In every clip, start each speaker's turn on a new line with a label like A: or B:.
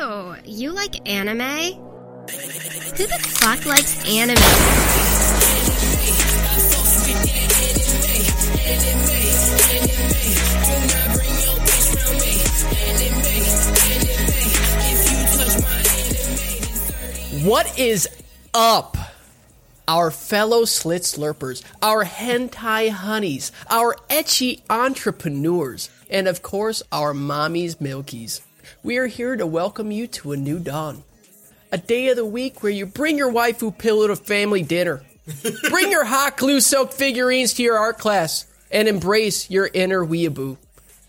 A: Oh, you like anime? Who the fuck likes anime?
B: What is up, our fellow slit slurpers, our hentai honeys, our etchy entrepreneurs, and of course, our mommies milkies? We are here to welcome you to a new dawn. A day of the week where you bring your waifu pillow to family dinner. bring your hot glue silk figurines to your art class and embrace your inner weeaboo.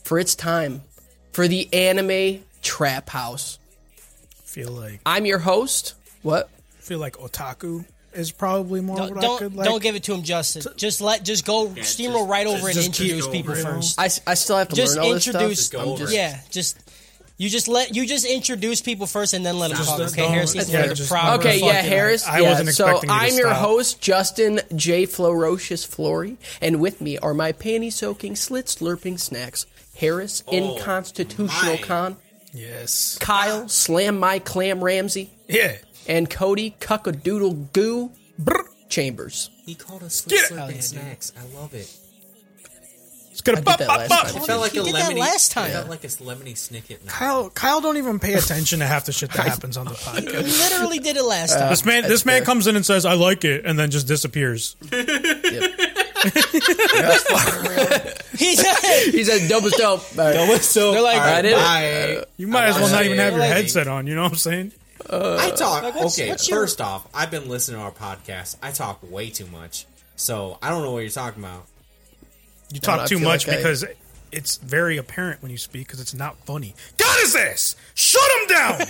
B: For it's time for the anime trap house.
C: feel like
B: I'm your host. What?
C: feel like otaku is probably more
D: Don't
C: what I
D: don't,
C: could like.
D: don't give it to him, Justin. just let just go steamroll
E: just-
D: right
E: just-
D: over and
E: just
D: introduce
E: keep
D: people
E: going.
D: first.
B: I, s- I still have to
D: Just
B: learn all this
D: introduce-
E: Just
B: stuff.
E: go
B: I'm
E: over
B: just,
E: it.
D: Yeah, just you just let you just introduce people first and then let them
E: Just
D: talk.
E: let-
D: Okay,
C: don't-
D: Harris needs to
C: yeah,
D: learn the
C: just-
D: proper.
B: Okay, yeah,
D: fucking-
B: Harris.
C: I
B: yeah,
C: wasn't
B: so
C: expecting you to
B: I'm your
C: stop.
B: host, Justin J. Florocious Flory, and with me are my panty-soaking, slit-slurping snacks, Harris,
D: Oh
B: Inconstitutional
E: my.
B: Con,
C: yes.
B: Kyle, Slam My Clam Ramsey,
C: Yeah.
B: and Cody, Cuckadoodle Goo
C: Brr.
B: Chambers.
E: He called us sweet
C: it.
D: Oh, yeah,
E: slurping
D: dude.
E: snacks. I love it.
C: It's gonna
B: did
C: bop,
B: that
C: bop,
B: last
C: bop.
B: time.
E: It felt like
D: you
E: a
D: did that
E: lemony.
D: last time.
E: It felt like a lemony snicket. now.
C: Kyle, Kyle, don't even pay attention to half the shit that happens on the podcast.
D: Literally did it last time.
C: This man, this man
B: fair.
C: comes in and says, "I like it," and then just disappears.
D: He said,
B: He said, "Dope is dope." All right.
E: so
D: They're like-
B: I did it.
E: bye.
C: You might as well not even have your
D: Really?
C: headset on. You know what I'm saying?
E: I talk.
D: what's-
E: okay,
D: what's your-
E: first off, I've been listening to our podcast. I talk way too much, so I don't know what you're talking about.
C: You
B: I
C: talk too
B: feel
C: much
B: like I-
C: because it's very apparent when you speak because it's not funny. God is this? Shut him down.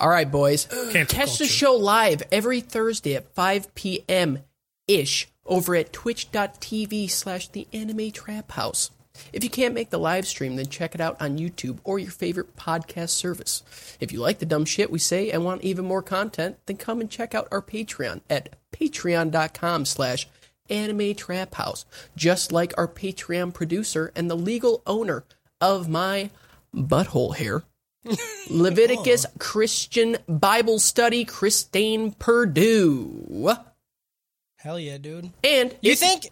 B: All right, boys.
C: Cancel
B: Catch the
C: culture.
B: show live every Thursday at 5 p.m. ish over at twitch.tv slash the anime trap house. If you can't make the live stream, then check it out on YouTube or your favorite podcast service. If you like the dumb shit we say and want even more content, then come and check out our Patreon at patreon.com slash anime trap house, just like our Patreon producer and the legal owner of my butthole hair.
C: Oh.
B: Leviticus Christian Bible Study, Christine Purdue.
D: "Hell yeah, dude."
B: And
D: You
B: if-
D: think?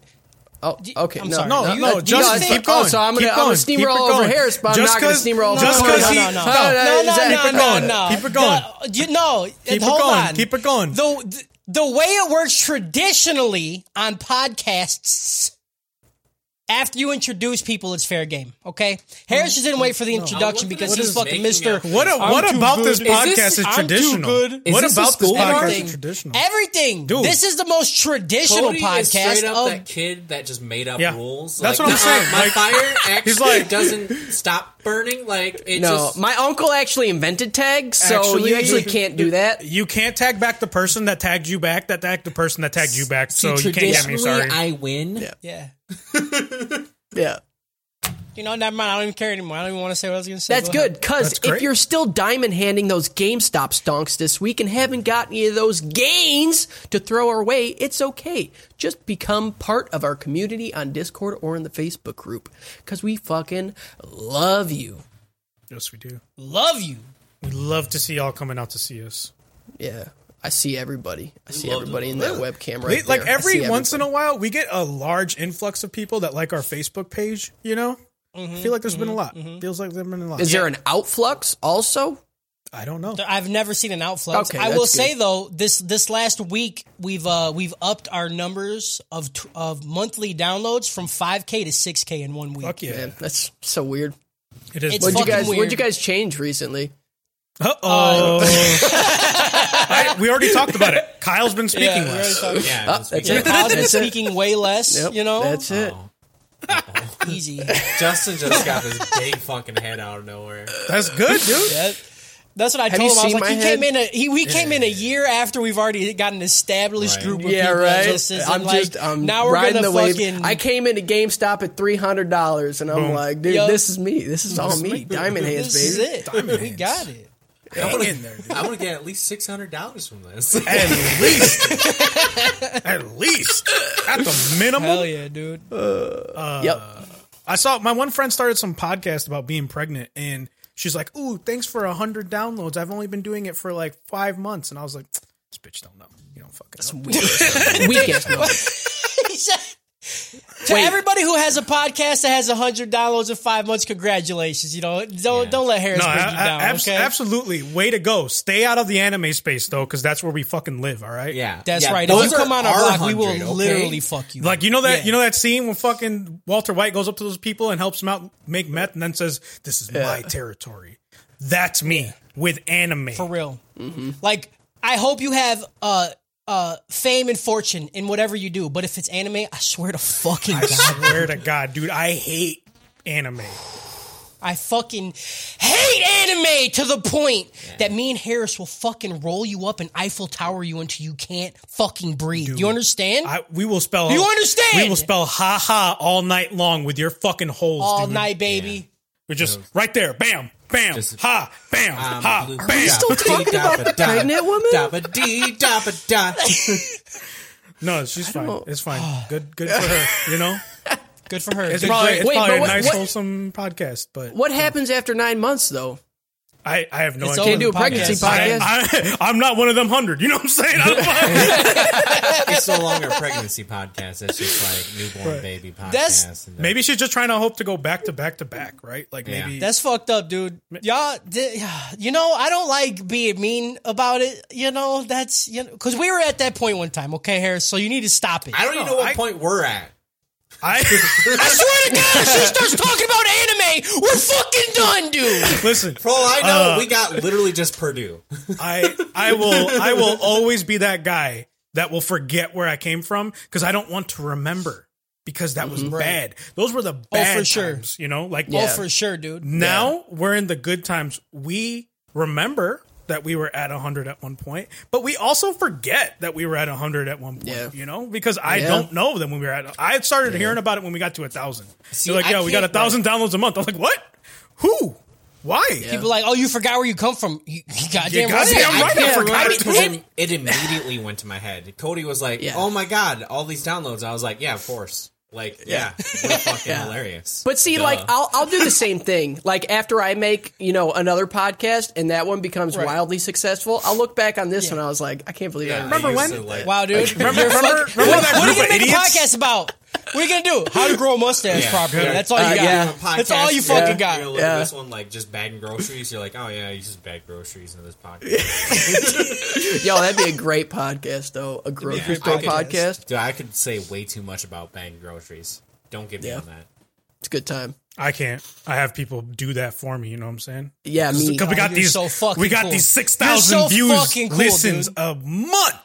B: Oh, okay.
D: I'm
B: no,
D: sorry.
C: No,
D: No,
C: no,
D: no,
C: Justin,
D: you-
C: keep going.
B: Oh, so I'm gonna,
C: keep
B: I'm
C: going.
B: gonna steamroll
C: keep it
B: over
C: going.
B: Harris, but
C: just
B: I'm not gonna
C: 'cause-
B: steamroll
C: Just
B: over
C: because
D: no,
C: he,
D: no, no,
B: Oh, No, no,
D: no,
B: is that-
D: no,
C: keep it
D: no,
C: going.
D: no.
C: Keep it going.
D: The- you know,
C: Keep it
D: hold
C: going.
D: on.
C: Keep it going.
D: The the way it works traditionally on podcasts. After you introduce people, it's fair game. Okay, Harris just didn't wait for the introduction
E: What
D: because
E: is-
D: he's
E: what
D: fucking
E: is making
D: Mister.
E: up?
C: What, a, what
D: too
C: about
D: good.
C: this
D: Is this-
C: podcast is,
D: I'm too
C: traditional?
D: good.
E: Is
C: What
E: this a
C: about this
E: school
C: podcast
E: thing?
C: is traditional?
D: Everything.
C: Dude.
D: This is the most traditional
E: Cody is
D: podcast
E: straight up
D: of
E: that kid that just made up
C: Yeah.
E: rules.
C: That's
E: Like,
C: what I'm saying.
E: My
C: Like,
E: fire actually
C: like-
E: doesn't stop burning. Like it
B: No,
E: just
B: my uncle actually invented tags, so you actually can't do that.
C: You can't tag back the person that tagged you back that tagged the person that tagged you back, so
E: See,
C: you can't get me.
E: traditionally,
C: Sorry.
E: I win.
D: yeah.
B: Yeah,
D: You know, never mind. I don't even care anymore. I don't even want to say what I was going to say.
B: that's
D: Go ahead.
B: good. Cause
C: That's
B: if
C: great.
B: you're still diamond handing those GameStop stonks this week and haven't got any of those gains to throw our way, it's okay. Just become part of our community on Discord or in the Facebook group, cause we fucking love you.
C: yes, we do.
D: Love you.
C: We love to see y'all coming out to see us.
B: Yeah, I see everybody. I see everybody in that webcam right
C: They- like
B: there. I see
C: every once in a while, we get a large influx of people that like our Facebook page. You know,
B: Mm-hmm,
C: I feel like there's been a lot. Feels like there's been a lot.
B: Is there an outflux also?
C: I don't know.
D: I've never seen an outflux.
B: Okay,
D: I
B: that's
D: will
B: good.
D: say though, this this last week we've uh we've upped our numbers of t- of monthly downloads from 5k to 6k in one week.
C: Fuck yeah,
B: Man, that's so weird.
C: it is.
D: It's
B: What'd you
D: fucking
B: guys?
D: weird.
B: What'd you guys change recently?
C: Uh oh. we already talked about it. Kyle's been speaking
D: we
C: less.
E: Yeah, just-
B: Oh, that's
D: So
B: it.
D: Kyle's been
B: That's it.
D: speaking way less.
B: Yep,
D: you know,
B: that's it.
C: Oh.
D: easy.
E: Justin just got this big fucking head out of nowhere.
C: That's good, dude.
D: That- that's what I
B: Have
D: told
B: you
D: him. I was
B: seen
D: like,
B: my
D: he came
B: head?
D: in a he we came in a year after we've already got an established
E: Right.
D: group of
B: Yeah,
D: people.
B: right.
D: Just isn't
B: I'm
D: like,
B: just I'm
D: now we're
B: riding
D: gonna
B: the wave.
D: fucking
B: I came into GameStop at three hundred dollars, and I'm like, dude,
D: Yup.
B: this is me. This is all me. Diamond hands,
D: this
B: baby.
D: is it.
C: Diamond
D: we
C: hands.
D: got it.
C: Hang in there, dude.
E: I want to get at least six hundred dollars from this.
C: At least, at least, at the minimum.
D: Hell yeah, dude.
B: Yep.
C: I saw my one friend started some podcast about being pregnant, and She's like, "Ooh, thanks for a hundred downloads. I've only been doing it for like five months." And I was like, "This bitch don't know. You don't fucking know."
B: Weakest number.
D: He said- to everybody who has a podcast that has hundred dollars in five months, congratulations. You know, don't don't let Harris
C: No,
D: bring
C: I-
D: you
C: I-
D: down.
C: abs-
D: okay,
C: absolutely. Way to go. Stay out of the anime space though, because that's where we fucking live. All right.
F: Yeah,
D: that's
F: yeah,
D: right. If you
F: those are
D: come on our block, we will
F: 100, okay?
D: literally fuck you.
C: Like you know that
D: Yeah.
C: you know that scene when fucking Walter White goes up to those people and helps them out make meth and then says, "This is my territory. That's me with anime."
D: for real.
C: Mm-hmm.
D: Like, I hope you have uh uh fame and fortune in whatever you do. But if it's anime, I swear to fucking
C: I
D: god,
C: swear to God, dude, I hate anime.
D: I fucking hate anime to the point that me and Harris will fucking roll you up and Eiffel Tower you until you can't fucking breathe. you understand?
C: I, we will spell.
D: You understand?
C: We will spell ha ha all night long with your fucking holes,
D: All
C: dude.
D: night, baby.
C: We're just right there. Bam, bam,
F: Just-
C: ha, bam,
F: Um,
D: Ah,
C: ha,
F: Are we
C: bam.
F: still talking about the
B: pregnant woman?
F: Dabba dee, dabba da.
C: No, she's fine. It's fine. Good, good for her. You know,
D: Good for her.
C: it's
D: Good-
C: probably, it's
B: Wait,
C: probably
B: but
C: a
B: what-
C: nice
B: what-
C: wholesome podcast, but
B: What happens after nine months, though?
C: I, I have no
D: It's
C: idea.
B: Can't do a
D: Podcast.
B: pregnancy
C: I,
B: podcast.
C: I, I'm not one of them hundred. You know what I'm saying? I don't mind.
F: It's no longer a pregnancy podcast. It's just like newborn baby podcast.
D: That's-
F: and
C: maybe she's just trying to hope to go back to back to back, right? Like
F: Yeah.
C: maybe
D: That's fucked up, dude. Y'all, di- you know, I don't like being mean about it. You know, that's you know, because we were at that point one time, okay, Harris. So you need to stop it.
F: I don't even know what
C: I-
F: point we're at.
C: I
D: I swear to God, if she starts talking about anime, we're fucking done, dude.
C: listen.
F: For all I know,
C: Uh,
F: we got literally just Purdue.
C: I I will I will always be that guy that will forget where I came from because I don't want to remember because that
B: Mm-hmm.
C: was bad. Those were the bad
D: Oh, for sure.
C: times, you know. Like
D: Oh, for sure, dude.
C: now we're in the good times. We remember that we were at 100 at one point, but we also forget that we were at 100 at one point,
B: Yeah.
C: you know, because I
B: Yeah.
C: don't know that when we were at, I started hearing about it when we got to a 1,000.
F: See,
C: They're like,
F: I
C: yeah, we got a
F: can't-
C: 1,000 downloads a month. I'm like, what? Who? Why?
D: People like, oh, you forgot where you come from. You, you
C: goddamn
D: goddamn right.
C: right, I
D: can't
C: forgot.
D: remember.
F: It, it, it immediately went to my head. Cody was like,
B: Yeah.
F: "Oh my god, all these downloads!" I was like, "Yeah, of course." Like, yeah, we're fucking hilarious.
B: But see,
F: Duh.
B: like I'll I'll do the same thing. Like after I make you know another podcast and that one becomes wildly successful, I'll look back on this one. I was like, I can't believe I
F: Yeah,
B: remember.
F: I used
C: when-
F: to, like-
D: Wow, dude.
C: Remember,
D: You're
C: remember,
D: fucking-
C: remember that
D: What are
C: group
D: you gonna
C: of
D: make a
C: idiots?
D: podcast about? What are you gonna do? How to grow a mustache
F: Yeah.
D: properly.
F: Yeah.
D: That's all you
B: Uh,
D: got.
B: yeah.
D: That's all you
F: podcast,
D: fucking
F: You know,
D: got.
F: look
B: Yeah.
F: at this one, like just bagging groceries. You're like, "Oh yeah, you just bag groceries in this podcast."
B: Yo, that'd be a great podcast though, a grocery
F: Yeah,
B: store
F: I could-
B: podcast.
F: Dude, I could say way too much about bagging groceries. Don't get me
B: Yeah.
F: on that.
B: It's a good time.
C: I can't. I have people do that for me. You know what I'm saying?
B: Yeah, me.
C: Because we got
D: you're
C: these.
D: so fucking
C: we got
D: cool.
C: these six
D: You're so
C: thousand views
D: fucking cool,
C: listens
D: dude.
C: a month.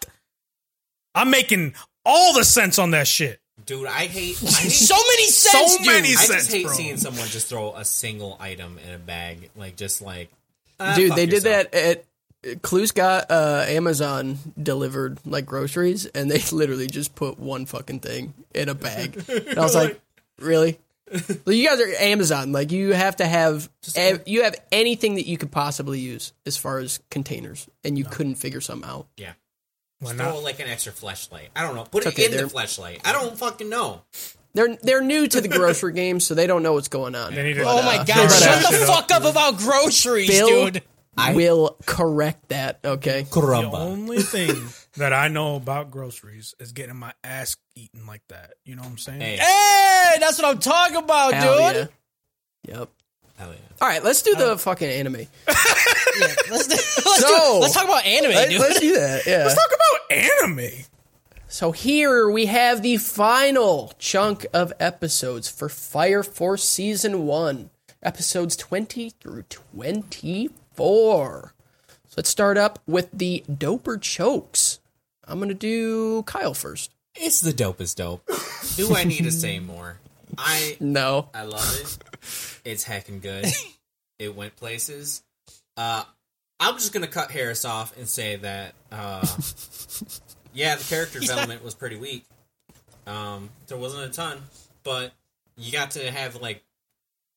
C: I'm making all the sense on that shit.
F: Dude, I hate. I hate
D: So many cents,
C: So many
D: dude.
F: I
C: sense,
F: just hate
C: bro.
F: seeing someone just throw a single item in a bag, like just like. "Ah,
B: Dude,
F: fuck
B: they did
F: yourself."
B: that at. Clues got uh, Amazon delivered like groceries, and they literally just put one fucking thing in a bag. And I was like, "Really? Like, you guys are Amazon. Like you have to have ev- you have anything that you could possibly use as far as containers, and you couldn't figure some out.
F: Yeah.
C: Why
F: Throw
C: not?
F: like an extra flashlight. I don't know. Put it
B: okay,
F: in the
B: they're-
F: flashlight. I don't fucking know.
B: They're they're new to the grocery game, so they don't know what's going on.
C: They need to-
D: Oh my
C: uh, figure
D: god! Shut
C: that
D: the
C: shit
D: fuck up about groceries,
B: Bill
D: dude.
B: will correct that. Okay,
C: The only thing that I know about groceries is getting my ass eaten like that. You know what I'm saying?
D: Eh.
F: Hey,
D: Hey, that's what I'm talking about,
B: Hell
D: dude.
B: yeah. Yep.
F: hell yeah.
B: All right, let's do the fucking anime.
D: Let's, do, let's,
B: So-
D: do, let's talk about anime, dude.
B: Let's do that. Yeah.
C: Let's talk about anime.
B: So here we have the final chunk of episodes for Fire Force Season 1, episodes 20 through 24. So let's start up with the Doper Chokes. I'm going to do Kyle first.
F: It's the dopest dope. Do I need to say more? I
B: No.
F: I love it. It's heckin' good. It went places. Uh, I'm just gonna cut Harris off and say that uh, yeah, the character development was pretty weak. Um, there wasn't a ton, but you got to have like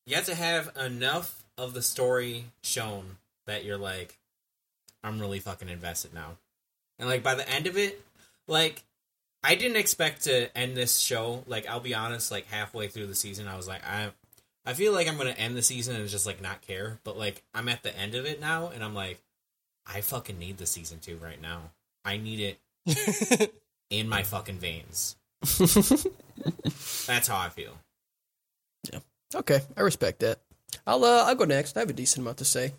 F: you got to have enough of the story shown that you're like, I'm really fucking invested now. And like by the end of it, like I didn't expect to end this show. Like I'll be honest, like halfway through the season, I was like, I I feel like I'm gonna end the season and just like not care, but like I'm at the end of it now, and I'm like, I fucking need the season two right now. I need it in my fucking veins. That's how I feel.
B: Okay, I respect that. I'll uh, I'll go next. I have a decent amount to say.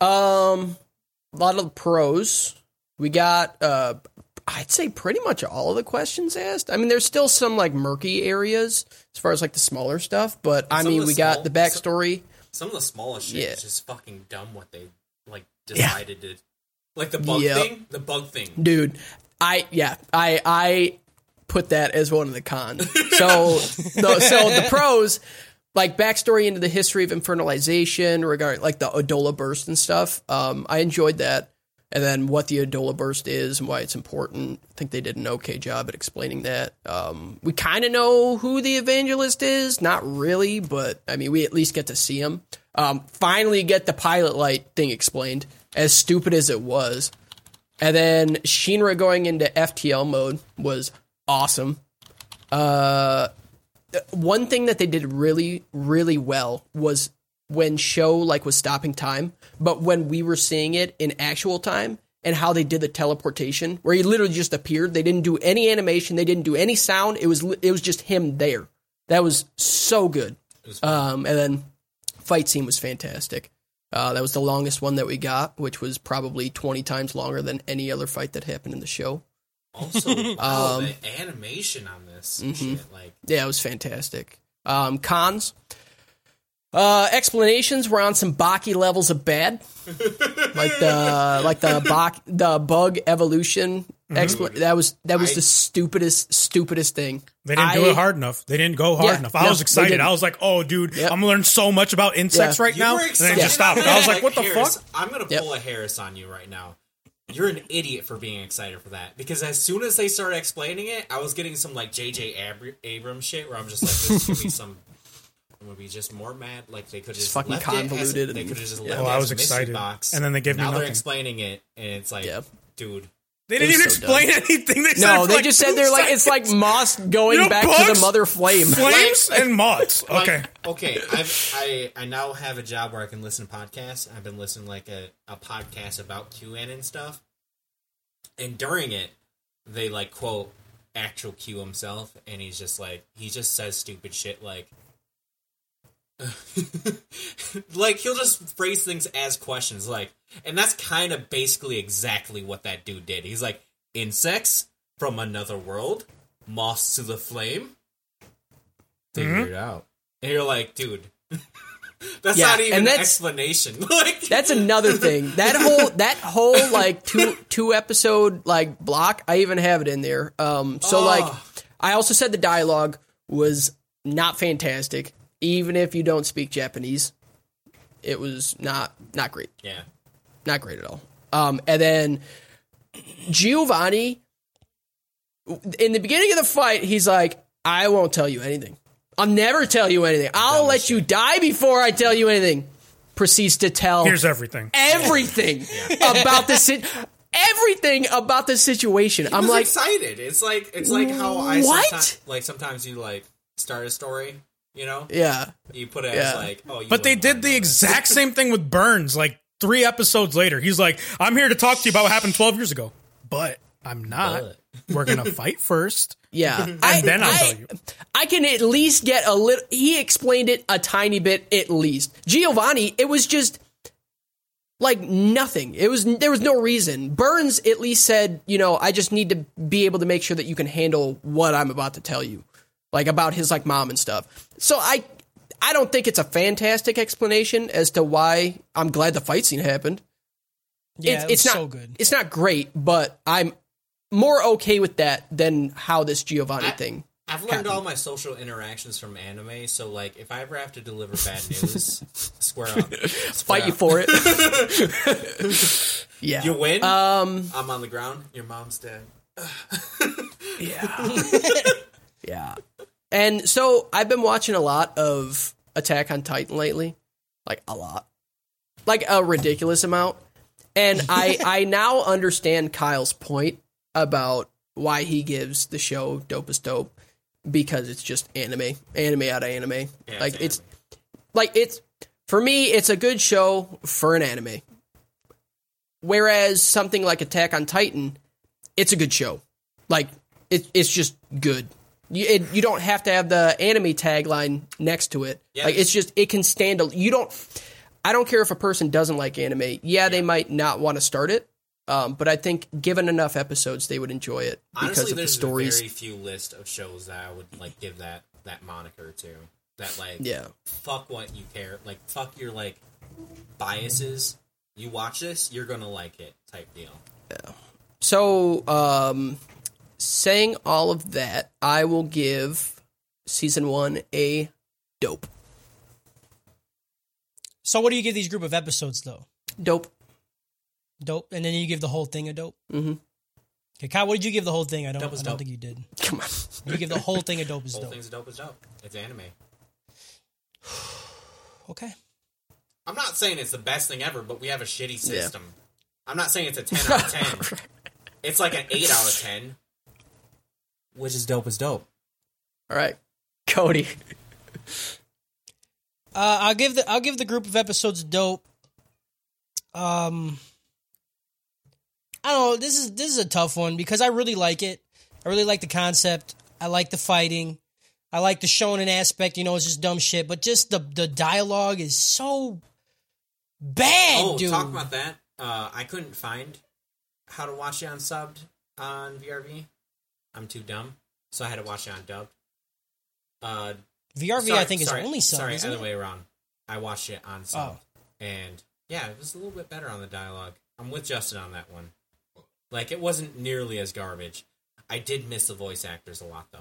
B: Um, a lot of pros. We got uh, I'd say pretty much all of the questions asked. I mean, there's still some like murky areas as far as like the smaller stuff, but I
F: Some of
B: mean,
F: the
B: we got
F: small-
B: the backstory.
F: Some of the smallest shit
B: Yeah.
F: is just fucking dumb. What they like decided to, like the bug
B: Yep.
F: thing, the bug thing.
B: dude i yeah i i put that as one of the cons so the, so the pros like backstory into the history of infernalization regarding like the odola burst and stuff um i enjoyed that and then what the odola burst is and why it's important i think they did an okay job at explaining that um we kind of know who the evangelist is not really but i mean we at least get to see him um finally get the pilot light thing explained as stupid as it was and then Shinra going into FTL mode was awesome. Uh, one thing that they did really, really well was when show like was stopping time, but when we were seeing it in actual time and how they did the teleportation where he literally just appeared. They didn't do any animation. They didn't do any sound. It was, li- it was just him there. That was so good. Um, and then fight scene was fantastic. Uh, that was the longest one that we got, which was probably 20 times longer than any other fight that happened in the show.
F: Also, wow,
B: Um,
F: the animation on this
B: mm-hmm.
F: shit, like
B: Yeah, it was fantastic. Um, cons. Uh, explanations were on some Baki levels of bad, like the like the Bach, the bug evolution.
C: Mm-hmm.
B: Expla- that was that was the stupidest stupidest thing.
C: They didn't do
B: I-
C: it hard enough. They didn't go hard
B: Yeah,
C: enough. I
B: no,
C: was
B: they
C: excited.
B: didn't.
C: I was like, "Oh, dude,
B: Yep.
C: I'm gonna learn so much about insects
B: Yeah.
C: right
F: You
C: now."
F: were
C: And
F: excited
C: I just stopped.
F: about
C: I was
F: that.
C: like, "What the
F: Harris,
C: fuck?"
F: I'm gonna
B: Yep.
F: pull a Harris on you right now. You're an idiot for being excited for that because as soon as they started explaining it, I was getting some like JJ Abr- Abrams shit where I'm just like, this could be some. I'm gonna be just more mad. Like they could just
B: fucking
F: left It
B: convoluted
F: as, they
B: and-
F: could have just
B: yeah.
F: left
C: Oh,
F: it
C: I
F: as
C: was
F: a mystery
C: excited.
F: box.
C: And then they gave me
F: now they're
C: nothing.
F: explaining it, and it's like,
B: Yep.
F: dude,
C: They didn't
B: It
C: even
B: was so
C: explain anything. They said
B: No,
C: for
B: they
C: like
B: just said
C: two
B: they're like it's like
C: seconds.
B: moss going
C: You know,
B: back to the
C: bugs,
B: mother flame.
C: flames and moths.
F: Like,
C: Okay,
F: okay. I've, I I now have a job where I can listen to podcasts. I've been listening like a, a podcast about QAnon stuff, and during it, they like quote actual Q himself, and he's just like he just says stupid shit like. like he'll just phrase things as questions like and that's kind of basically exactly what that dude did he's like insects from another world moss to the flame figure it out and you're like dude that's
B: Mm-hmm. Yeah,
F: not even
B: and
F: an
B: that's-
F: explanation like
B: That's another thing. That whole that whole like two two episode like block, I even have it in there. Um so like I also said the dialogue was not fantastic even if you don't speak Japanese. It was not not great
F: yeah
B: not great at all. Um, and then Giovanni, in the beginning of the fight, he's like, "I won't tell you anything. I'll never tell you anything. I'll let you die before I tell you anything." Proceeds to tell
C: here's everything.
B: everything about the sit, everything about the situation. I'm
F: I'm
B: like,
F: excited it's like it's like how i
B: What?
F: sometimes, like sometimes you like start a story you know
B: yeah,
F: you put it as
B: Yeah.
F: like oh you
C: But they
F: wouldn't
C: did
F: mind
C: the
F: knowing.
C: exact same thing with Burns. Like three episodes later, he's like, "I'm here to talk to you about what happened 12 years ago, but I'm not. We're gonna fight first.
B: yeah. I,
C: then I'll
B: I-
C: tell you.
B: I can at least get a little. He explained it a tiny bit at least. Giovanni, it was just like nothing. It was there was no reason. Burns at least said, you know, I just need to be able to make sure that you can handle what I'm about to tell you, like about his like mom and stuff. So I, I don't think it's a fantastic explanation as to why I'm glad the fight scene happened.
D: Yeah,
B: It's- it's
D: it was
B: not
D: so good.
B: It's not great, but I'm more okay with that than how this Giovanni thing.
F: I've learned all my social interactions from anime, so like if I ever have to deliver bad news, square up. Square
B: Fight you
F: up.
B: for it. yeah.
F: You win. Um, I'm on the ground. Your mom's dead.
B: Yeah. And so I've been watching a lot of Attack on Titan lately. Like a lot. Like a ridiculous amount. And I I now understand Kyle's point about why he gives the show Dope as Dope because it's just anime. Anime out of anime. like it's like it's for me, it's a good show for an anime. Whereas something like Attack on Titan, it's a good show. Like it, it's just good. You, it, you don't have to have the anime tagline next to it.
E: Yeah.
B: Like it's just it can stand. A, you don't. I don't care if a person doesn't like anime. Yeah, they might not want to start it. Um, but I think given enough episodes, they would enjoy it because
E: Honestly,
B: of the
E: there's
B: stories.
E: very few list of shows that I would like give that that moniker to. That like
B: yeah.
E: fuck what you care, like fuck your like biases. You watch this, you're gonna like it, type deal.
B: So, um, saying all of that, I will give season one a dope.
D: So what do you give these group of episodes though?
B: Dope.
D: Dope, and then you give the whole thing a dope. Mm-hmm. Okay, Kyle, what did you give the whole thing? I don't. I
E: Dope was
D: don't
E: dope.
D: think you did.
B: Come on.
D: You give the whole thing a dope is
E: Whole
D: dope.
E: thing's dope as dope. It's anime.
D: Okay.
E: I'm not saying it's the best thing ever, but we have a shitty system. I'm not saying it's a ten out of ten. it's like an eight out of ten, which is dope as dope.
B: All right. Cody.
D: Uh, I'll give the I'll give the group of episodes dope. Um, I don't know. This is this is a tough one because I really like it. I really like the concept. I like the fighting. I like the shonen aspect. You know, it's just dumb shit, but just the the dialogue is so bad,
E: Oh,
D: dude.
E: talk about that. Uh, I couldn't find how to watch it on subbed on VRV. I'm too dumb, so I had to watch it on dubbed. Uh,
D: VRV, I
E: sorry,
D: think, is
E: sorry,
D: only sub.
E: Sorry,
D: isn't
E: other
D: it?
E: way around. I watched it on sub,
D: Oh.
E: and yeah, it was a little bit better on the dialogue. I'm with Justin on that one. Like, it wasn't nearly as garbage. I did miss the voice actors a lot, though.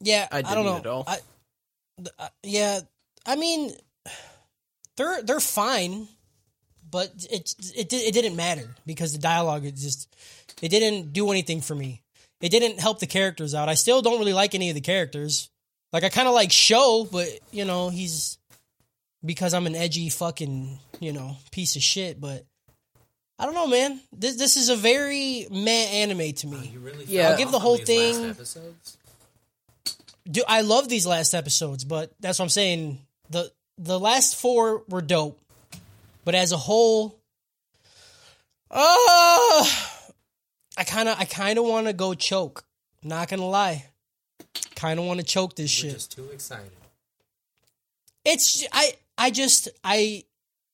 D: Yeah,
B: I
D: I, don't
B: didn't
D: know.
B: at all.
D: I, th- I- yeah, I mean, they're they're fine, but it it di- it didn't matter because the dialogue is just it didn't do anything for me. It didn't help the characters out. I still don't really like any of the characters. Like I kind of like Show, but you know he's because I'm an edgy fucking you know piece of shit. But I don't know, man. This this is a very meh anime
B: Oh,
D: to me.
E: You really?
B: Yeah.
E: fell
B: I'll
D: give
E: off
D: the
E: on
D: whole
E: these
D: thing-
E: last episodes?
D: do I love these last episodes, but that's what I'm saying. The the last four were dope. But as a whole Oh I kinda I kinda wanna go choke. Not gonna lie. Kinda wanna choke this
E: We're
D: shit.
E: just too excited.
D: It's I I just I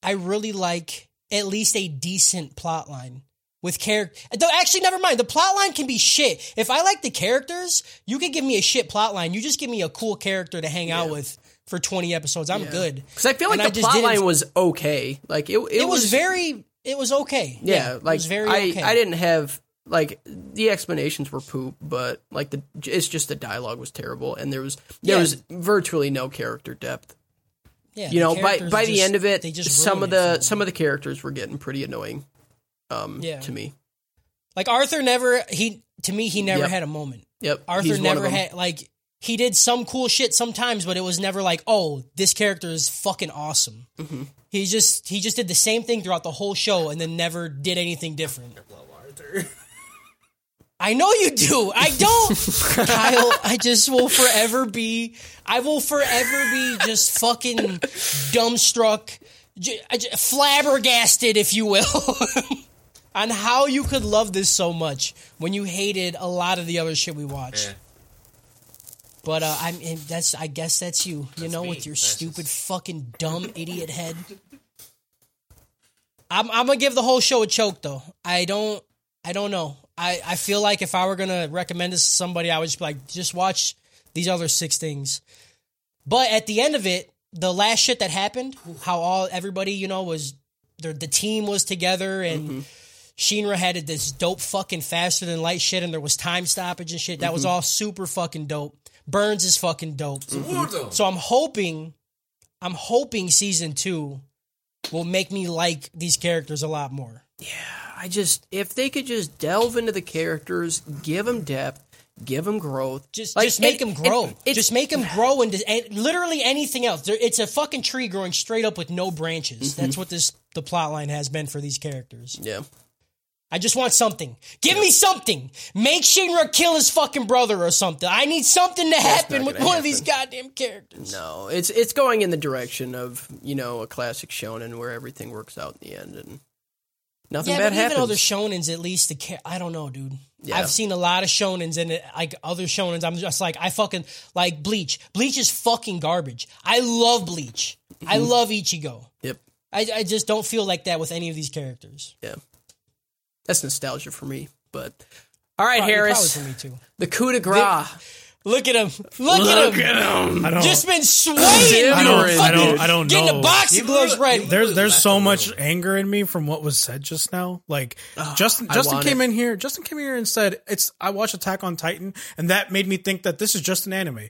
D: I really like at least a decent plot line with character. Though actually, never mind. The plot line can be shit. If I like the characters, you can give me a shit plot line. You just give me a cool character to hang out with for twenty episodes. I'm good.
B: Because I feel like
D: And I
B: the
D: just
B: plot
D: didn't-
B: line was okay. Like it, it,
D: It was very. It was okay.
B: yeah,
D: it
B: like
D: was very
B: I,
D: okay.
B: I didn't have like the explanations were poop, but like the it's just the dialogue was terrible, and there was there
D: Yeah.
B: was virtually no character depth.
D: Yeah,
B: You
D: the
B: know, by
D: characters
B: by the
D: just-
B: end of it,
D: they just
B: some of
D: ruined it
B: the
D: for
B: some of the characters were getting pretty annoying. Um,
D: Yeah.
B: to me,
D: like Arthur never. He to me, he never
B: Yep.
D: had a moment.
B: yep,
D: Arthur
B: he's one of
D: never
B: them.
D: had like he did some cool shit sometimes, but it was never like, oh, this character is fucking awesome.
B: Mm-hmm.
D: He just he just did the same thing throughout the whole show, and then never did anything different.
E: Love Arthur.
D: I know you do. I don't, Kyle. I just will forever be. I will forever be just fucking dumbstruck, j- I j- flabbergasted, if you will, on how you could love this so much when you hated a lot of the other shit we watched.
E: Yeah.
D: But uh, I'm and that's I guess that's you. You know,
E: me.
D: with your
E: That's
D: stupid fucking dumb idiot head. I'm I'm gonna give the whole show a choke though. I don't I don't know. I I feel like if I were gonna recommend this to somebody, I would just be like just watch these other six things. But at the end of it, the last shit that happened, how all everybody you know was their the team was together and. Shinra had this dope fucking faster than light shit, and there was time stoppage and shit. That was all super fucking dope. Burns is fucking dope.
E: Wardo.
D: So I'm hoping, I'm hoping season two will make me like these characters a lot more.
B: I just if they could just delve into the characters, give them depth, give them growth,
D: Just,
B: Like,
D: just make
B: and-
D: them grow.
B: and it's-
D: just make them grow into and literally anything else. There, it's a fucking tree growing straight up with no branches. That's what this the plot line has been for these characters.
B: yeah.
D: I I just want something. Give me something. Make Shinra kill his fucking brother or something. I need something to happen
F: not
D: with one
F: gonna
D: of these goddamn characters.
B: No, it's it's going in the direction of you know a classic shonen where everything works out in the end and nothing
D: Yeah,
B: bad
D: but
B: happens.
D: even other shonens, at least the char- I don't know, dude.
B: Yeah.
D: I've seen a lot of shonens, and it, like other shonens, I'm just like I fucking like Bleach. Bleach is fucking garbage. I love Bleach. I
B: Mm-hmm.
D: love Ichigo.
B: yep,
D: I, I just don't feel like that with any of these characters.
B: yeah, that's nostalgia for me. But all right,
D: Probably-
B: Harris,
D: probably for me too.
B: the coup de grace.
D: Look at him. Look, at him.
C: I don't.
D: Just been swaying.
C: I don't.
B: Dude,
C: I don't. I don't
D: Getting the
C: know.
D: boxing gloves ready.
C: There's there's
E: That's
C: so
E: a
C: much
E: little-
C: anger in me from what was said just now. Like Justin
B: I
C: Justin
B: want
C: came
B: it.
C: in here. Justin came here and said it's I watched Attack on Titan and that made me think that this is just an anime.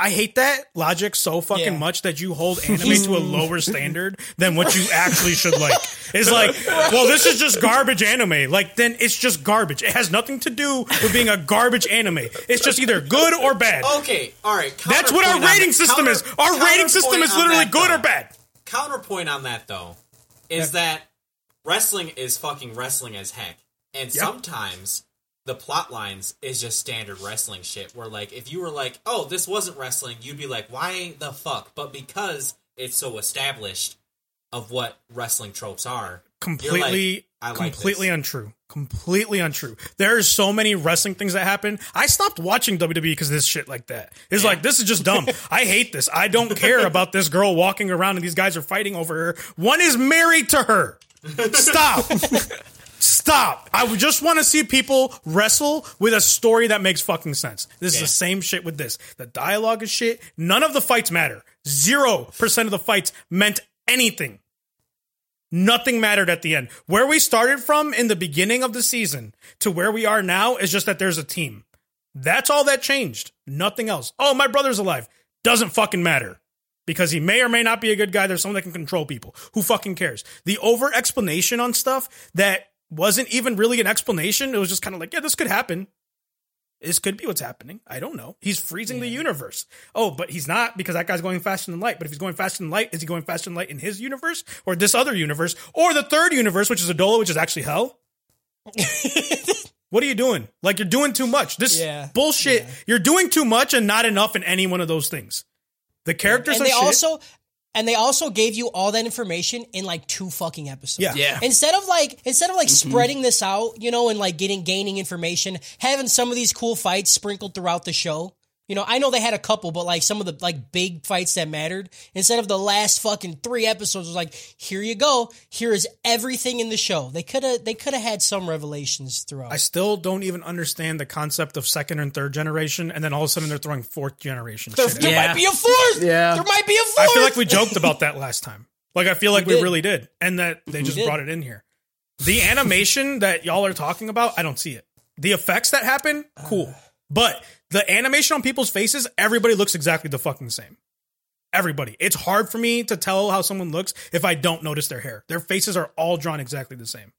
C: I hate that logic so fucking
D: Yeah.
C: much that you hold anime to a lower standard than what you actually should like. It's like, well, this is just garbage anime. Like, then it's just garbage. It has nothing to do with being a garbage anime. It's just either good or bad.
F: Oh,
E: Okay, all right.
C: That's what our
E: counterpoint on
C: rating
E: that-
C: system is.
E: counter-
C: Our rating system
E: counterpoint
C: is
E: on
C: literally
E: that,
C: good
E: though.
C: or bad.
E: Counterpoint on that though is that wrestling is fucking wrestling as heck, and sometimes the plot lines is just standard wrestling shit. Where like if you were like, oh, this wasn't wrestling, you'd be like, why the fuck? But because it's so established of what wrestling tropes are,
C: completely
E: I like
C: completely
E: this.
C: untrue completely untrue there's so many wrestling things that happen i stopped watching wwe because of this shit like that it's like this is just dumb i hate this i don't care about this girl walking around and these guys are fighting over her one is married to her stop stop i would just want to see people wrestle with a story that makes fucking sense this is
E: Yeah.
C: the same shit with this the dialogue is shit none of the fights matter zero percent of the fights meant anything Nothing mattered at the end. Where we started from in the beginning of the season to where we are now is just that there's a team. That's all that changed. Nothing else. Oh, my brother's alive. Doesn't fucking matter. Because he may or may not be a good guy. There's someone that can control people. Who fucking cares? The over explanation on stuff that wasn't even really an explanation. It was just kind of like, yeah, this could happen. This could be what's happening. I don't know. He's freezing the universe. Oh, but he's not because that guy's going faster than light. But if he's going faster than light, is he going faster than light in his universe or this other universe or the third universe, which is Adola, which is actually hell? what are you doing? Like you're doing too much. This
D: Yeah.
C: bullshit. You're doing too much and not enough in any one of those things. The characters
D: and
C: are
D: they
C: shit.
D: also and they also gave you all that information in like two fucking episodes.
C: Yeah. Yeah. Mm-hmm.
D: Instead of like instead of like spreading this out, you know, and like getting gaining information, having some of these cool fights sprinkled throughout the show. You know, I know they had a couple, but like some of the like big fights that mattered, instead of the last fucking three episodes was like, here you go, here is everything in the show. They could have they could have had some revelations throughout.
C: I still don't even understand the concept of second and third generation, and then all of a sudden they're throwing fourth generation.
D: there
C: shit
D: there
C: in.
B: Yeah.
D: might be a fourth.
B: Yeah.
D: There might be a
C: I
D: fourth.
C: feel like we joked about that last time. Like I feel like we,
D: did.
C: really did, and that they just
D: did.
C: brought it in here. The animation that y'all are talking about, I don't see it. The effects that happen, cool,
D: Uh.
C: but the animation on people's faces, everybody looks exactly the fucking same. Everybody. It's hard for me to tell how someone looks if I don't notice their hair. Their faces are all drawn exactly the same.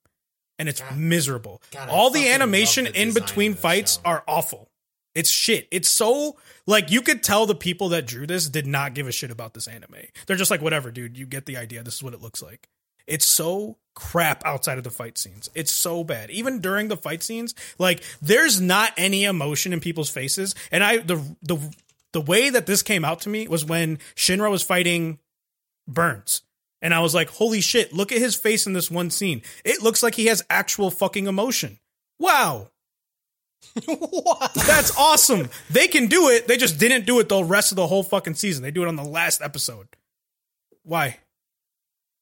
C: And it's miserable.
E: God, I
C: all the
E: fucking
C: animation
E: love the
C: in
E: design
C: between
E: of this
C: fights
E: show.
C: are awful. It's shit. It's so like you could tell the people that drew this did not give a shit about this anime. They're just like, whatever, dude. You get the idea. This is what it looks like. It's so crap outside of the fight scenes. It's so bad. Even during the fight scenes, like there's not any emotion in people's faces. And I the the the way that this came out to me was when Shinra was fighting Burns. And I was like, holy shit, look at his face in this one scene. It looks like he has actual fucking emotion. Wow. That's awesome. They can do it. They just didn't do it the rest of the whole fucking season. They do it on the last episode. Why?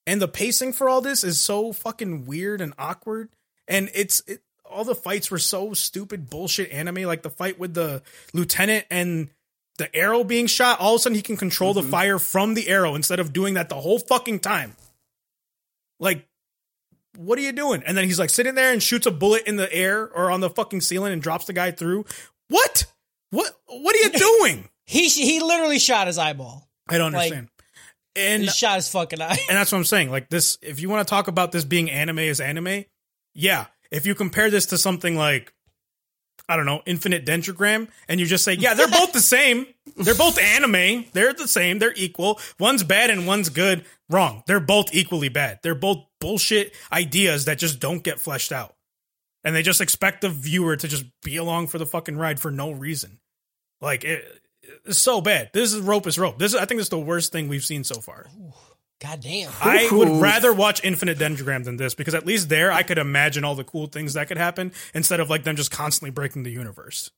C: And the pacing for all this is so fucking weird and awkward. And it's it, all the fights were so stupid bullshit anime. Like the fight with the lieutenant and the arrow being shot. All of a sudden, he can control the fire from the arrow instead of doing that the whole fucking time. Like what are you doing? And then he's like sitting there and shoots a bullet in the air or on the fucking ceiling and drops the guy through. What? What? What are you doing?
D: he he literally shot his eyeball.
C: I don't
D: Like-
C: understand. and
D: He shot his fucking eye.
C: and that's what I'm saying. Like this, if you want to talk about this being anime as anime, yeah. If you compare this to something like, I don't know, Infinite Dendrogram, and you just say, yeah, they're both the same. They're both anime. They're the same. They're equal. One's bad and one's good. Wrong. They're both equally bad. They're both bullshit ideas that just don't get fleshed out. and they just expect the viewer to just be along for the fucking ride for no reason. Like it, it's so bad. This is rope is rope. This is, I think this is the worst thing we've seen so far.
D: God damn.
C: I would
B: Oof.
C: rather watch Infinite Dendrogram than this because at least there I could imagine all the cool things that could happen instead of like them just constantly breaking the universe.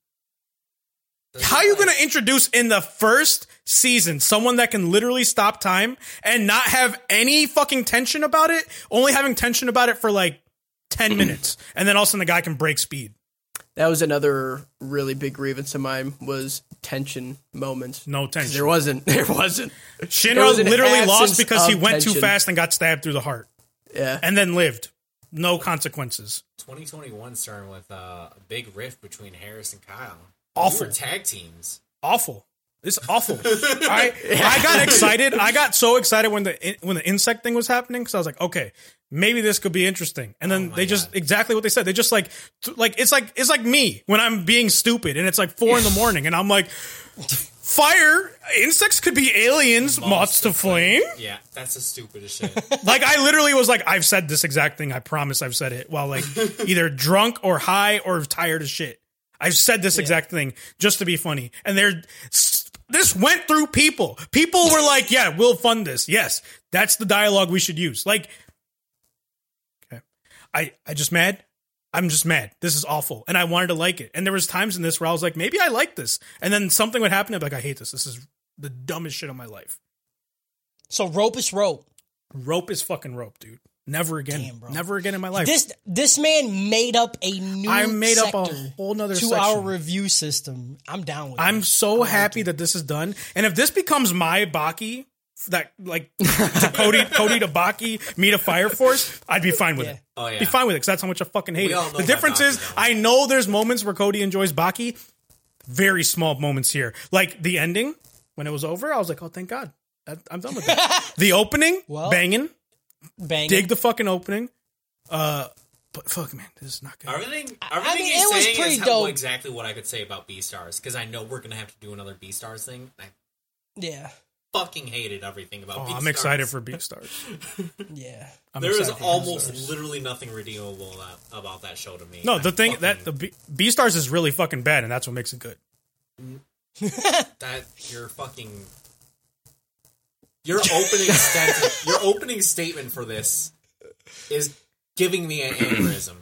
C: How you going to introduce in the first season someone that can literally stop time and not have any fucking tension about it? Only having tension about it for like 10 minutes. And then all of a sudden the guy can break speed.
B: That was another really big grievance of mine was tension moments.
C: No tension.
B: There wasn't. There wasn't. There
C: Shinra
B: was an
C: literally
B: absence
C: lost because he
B: of
C: went too
B: tension.
C: fast and got stabbed through the heart
B: Yeah.
C: and then lived. No consequences.
F: 2021 starting with uh, a big rift between Harris and Kyle.
C: Awful.
F: We were tag teams.
C: awful. This is awful. I I got excited. I got so excited when the when the insect thing was happening because I was like, okay, maybe this could be interesting. And then
F: Oh my
C: they just
F: God.
C: exactly what they said. They just like th- like it's like it's like me when I'm being stupid and it's like four in the morning and I'm like, fire insects could be aliens, moths to flame.
F: Yeah, that's the stupidest shit.
C: Like I literally was like, I've said this exact thing. I promise I've said it while like either drunk or high or tired as shit. I've said this exact thing just to be funny. And they're s- this went through people. People were like, yeah, we'll fund this. Yes. That's the dialogue we should use. Like Okay. I I just mad. I'm just mad. This is awful. And I wanted to like it. And there was times in this where I was like, maybe I like this. And then something would happen and I'd be like, I hate this. This is the dumbest shit of my life.
D: So rope is rope.
C: Rope is fucking rope, dude. Never again.
D: Damn, bro.
C: Never again in my life.
D: This this man made up a new
C: I made up a
D: sector
C: whole nother
D: to
C: section.
D: our review system. I'm down with
C: I'm
D: it.
C: so happy that this is done. And if this becomes my Baki, that like to Cody, Cody to Baki, me to Fire Force, I'd be fine with it.
F: Oh, yeah.
C: Be fine with it because that's how much I fucking hate
F: We all
C: it.
F: know
C: The
F: about
C: difference
F: Baki,
C: is,
F: though.
C: I know there's moments where Cody enjoys Baki. Very small moments here, like the ending when it was over. I was like, oh, thank God, I- I'm done with that. the opening,
D: Well-
C: banging,
D: Bang.
C: dig the fucking opening. Uh, but fuck, man, this is not good.
F: Everything, everything
D: I mean,
F: he's
D: it was
F: saying
D: pretty
F: is how-
D: dope.
F: exactly what I could say about B stars because I know we're gonna have to do another B stars thing. I
D: yeah.
F: fucking hated everything about.
C: Oh,
F: B-Stars.
C: I'm excited for Beastars.
D: Yeah.
C: I'm
F: There is
C: excited for
F: almost
C: Beastars.
F: literally nothing redeemable about, about that show to me.
C: no. The
F: I'm
C: thing
F: fucking-
C: that the B- Beastars is really fucking bad, and that's what makes it good.
F: that your fucking your opening stent- your opening statement for this is giving me an aneurysm.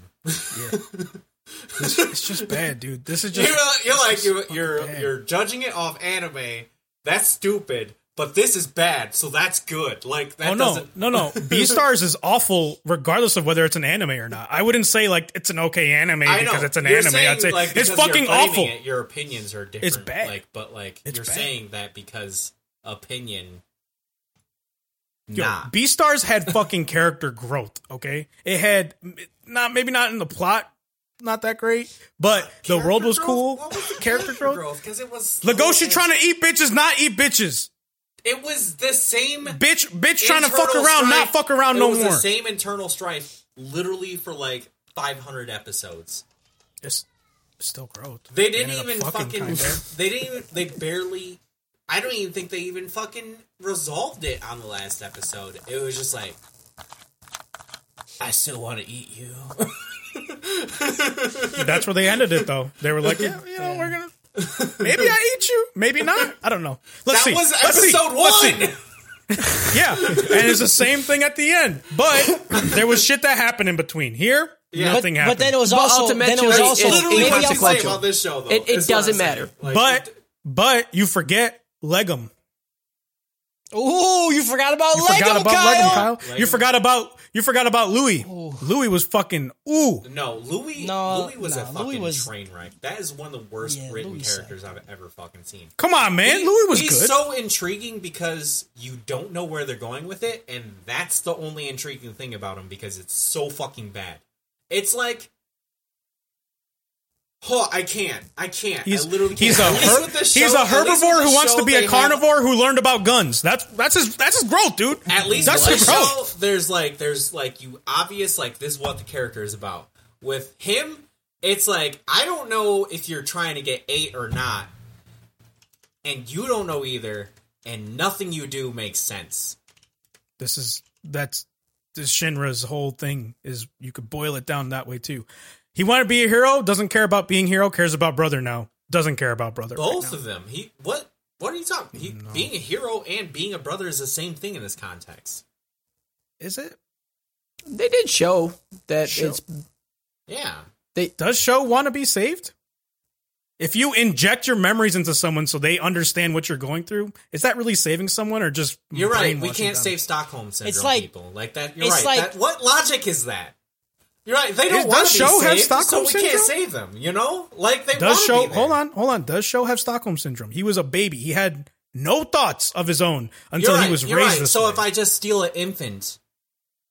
C: It's just bad, dude. This is
F: You're,
C: just
F: you're like you're
C: bad.
F: you're, you're judging it off anime. That's stupid, but this is bad, so that's good. Like that
C: oh no,
F: doesn't
C: no, no. Beastars is awful, regardless of whether it's an anime or not. I wouldn't say like it's an okay anime
F: I know.
C: because it's an
F: You're
C: anime.
F: saying,
C: I'd say
F: like,
C: it's
F: because you're
C: fucking
F: framing
C: awful.
F: It, your opinions are different.
C: bad.
F: Like, but like
C: It's
F: you're
C: bad.
F: saying that because opinion.
C: Yo,
F: Nah.
C: Beastars had fucking character growth. Okay, it had not maybe not in the plot, not that great, but the world was cool. character growth.
F: because it was
C: Legoshi trying to eat bitches, not eat bitches.
F: It was the same
C: Bitch, bitch, trying to fuck
F: internal
C: around, not
F: strife-
C: fuck around
F: it
C: no
F: was
C: more.
F: The same internal strife, literally for like 500 episodes.
C: It's still growth.
F: They didn't
C: ended up
F: even fucking.
C: kinda.
F: they didn't even. They barely. I don't even think they even fucking resolved it on the last episode. It was just like, I still want to eat you.
C: That's where they ended it, though. They were like, yeah, you know, we're gonna. Maybe I eat you. Maybe not. I don't know. Let's
F: that
C: see.
F: was
C: Let's see.
F: episode
C: Let's see.
F: one.
C: Yeah, and it's the same thing at the end, but there was shit that happened in between. Here,
F: Yeah.
C: nothing
D: but,
C: happened.
D: but then it was
B: But
D: also then it was
B: ultimately,
D: also
B: it's
F: Literally,
D: maybe
F: what
D: I'm
F: you say
B: inconsequential.
F: about this show though?
B: It- it
F: is what I'm
B: doesn't
F: saying.
B: matter.
F: Like,
C: but
F: it-
C: but you forget Legum.
D: Ooh, you forgot about
C: You
D: Lego,
C: forgot about
D: Kyle.
C: Legum, Kyle. You
F: Legum.
C: forgot about you forgot about Louis. Louis was fucking ooh.
F: No, Louis.
D: No,
F: Louis was a
D: no, Louis
F: fucking
D: was-
F: train wreck. That is one of the worst
D: Yeah,
F: written
D: Louis
F: characters I've ever fucking seen.
C: Come on, man. Louis was
F: He's
C: good.
F: so intriguing because you don't know where they're going with it, and that's the only intriguing thing about him because it's so fucking bad. It's like, oh, I can't, I can't.
C: He's,
F: I literally can't.
C: he's a
F: At least
C: her-
F: with this
C: he's
F: show-
C: a
F: at least with
C: herbivore
F: this
C: who wants
F: show,
C: to be
F: they
C: a
F: have-
C: carnivore who learned about guns. That's that's his that's his growth, dude.
F: at least
C: that's
F: with
C: his
F: this
C: growth.
F: show, there's like there's like you obvious like this is what the character is about. With him, it's like I don't know if you're trying to get eight or not, and you don't know either, and nothing you do makes sense.
C: This is that's this Shinra's whole thing is you could boil it down that way too. He wanted to be a hero, doesn't care about being hero, cares about brother now. Doesn't care about brother. right
E: Both
C: now.
E: of them. He what? What are you talking? He, Being a hero and being a brother is the same thing in this context.
C: Is it?
B: They did show that
C: Show.
B: it's
E: Yeah.
C: Does show want to be saved? If you inject your memories into someone so they understand what you're going through, is that really saving someone or just
E: You're right. We
C: brainwashing
E: can't
C: them?
E: save Stockholm syndrome
D: It's like-
E: people like that. You're
D: it's
E: right.
D: like-
E: that, what logic is that? You're right. They don't
C: Does
E: want to be
C: Show have
E: saved, so
C: Stockholm
E: we can't
C: syndrome?
E: save them. You know, like they
C: Does
E: wanna
C: show
E: Be there.
C: hold on, hold on. Does show have Stockholm syndrome? He was a baby. He had no thoughts of his own
E: You're
C: until
E: right.
C: he was
E: you're
C: raised
E: right.
C: this
E: So
C: way.
E: if I just steal an infant,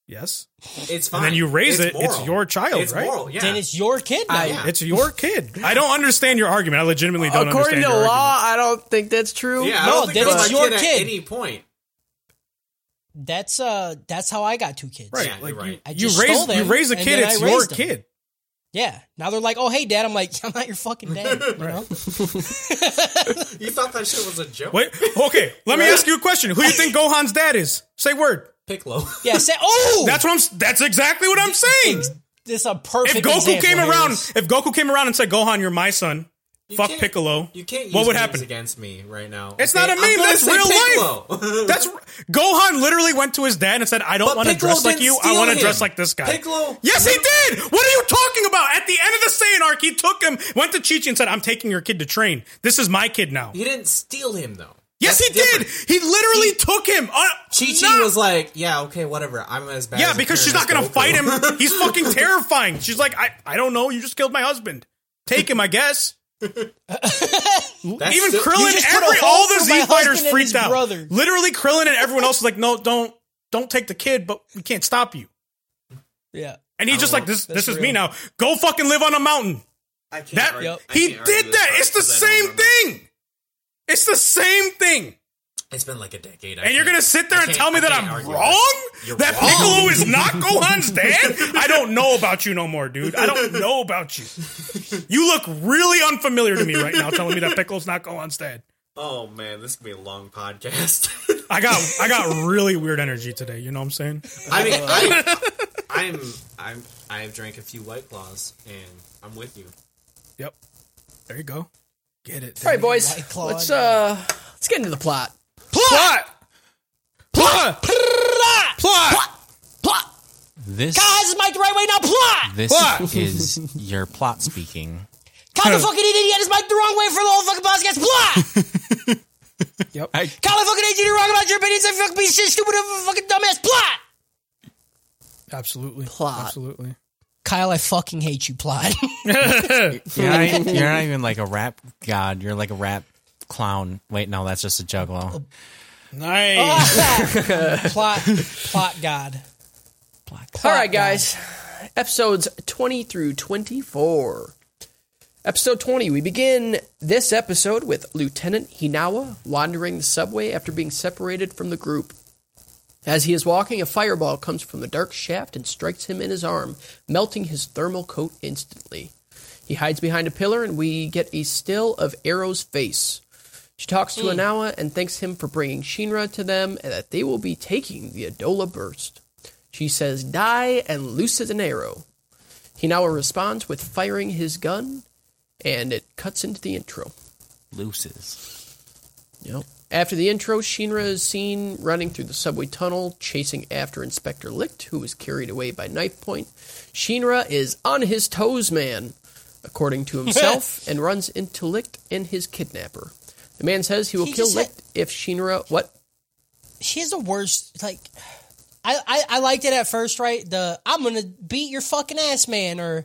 C: yes,
E: it's fine.
C: then you raise
E: It's
C: it, it's
E: moral.
C: your child,
E: It's
C: right?
E: moral, yeah.
D: Then it's your kid. Now.
B: I-
E: Yeah.
C: it's your kid. I don't understand your argument. I legitimately don't
B: according
C: understand
B: to
C: your
B: law.
C: argument.
B: I don't think that's true.
E: yeah. I
D: No,
E: don't think
D: then
E: that's
D: it's
E: my
D: your
E: At
D: kid.
E: any point,
D: That's uh, that's how I got two kids.
C: Right,
E: Yeah,
C: like
E: you're right.
D: I
C: you,
D: just
C: you raise
D: stole them,
C: you raise a
D: and
C: kid.
D: then I
C: It's your
D: raised them.
C: kid.
D: Yeah. Now they're like, "Oh, hey, dad." I'm like, "I'm not your fucking dad." You know?
E: you thought that shit was a joke.
C: Wait, okay. Let me ask you a question. Who do you think Gohan's dad is? Say word.
E: Piccolo.
D: Yeah. Say, "Oh,
C: That's what I'm. s- That's exactly what I'm saying.
D: this is a perfect."
C: If Goku
D: example
C: came
D: here
C: around,
D: is-
C: if Goku came around and said, "Gohan, you're my son,"
E: You
C: fuck
E: can't-
C: Piccolo.
E: You can't. Use
C: What would
E: memes
C: happen?
E: against me right now?
C: It's not a
E: I'm
C: meme,
E: gonna
C: that's
E: say
C: real life.
E: Piccolo.
C: That's Gohan literally went to his dad and said, "I don't
E: But
C: want to
E: Piccolo
C: dress like
E: didn't
C: you. I
E: steal
C: want to
E: him.
C: dress like this guy."
E: Piccolo-
C: Yes, he did. What are you talking about? At the end of the Saiyan arc, he took him, went to Chi Chi, and said, "I'm taking your kid to train. This is my kid now."
E: You didn't steal him though.
C: yes,
E: That's
C: he did.
E: different.
C: He literally took him. Uh,
E: Chi Chi
C: no.
E: was like, "Yeah, okay, whatever. I'm as bad."
C: Yeah,
E: as a
C: because she's not
E: parent as
C: going to fight him.
E: Goku."
C: He's fucking terrifying. She's like, I, I don't know. You just killed my husband. Take him, I guess.
E: That's
C: Even
E: still-
C: Krillin,
D: just put a
C: every,
D: hole
C: all the
D: through
C: Z
D: my husband
C: fighters
D: and
C: freaked
D: his
C: out.
D: brother.
C: Literally, Krillin and everyone else was like, no, don't, don't take the kid, but we can't stop you.
D: yeah.
C: And he's just like, this, this is
D: real.
C: me now. Go fucking live on a mountain.
E: I can't
C: That
E: argue- I
C: he
E: can't argue
C: did
E: this
C: that.
E: part
C: It's the
E: 'cause I don't
C: same
E: remember.
C: thing. It's the same thing.
E: It's been like a decade. I
C: And you're
E: can't-
C: gonna sit there
E: I
C: and
E: can't-
C: tell me
E: I
C: that
E: can't
C: I'm
E: argue
C: wrong?
E: this. You're
C: that
E: wrong.
C: Piccolo is not Gohan's dad? I don't know about you no more, dude. I don't know about you. You look really unfamiliar to me right now, telling me that Piccolo's not Gohan's dad.
E: Oh man, this could be a long podcast.
C: I got I got really weird energy today. You know what I'm saying?
E: I mean, I, I'm I'm I've drank a few white claws, and I'm with you.
C: Yep. There you go. Get it.
B: All right, boys.
D: White Claw.
B: Let's uh, let's get into the plot.
C: Plot. Plot. Plot.
B: Plot.
E: This
D: Guys, am I the right way now? Plot.
E: this
C: Plot!
E: is your plot speaking.
D: Colin fucking idiot is my the wrong way for the whole fucking podcast. Plot.
B: Yep.
D: Colin fucking idiot, you're wrong about your opinions. I fucking piece of shit, stupid, fucking dumbass. Plot.
C: Absolutely.
B: Plot.
C: Absolutely.
D: Kyle, I fucking hate you. Plot.
F: You're not, even- you're not even like a rap god. You're like a rap clown. Wait, no, that's just a juggalo.
C: Nice.
D: plot. Plot. God.
B: All right, guys. Episodes 20 through 24. Episode 20, we begin this episode with Lieutenant Hinawa wandering the subway after being separated from the group. As he is walking, a fireball comes from the dark shaft and strikes him in his arm, melting his thermal coat instantly. He hides behind a pillar, and we get a still of Arrow's face. She talks to Anawa and thanks him for bringing Shinra to them and that they will be taking the Adola Burst. She says, Die and looses an arrow. Hinawa responds with firing his gun, and it cuts into the intro.
F: Looses.
B: Yep. After the intro, Shinra is seen running through the subway tunnel, chasing after Inspector Licht, who was carried away by Knife Point. Shinra is on his toes, man, according to himself, and runs into Licht and his kidnapper. The man says he will
D: He
B: kill
D: just had-
B: Licht if Shinra. What?
D: She has the worst. Like, I, I I liked it at first, right? The I'm gonna beat your fucking ass, man, or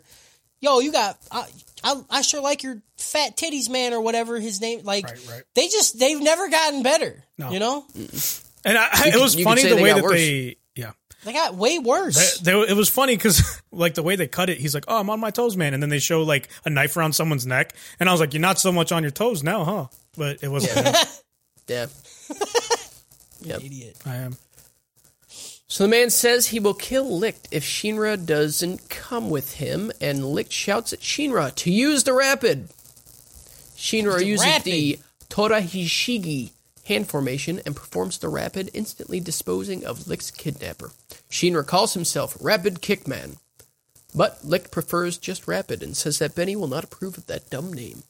D: yo, you got I I, I sure like your fat titties, man, or whatever his name. Like,
C: Right, right.
D: they just they've never gotten better. You know,
C: And I,
B: You
C: it was
B: could- you could
C: funny
B: say
C: the
B: they
C: way
B: got
C: that
B: worse.
C: they. Yeah.
D: they got way worse.
C: They, it was funny because like the way they cut it, he's like, "Oh, I'm on my toes, man," and then they show like a knife around someone's neck, and I was like, "You're not so much on your toes now, huh?" But it wasn't.
B: Yeah.
D: Idiot.
C: I am.
B: So the man says he will kill Licht if Shinra doesn't come with him, and Licht shouts at Shinra to use the rapid. Shinra
D: The
B: uses
D: rapid.
B: the Torahishigi hand formation and performs the rapid, instantly disposing of Licht's kidnapper. Shinra calls himself Rapid Kickman. But Lick prefers just Rapid and says that Benny will not approve of that dumb name.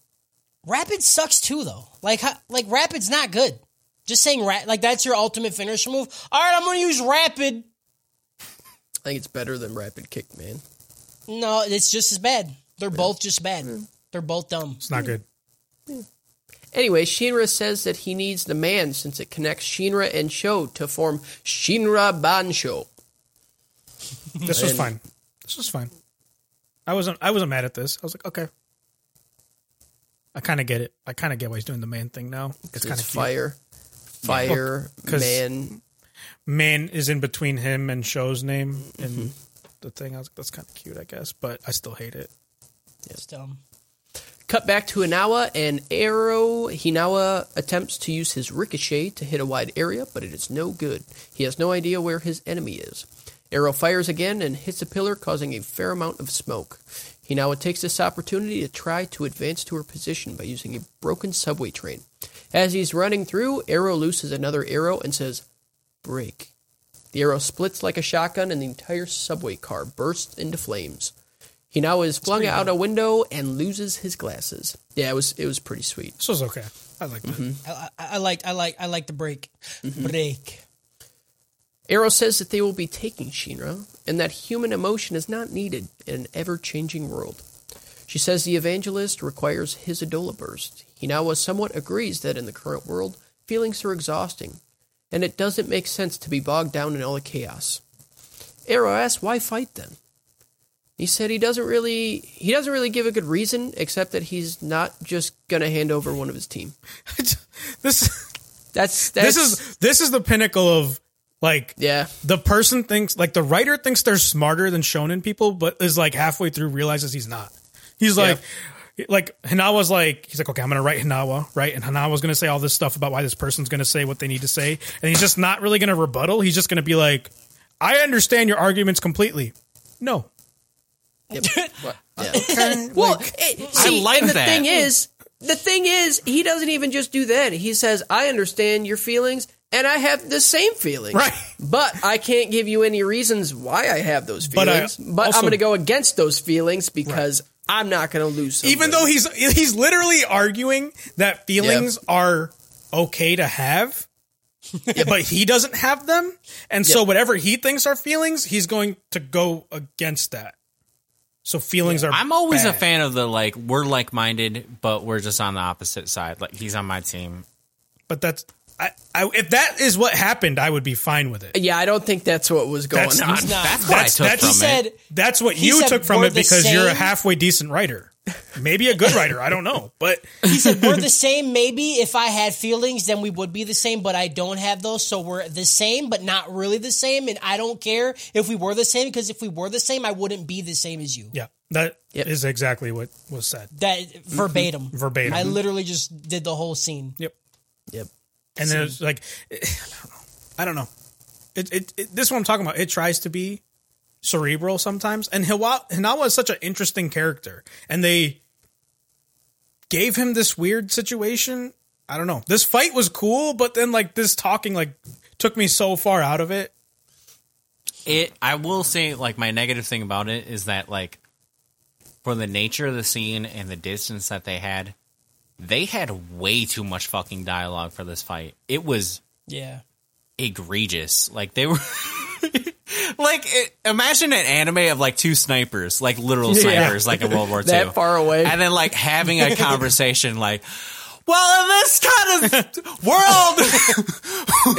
D: Rapid sucks too, though. Like, how, like Rapid's not good. Just saying, ra- like that's your ultimate finisher move. All right, I'm gonna use Rapid.
B: I think it's better than Rapid Kick, man.
D: No, it's just as bad. They're both just bad. They're both dumb.
C: It's not good.
B: Anyway, Shinra says that he needs the man since it connects Shinra and Sho to form Shinra Bansho.
C: This was fine. This was fine. I wasn't. I wasn't mad at this. I was like, okay. I kind of get it. I kind of get why he's doing the man thing now. It's
B: It's
C: kind of cute.
B: fire, fire,
C: 'cause-
B: man.
C: Man is in between him and Show's name and
B: Mm-hmm.
C: the thing. I was like, that's kind of cute, I guess, but I still hate it.
D: It's dumb.
B: Cut back to Inawa and Arrow. Hinawa attempts to use his ricochet to hit a wide area, but it is no good. He has no idea where his enemy is. Arrow fires again and hits a pillar, causing a fair amount of smoke. Hinawa takes this opportunity to try to advance to her position by using a broken subway train. As he's running through, Arrow looses another arrow and says, Break. The arrow splits like a shotgun, and the entire subway car bursts into flames. He now is flung out a window and loses his glasses. Yeah, it was it was pretty sweet.
C: This was okay. I liked it.
D: I, I, I like. I like. I like the break.
F: Mm-hmm.
D: Break.
B: Arrow says that they will be taking Shinra and that human emotion is not needed in an ever-changing world. She says the evangelist requires his adola burst. Hinawa somewhat agrees that in the current world, feelings are exhausting, and it doesn't make sense to be bogged down in all the chaos. Arrow asks why fight then? He said he doesn't really he doesn't really give a good reason except that he's not just gonna hand over one of his team.
C: This
B: That's that's
C: this is this is the pinnacle of like
B: yeah.
C: the person thinks like the writer thinks they're smarter than shonen people, but is like halfway through realizes he's not. He's like like Hanawa's like he's like, okay, I'm gonna write Hanawa, right? And Hanawa's gonna say all this stuff about why this person's gonna say what they need to say, and he's just not really gonna rebuttal. He's just gonna be like, I understand your arguments completely. No.
B: What? Yeah.
D: well,
B: it-
F: I like
B: the
F: that.
B: thing is, the thing is, he doesn't even just do that. He says, "I understand your feelings, and I have the same feelings,
C: Right.
B: But I can't give you any reasons why I have those
C: But I
B: feelings. But,
C: also-
B: I'm going to go against those feelings because I'm not going to lose." Something.
C: Even though he's he's literally arguing that feelings are okay to have. but he doesn't have them. And so whatever he thinks are feelings, he's going to go against that. So feelings are
F: I'm always a
C: bad.
F: fan of the like we're like minded, but we're just on the opposite side. Like he's on my team.
C: But that's I, I if that is what happened, I would be fine with it.
B: yeah, I don't think that's what was going
C: That's
B: on.
C: not-
D: not.
F: That's what
C: That's-
F: I took
C: that's-
F: from
D: he
C: he
D: said.
F: it.
C: That's what
D: He
C: you
D: said
C: took from
D: we're
C: it
D: the
C: because you're a
D: same.
C: halfway decent writer. Maybe a good writer, I don't know. But
D: He said we're the same. Maybe if I had feelings, then we would be the same. But I don't have those, so we're the same, but not really the same. And I don't care if we were the same because if we were the same, I wouldn't be the same as you.
C: yeah, that is
B: Yep.
C: exactly what was said.
D: That verbatim.
C: Mm-hmm. Verbatim.
D: I literally just did the whole scene.
C: Yep.
B: Yep.
C: And then it's like I don't know. I don't know. It, it, it this is what I'm talking about. It tries to be cerebral sometimes. And Hiwa, Hinawa is such an interesting character. And they gave him this weird situation. I don't know. This fight was cool, but then like this talking like took me so far out of it.
F: it i will say like my negative thing about it is that like for the nature of the scene and the distance that they had they had way too much fucking dialogue for this fight it was
D: Yeah.
F: egregious like they were like it, imagine an anime of like two snipers like literal snipers like in world war ii
B: That far away.
F: and then like having a conversation like well in this kind of world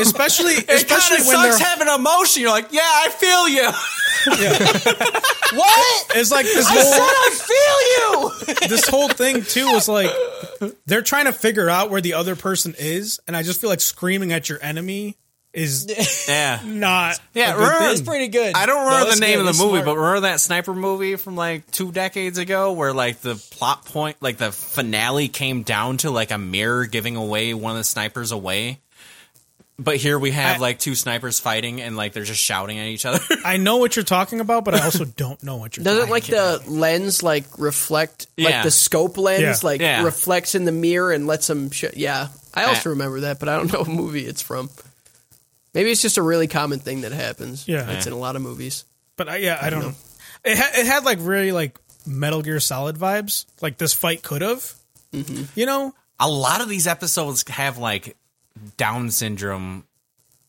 C: Especially
F: it kind
C: especially
F: of
C: when
F: sucks
C: they're
F: having emotion you're like yeah i feel you
D: What?
C: it's like this
D: I said
C: whole
D: I feel you.
C: this whole thing too was like they're trying to figure out where the other person is, and I just feel like screaming at your enemy is
F: yeah
C: not
F: Yeah,
C: a good
F: remember-
C: thing.
F: It's
D: It's pretty good.
F: I don't remember
D: That was
F: the name
D: good.
F: of
D: It's
F: the movie,
D: smart.
F: but remember that sniper movie from like two decades ago where like the plot point, like the finale came down to like a mirror giving away one of the snipers away. But here we have
C: I-
F: like two snipers fighting and like they're just shouting at each other.
C: I know what you're talking about, but I also don't know what you're
B: Doesn't
C: talking
B: like the lens like reflect like
F: Yeah.
B: the scope lens
C: Yeah.
B: like
F: Yeah.
B: reflects in the mirror and lets them sh- yeah. I also
F: Uh,
B: remember that, but I don't know what movie it's from. Maybe it's just a really common thing that happens.
C: Yeah.
B: It's in a lot of movies.
C: But I, uh, yeah, I don't. It had, it had like really like Metal Gear Solid vibes. Like this fight could have, you know.
F: A lot of these episodes have like Down syndrome,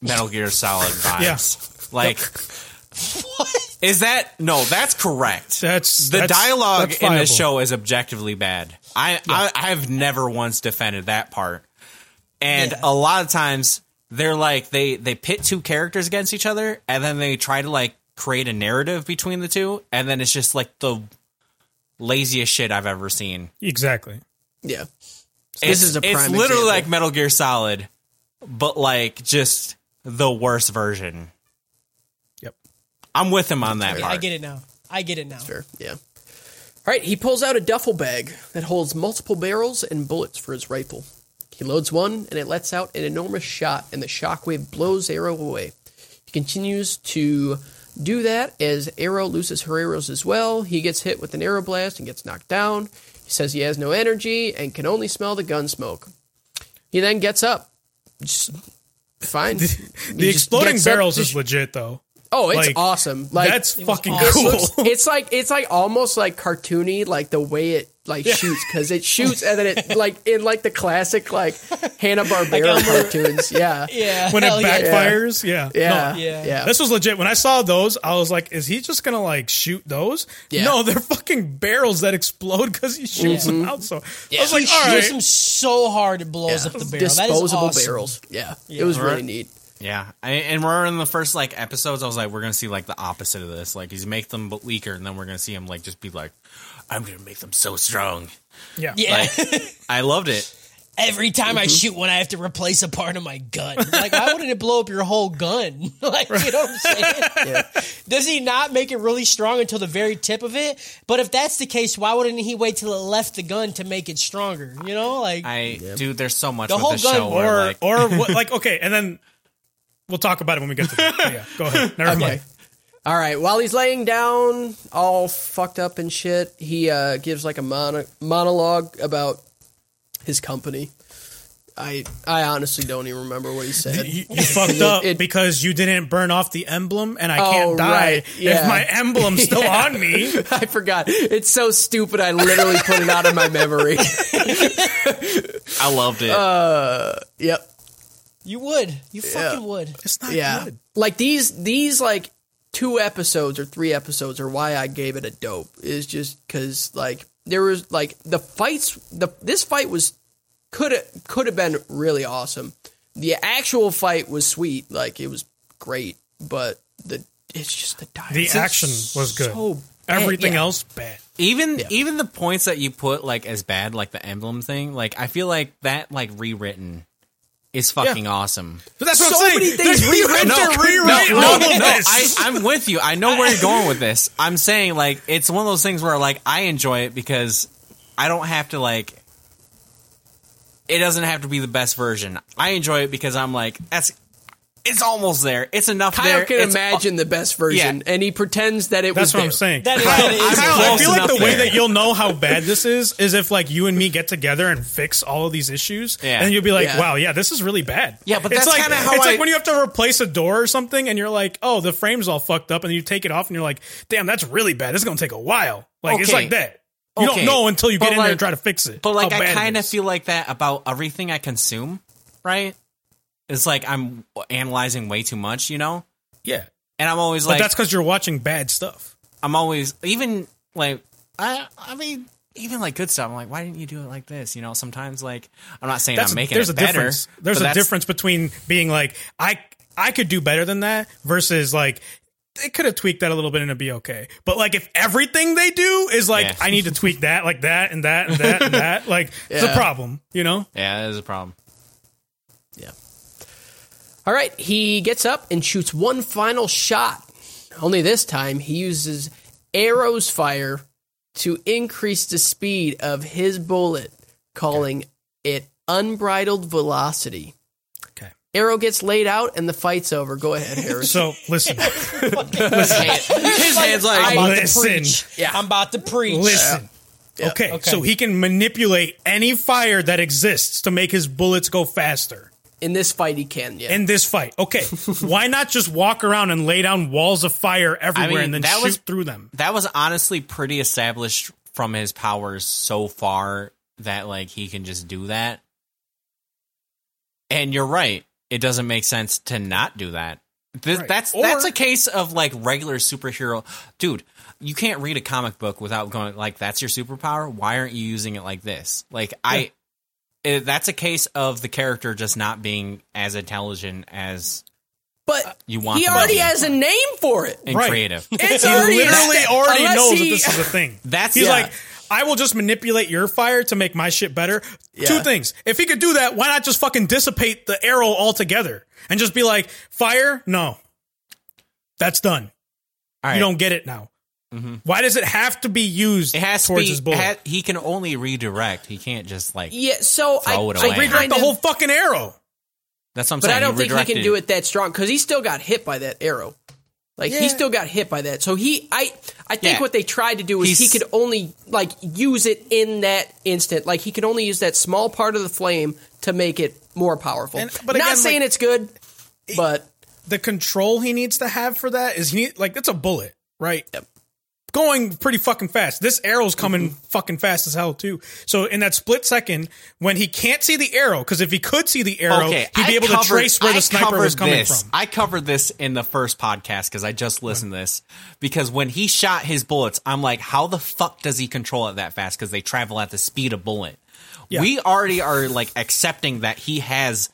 F: Metal Gear Solid vibes. Like, is that no? That's correct.
C: That's
F: the
C: that's-
F: dialogue
C: that's
F: in this
C: viable.
F: show is objectively bad. I, I I've never once defended that part, and
D: Yeah.
F: a lot of times they're like they they pit two characters against each other, and then they try to like create a narrative between the two, and then it's just like the laziest shit I've ever seen.
C: Exactly.
B: Yeah.
F: it's,
B: is a
F: it's
B: prime
F: literally
B: example.
F: like Metal Gear Solid, but like just the worst version.
C: Yep.
F: I'm with him on that
D: Yeah,
F: part.
D: I get it now. I get it now.
B: Fair. Yeah. All right. He pulls out a duffel bag that holds multiple barrels and bullets for his rifle. He loads one, and it lets out an enormous shot, and the shockwave blows Arrow away. He continues to do that as Arrow loses her arrows as well. He gets hit with an arrow blast and gets knocked down. He says he has no energy and can only smell the gun smoke. He then gets up. Just, fine.
C: The exploding barrels
B: is
C: is legit though.
B: Oh, it's
C: Like,
B: awesome! Like
C: That's
D: was
C: fucking
B: it
D: awesome.
C: cool.
B: looks- it's like it's like almost like cartoony, like the way it like shoots because it shoots and then it like in like the classic like Hanna Barbera cartoons. Yeah,
D: Yeah.
C: when it
D: hell yeah.
C: backfires, yeah.
B: yeah,
C: No,
B: yeah.
D: Yeah.
C: This was legit. When I saw those, I was like, is he just going to like shoot those?
B: Yeah. Mm-hmm.
C: No, they're fucking barrels that explode because he shoots them out. So I was like, all
D: He shoots
C: right.
D: him so hard it blows
B: Yeah.
D: up the barrel. that is
B: disposable
D: awesome.
B: barrels. Yeah. it was really neat.
F: Yeah, I, and we're in the first like episodes. I was like, we're gonna see like the opposite of this. Like he's make them but weaker, and then we're gonna see him like just be like, I'm gonna make them so strong.
C: Yeah.
D: Yeah.
F: Like I loved it.
D: Every time I shoot one, I have to replace a part of my gun. Like, why wouldn't it blow up your whole gun? like, you know what I'm saying? Does he not make it really strong until the very tip of it? But if that's the case, why wouldn't he wait till it left the gun to make it stronger? You know, like,
F: I dude, there's so much
D: The
F: with
D: whole
F: this
D: gun
F: show.
C: Or,
F: Where, like,
C: or what, like, okay. And then we'll talk about it when we get to that. But yeah. Go ahead. Never mind.
B: Okay. All right. While he's laying down, all fucked up and shit, he uh, gives like a mono- monologue about his company. I I honestly don't even remember what he said.
C: You, you fucked up
B: It-
C: because you didn't burn off the emblem, and I
B: Oh,
C: can't die
B: right, yeah.
C: if my emblem's still on me.
B: I forgot. It's so stupid. I literally put it out of my memory.
F: I loved it.
D: Uh,
B: Yep.
D: you would. You fucking would.
C: It's not
B: Yeah.
C: good.
B: Like these these like two episodes or three episodes are why I gave it a dope is just cuz like there was like the fights the this fight was could have could have been really awesome. The actual fight was sweet. Like it was great, but the it's just the dialogue.
C: The action was good.
B: so bad,
C: Everything
B: yeah.
C: else bad.
F: even even the points that you put like as bad, like the emblem thing. Like I feel like that like rewritten is fucking awesome.
C: But that's what
B: So
C: I'm saying.
B: many things
C: They're-
B: rewritten.
C: you
B: No,
C: have to rewrite
F: no,
C: all
F: no,
C: of
F: no,
C: this.
F: I, I'm with you. I know where you're going with this. I'm saying like it's one of those things where like I enjoy it because I don't have to like. It doesn't have to be the best version. I enjoy it because I'm like that's. It's almost there. It's enough
B: Kyle
F: there.
B: can
F: It's-
B: imagine the best version,
F: Yeah.
B: and he pretends that it was.
C: That's what I'm
B: there.
C: saying.
D: That is, that is
F: I'm-
C: Kyle, I
F: close
C: feel like
F: enough
C: the way
F: there.
C: that you'll know how bad this is is if like you and me get together and fix all of these issues,
F: Yeah.
C: and you'll be like,
B: Yeah.
C: "Wow, yeah, this is really bad."
F: Yeah, but
C: it's
F: that's
C: like
F: kinda how
C: it's
F: I-
C: like when you have to replace a door or something, and you're like, "Oh, the frame's all fucked up," and you take it off, and you're like, "Damn, that's really bad. This is gonna take a while." Like it's
F: Okay.
C: like that. You
F: Okay.
C: don't know until you get
F: But,
C: in there
F: like-
C: and try to fix it.
F: But like
C: how bad
F: I
C: it
F: kind of
C: is.
F: feel like that about everything I consume, right? It's like I'm analyzing way too much, you know?
C: yeah,
F: And I'm always
C: but
F: like
C: that's because you're watching bad stuff.
F: I'm always even like I I mean even like good stuff. I'm like, why didn't you do it like this? You know, sometimes like I'm not saying
C: That's
F: I'm making
C: there's
F: it
C: a
F: better.
C: difference. There's
F: but
C: a
F: that's-
C: difference between being like I I could do better than that versus like they could have tweaked that a little bit and it'd be okay. But like if everything they do is like
F: Yeah.
C: I need to tweak that, like that and that and that and that, like it's a
B: Yeah.
C: problem, you know?
F: Yeah, that is a problem.
B: Yeah. All right, he gets up and shoots one final shot. Only this time, he uses arrows fire to increase the speed of his bullet, calling it unbridled velocity.
C: Okay.
B: Arrow gets laid out and the fight's over. Go ahead, Harris.
C: So listen,
F: His hands
D: I'm
F: like
D: about
C: Listen.
D: to preach.
B: Yeah.
D: I'm about to preach.
C: listen. Okay,
D: Okay.
C: so he can manipulate any fire that exists to make his bullets go faster.
B: In this fight, he can. Yeah.
C: in this fight. Okay, why not just walk around and lay down walls of fire everywhere
F: mean,
C: and then
F: that
C: shoot
F: was-
C: through them?
F: that was honestly pretty established from his powers so far that like he can just do that. And you're right. It doesn't make sense to not do that. Th-
C: Right.
F: That's
C: Or-
F: that's a case of like regular superhero, dude. You can't read a comic book without going like that's your superpower. Why aren't you using it like this? Like I, it, that's a case of the character just not being as intelligent as
B: But
F: You want
B: he
F: the
B: already
F: money.
B: has a name for it.
F: and
C: Right.
F: creative.
B: It's
C: he
B: already
C: literally
B: a-
C: already
B: unless
C: knows
B: he-
C: that this is a thing.
F: That's-
C: he's
F: yeah.
C: like, I will just manipulate your fire to make my shit better. Two things: if he could do that, why not just fucking dissipate the arrow altogether and just be like, fire? No, that's done.
F: All right. Mm-hmm.
C: You don't get it now. Why does it have to be used
F: It has to
C: towards
F: be.
C: his
F: it
C: bullet?
F: ha- he can only redirect. He can't just like.
B: Yeah. So
F: Throw
B: I
F: it
B: so
F: away.
B: I
F: Redirect
C: Like
B: kind
C: the
B: of-
C: whole fucking arrow.
F: That's what I'm
B: But
F: saying.
B: I don't think he
F: redirected.
B: can do it that strong because he still got hit by that arrow. Like he
D: Yeah.
B: still got hit by that. So he, I, I think
F: Yeah.
B: what they tried to do is he
F: He's-
B: could only like use it in that instant. Like he could only use that small part of the flame to make it more powerful.
C: And- but
B: not
C: again,
B: saying
C: like-
B: it's good, but
C: the control he needs to have for that is he need like that's a bullet, right? Going pretty fucking fast. This arrow's coming
F: Mm-hmm.
C: fucking fast as hell too. So in that split second when he can't see the arrow, because if he could see the arrow,
F: Okay,
C: he'd be
F: I
C: able
F: covered-
C: to trace where
F: I
C: the sniper was
F: covered
C: coming
F: this.
C: from.
F: I covered this in the first podcast because I just listened to this. Because when he shot his bullets, I'm like, how the fuck does he control it that fast? Because they travel at the speed of bullet. We already are like accepting that he has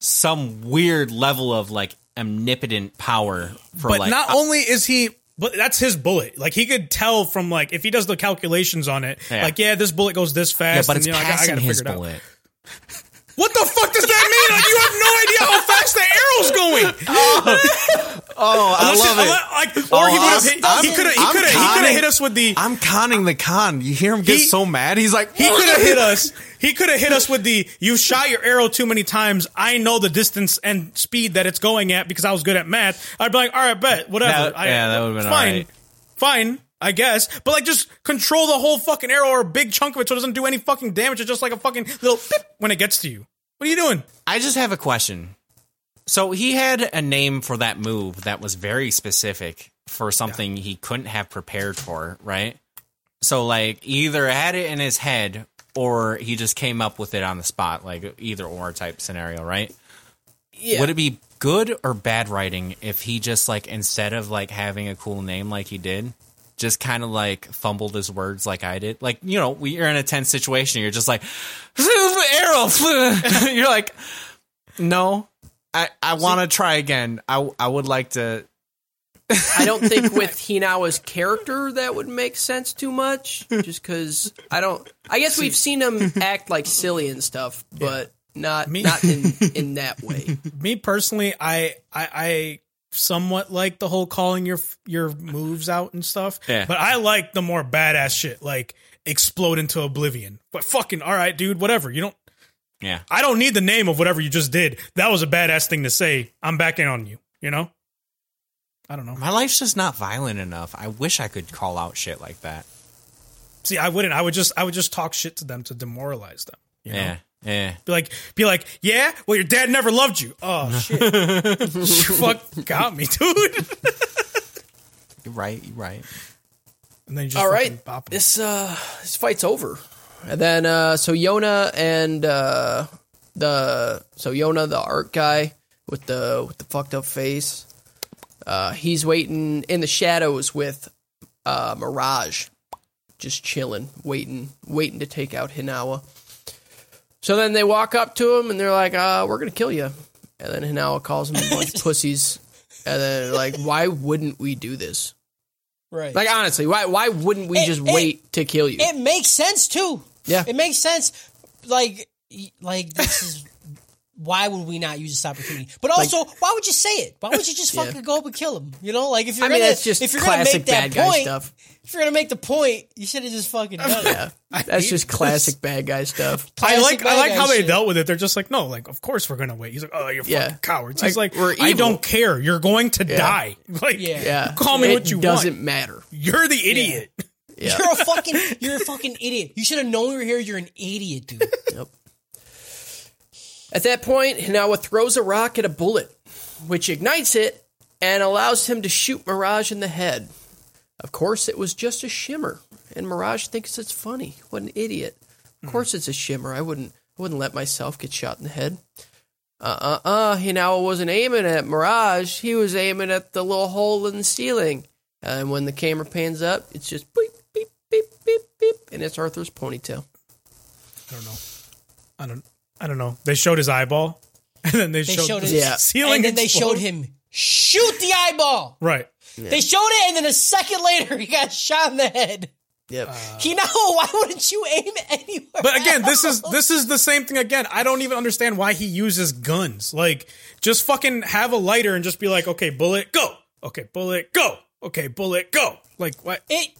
F: some weird level of like omnipotent power for
C: But
F: like
C: not only is he but that's his bullet. Like he could tell from like if he does the calculations on it,
F: Yeah.
C: like yeah, this bullet goes this
F: yeah,
C: fast.
F: but
C: and,
F: it's
C: you know, I got- I
F: passing
C: gotta
F: his
C: figure it out.
F: bullet.
C: What the fuck does that mean? Like you have no idea how fast the arrow's going.
F: Oh, I
C: Unless
F: love
C: it-
F: it.
C: unless- Like, or he
F: Oh,
C: would have
F: I'm-
C: hit. He
F: I'm-
C: could have. He
F: I'm
C: could have. He could have
F: conning-
C: hit us with the.
F: I'm conning the con. You hear him get
C: He-
F: so mad. He's like,
C: He could have hit us. He could have hit us with the you shot your arrow too many times. I know the distance and speed that it's going at because I was good at math. I'd be like, all right, bet, whatever.
F: That-
C: I,
F: yeah, that would've been
C: fine.
F: alright.
C: Fine, I guess. But like just control the whole fucking arrow or a big chunk of it so it doesn't do any fucking damage. It's just like a fucking little pip when it gets to you. What are you doing?
F: I just have a question. So he had a name for that move that was very specific for something he couldn't have prepared for, right? So like either had it in his head or he just came up with it on the spot, like either or type scenario, right?
B: yeah.
F: Would it be good or bad writing if he just like instead of like having a cool name like he did, just kind of like fumbled his words like I did? Like, you know, we you're in a tense situation, you're just like arrow. you're like no. I I want to try again. I I would like to
B: I don't think with Hinawa's character that would make sense too much. Just because I don't, I guess we've seen him act like silly and stuff, but not
C: Me-
B: not in in that way.
C: me personally, I I, I somewhat like the whole calling your your moves out and stuff.
F: Yeah.
C: But I like the more badass shit, like explode into oblivion. But fucking all right, dude, whatever. You don't.
F: Yeah.
C: I don't need the name of whatever you just did. That was a badass thing to say. I'm backing on you. You know. I don't know.
F: My life's just not violent enough. I wish I could call out shit like that.
C: See, I wouldn't. I would just. I would just talk shit to them to demoralize them. You know?
F: Yeah. Yeah.
C: Be like, be like, yeah. Well, your dad never loved you. Oh shit! you fuck got me, dude.
F: You're right. You're right.
C: And then you just
B: All
C: fucking
B: right,
C: bop 'em.
B: this uh, this fight's over, and then uh, so Yona and uh, the so Yona the art guy with the with the fucked up face, uh, he's waiting in the shadows with uh, Mirage, just chilling, waiting, waiting to take out Hinawa. So then they walk up to him and they're like, uh, "We're gonna kill you," and then Hinawa calls him a bunch of pussies, and then they're like, "Why wouldn't we do this?"
D: Right.
B: Like honestly, why why wouldn't we
D: It-
B: just
D: it-
B: wait to kill you?
D: it makes sense too.
B: Yeah.
D: It makes sense. Like y- like this is why would we not use this opportunity? But also, why would you say it? Why would you just
B: Yeah.
D: fucking go up and kill him? You know, like if you're
B: I mean,
D: gonna,
B: that's just
D: if you're
B: classic
D: gonna make
B: bad
D: that
B: guy
D: point,
B: stuff.
D: If you're gonna make the point, you should have just fucking done it.
B: yeah, that's just classic bad guy stuff.
C: I like
D: Classic
C: I
D: bad
C: like
D: guy
C: how they
D: shit.
C: dealt with it. They're just like, no, like of course we're gonna wait. He's like, oh, you're
B: Yeah.
C: fucking cowards. He's
B: Like,
C: like,
B: we're
C: I
B: evil.
C: don't care. You're going to die. Like,
D: Yeah.
B: Yeah,
C: you call me
B: it
C: what you
B: doesn't
C: want.
B: matter.
C: You're the idiot.
B: Yeah,
D: You're a fucking you're a fucking idiot. You should have known we were here. You're an idiot, dude.
B: yep. At that point, Hinawa throws a rock at a bullet, which ignites it and allows him to shoot Mirage in the head. Of course, it was just a shimmer, and Mirage thinks it's funny. What an idiot! Of course, it's a shimmer. I wouldn't, I wouldn't let myself get shot in the head. Uh uh uh. Hinawa wasn't aiming at Mirage. He was aiming at the little hole in the ceiling. And when the camera pans up, it's just beep beep beep beep beep, and it's Arthur's ponytail.
C: I don't know. I don't. I don't know. They showed his eyeball, and then they,
D: They
C: showed,
D: showed
C: the
D: his
B: Yeah.
C: ceiling,
D: and then they
C: explode.
D: showed him shoot the eyeball.
C: Right.
D: They showed it, and then a second later, he got shot in the head.
B: Yep.
D: He know why wouldn't you aim anywhere?
C: But again, this is
D: else?
C: this is the same thing again. I don't even understand why he uses guns. Like, just fucking have a lighter and just be like, okay, bullet, go. Okay, bullet, go. Okay, bullet, go. Like, what?
D: it.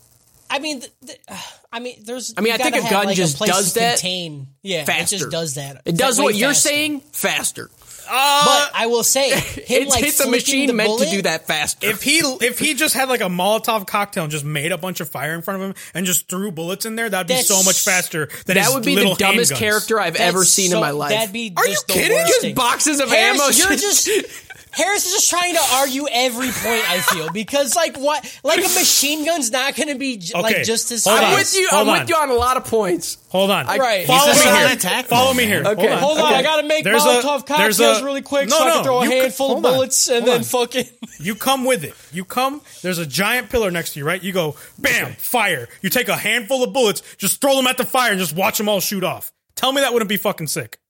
D: I mean, th- th- I mean, there's.
B: I mean,
D: you
B: I think
D: gotta
B: a
D: have,
B: gun
D: like,
B: just
D: place
B: does
D: to
B: that
D: Contain. Yeah, it
B: faster.
D: just does that.
B: It does
D: Way
B: what you're
D: faster.
B: saying faster.
D: But I will say, him
B: It's,
D: like
B: it's a
D: flicking
B: machine
D: the
B: meant
D: bullet,
B: to do that faster.
C: If he if he just had like a Molotov cocktail and just made a bunch of fire in front of him and just threw bullets in there, that'd be
D: That's-
C: so much faster than
B: that
C: his
B: would be
C: little
B: the dumbest
C: handguns.
B: character I've
D: that's
B: ever seen
D: so-
B: in my life.
D: That'd be.
C: Are
D: just
C: you
D: the
C: kidding?
D: worst
C: Just
D: thing.
B: boxes of
D: Harris,
B: ammo.
D: You're just Harris is just trying to argue every point. I feel because like what like a machine gun's not going to be j-
C: Okay,
D: like just as
C: hold
B: I'm
C: on.
D: fast.
B: with you.
C: Hold
B: I'm
C: on.
B: with you on a lot of points.
C: Hold on,
D: Right.
C: Follow
F: He's
C: me
F: not
C: here.
F: an attack
C: Follow
F: man,
C: me here.
F: man.
B: Okay.
D: Hold on,
B: Okay.
D: I gotta make
C: There's a-
D: Molotov
C: there's
D: cocktails
C: a-
D: really quick
C: no,
D: so I
C: no,
D: can throw a
C: you could-
D: handful
C: hold
D: of
C: on,
D: bullets and
C: hold
D: then
C: on.
D: fucking.
C: You come with it. You come. There's a giant pillar next to you, right? You go, bam, fire. You take a handful of bullets, just throw them at the fire, and just watch them all shoot off. Tell me that wouldn't be fucking sick.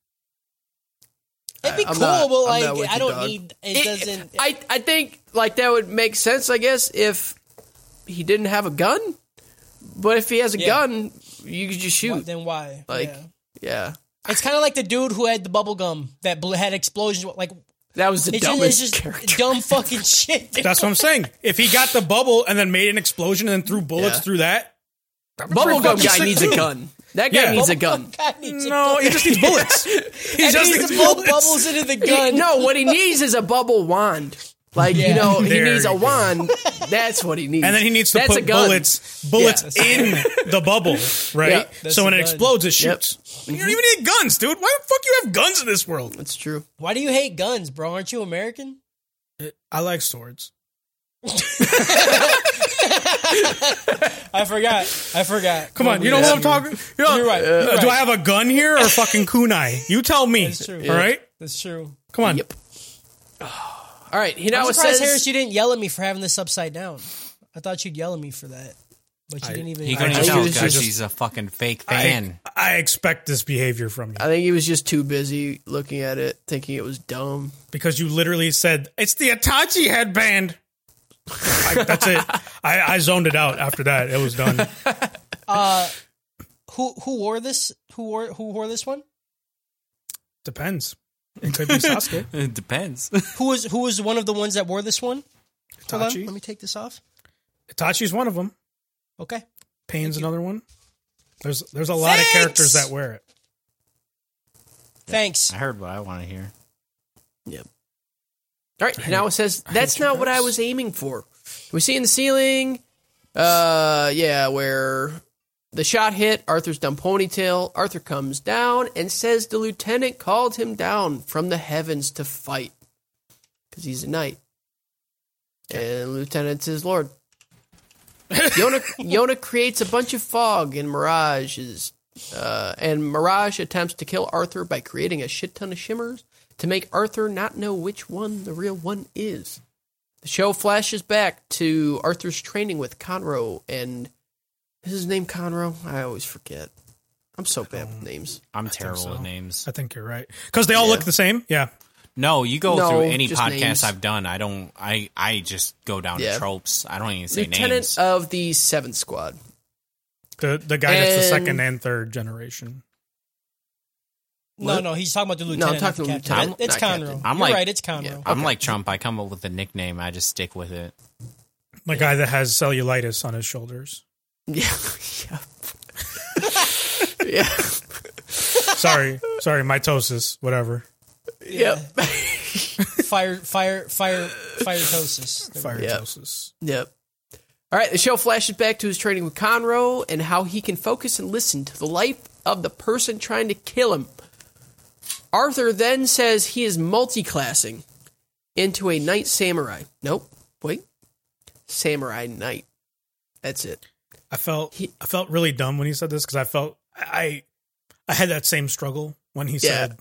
D: It'd be
B: I'm not-
D: cool, but
B: I'm not with
D: like I
B: you,
D: don't
B: dog.
D: need. It, doesn't.
B: I I think like that would make sense. I guess if he didn't have a gun, but if he has a
D: Yeah.
B: gun, you could just shoot.
D: then why?
B: like
D: Yeah.
B: yeah.
D: it's kind of like the dude who had the bubble gum that bl- had explosions. Like
B: that was the
D: it's just, it's
B: dumbest
D: just
B: character.
D: dumb fucking shit. dude.
C: That's what I'm saying. If he got the bubble and then made an explosion and then threw bullets
B: Yeah.
C: through that,
B: Bubblegum
C: fucking
B: guy
C: sick
B: needs a
C: too.
B: gun. That guy
C: Yeah.
B: needs a
D: Bubblegum
B: gun.
D: guy needs a
C: no,
D: gun.
C: he just needs bullets. He
D: and
C: just
D: he's
C: needs
D: to blow
C: bullets.
D: bubbles into the
B: He-
D: gun.
B: no, what he needs is a bubble wand. Like you
D: Yeah.
B: know, he
C: There
B: needs a
C: you go.
B: wand. That's what he needs.
C: And then he needs to
B: That's a
C: put
B: gun.
C: bullets bullets
D: Yeah.
C: in the bubble, right?
B: Yeah,
D: that's
C: so when
D: a
C: it
D: gun.
C: explodes, it
B: Yep.
C: shoots. You don't even need guns, dude. Why the fuck you have guns in this world?
B: That's true.
D: Why do you hate guns, bro? Aren't you American?
C: I like swords.
D: I forgot. I forgot.
C: Come on, you know what I'm talking. You know,
D: You're right,
C: uh,
D: you're
C: Do I
D: right.
C: have a gun here or fucking kunai? You tell me.
D: That's true.
C: All right,
D: That's true.
C: come on.
B: Yep. All right, he
D: I'm
B: now
D: surprised,
B: says
D: Harris, you didn't yell at me for having this upside down. I thought you'd yell at me for that, but you didn't even.
F: He
D: I,
F: couldn't
B: I
F: tell
B: just-
F: because
B: just-
F: he's a fucking fake
C: I,
F: fan.
C: I expect this behavior from you
B: I think he was just too busy looking at it, thinking it was dumb.
C: because you literally said it's the Itachi headband. I, that's it. I, I zoned it out after that. It was done.
D: who who wore this? Who wore who wore this one?
C: Depends. It could be Sasuke.
F: it depends.
D: Who was who was one of the ones that wore this one? Hold on, let
C: Itachi.
D: me take this off.
C: Itachi's one of them.
D: Okay,
C: Pain's another one. There's there's a lot
D: Thanks!
C: of characters that wear it.
D: thanks.
F: I heard what I want to hear.
B: Yep. All right, now it says that's not what I was aiming for. We see in the ceiling, uh, yeah, where the shot hit Arthur's dumb ponytail. Arthur comes down and says the lieutenant called him down from the heavens to fight because he's a knight, and lieutenant's his lord. Yona, Yona creates a bunch of fog, and Mirage is, uh, and Mirage attempts to kill Arthur by creating a shit ton of shimmers to make Arthur not know which one the real one is. The show flashes back to Arthur's training with Conroe, and is his name Conroe? I always forget. I'm so bad with names.
F: I'm terrible with names.
C: I think you're right because they all look the same. Yeah.
F: No, you go
B: No,
F: through any
B: just
F: podcast
B: names.
F: I've done. I don't. I I just go down
B: Yeah.
F: to tropes. I don't even say
B: Lieutenant uh,
F: names.
B: of the Seventh Squad.
C: The the guy that's the
B: And-
C: second and third generation.
D: No,
B: What?
D: no, he's talking about the lieutenant.
B: talking
D: not the
B: about
D: captain.
B: lieutenant, not
D: It's
B: captain.
D: Conroe.
F: I'm
D: You're
F: like-
D: right. It's Conroe.
B: Yeah.
F: I'm like Trump. I come up with a nickname. I just stick with it.
C: The guy that has cellulitis on his shoulders.
B: Yeah, yeah, yeah,
C: Sorry, sorry, mitosis, whatever.
B: yep,
D: Fire, fire, fire, firetosis. There we go.
C: Firetosis.
B: yep. All right, the show flashes back to his training with Conroe and how he can focus and listen to the life of the person trying to kill him. Arthur then says he is multiclassing into a knight samurai. Nope. Wait. Samurai knight. That's it.
C: I felt I felt really dumb when he said this because I felt I I had that same struggle when he said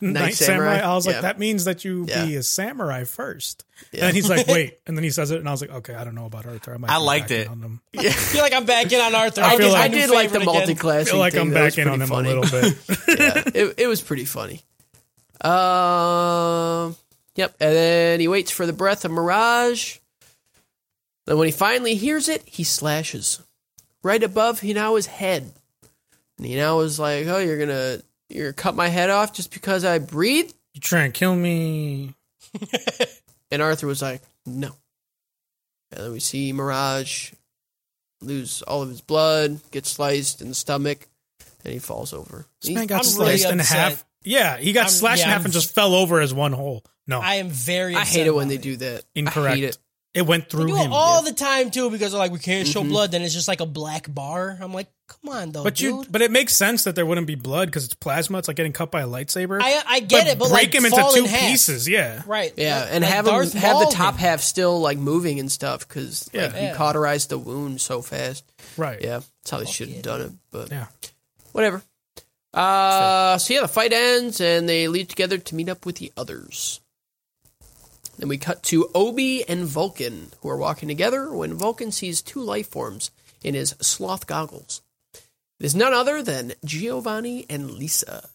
C: Knight, samurai.
B: Samurai.
C: I was like,
B: Yeah.
C: that means that you
B: Yeah.
C: be a samurai first.
B: Yeah.
C: And then he's like, wait. And then he says it, and I was like, okay, I don't know about Arthur. I, might
F: I
C: be
F: liked
C: back in
F: it.
C: on him.
D: I feel like I'm back in on Arthur.
C: I
B: I,
C: feel
B: did,
C: like-
B: I did like the
D: multi.
C: I
B: multiclassing.
C: feel like
B: thing.
C: I'm
B: That was
C: back in on
B: pretty
C: him
B: funny.
C: a little bit.
B: yeah, it, it was pretty funny. Um, yep. And then he waits for the breath of Mirage. Then when he finally hears it, he slashes right above Hinawa's head. And Hinawa's like, "Oh, you're gonna you're gonna cut my head off just because I breathe."
C: you try and kill me.
B: And Arthur was like, "No." And then we see Mirage lose all of his blood, get sliced in the stomach, and he falls over.
C: This man got
D: I'm really
C: sliced in
D: upset.
C: half. Yeah, he got
D: I'm-
C: slashed
D: yeah,
C: in half
D: I'm-
C: and just fell over as one hole. No,
D: I am very.
B: I
D: upset
B: hate it when
D: about
B: they do that.
C: incorrect.
B: I hate it.
C: went
D: They
C: through
D: do it
C: him.
D: all the time too because they're like we can't show blood. Then it's just like a black bar. I'm like, come on though,
C: But you,
D: dude.
C: but it makes sense that there wouldn't be blood because it's plasma. It's like getting cut by a lightsaber.
D: I I get it, but
C: break
D: like
C: him into
D: fall
C: two
D: in half.
C: pieces. Yeah,
D: right?
B: Yeah,
D: Like-
B: and
D: like
B: have 'em-
D: Darth
B: have the
D: Maul
B: top
D: did.
B: half still like moving and stuff because like,
C: Yeah.
B: he
D: Yeah.
B: cauterized the wound so fast.
C: right.
B: Yeah, that's how they should have done it, but
C: yeah.
B: whatever. Uh, so yeah, the fight ends and they leave together to meet up with the others. Then we cut to Obi and Vulcan, who are walking together when Vulcan sees two life forms in his sloth goggles. It is none other than Giovanni and Lisa.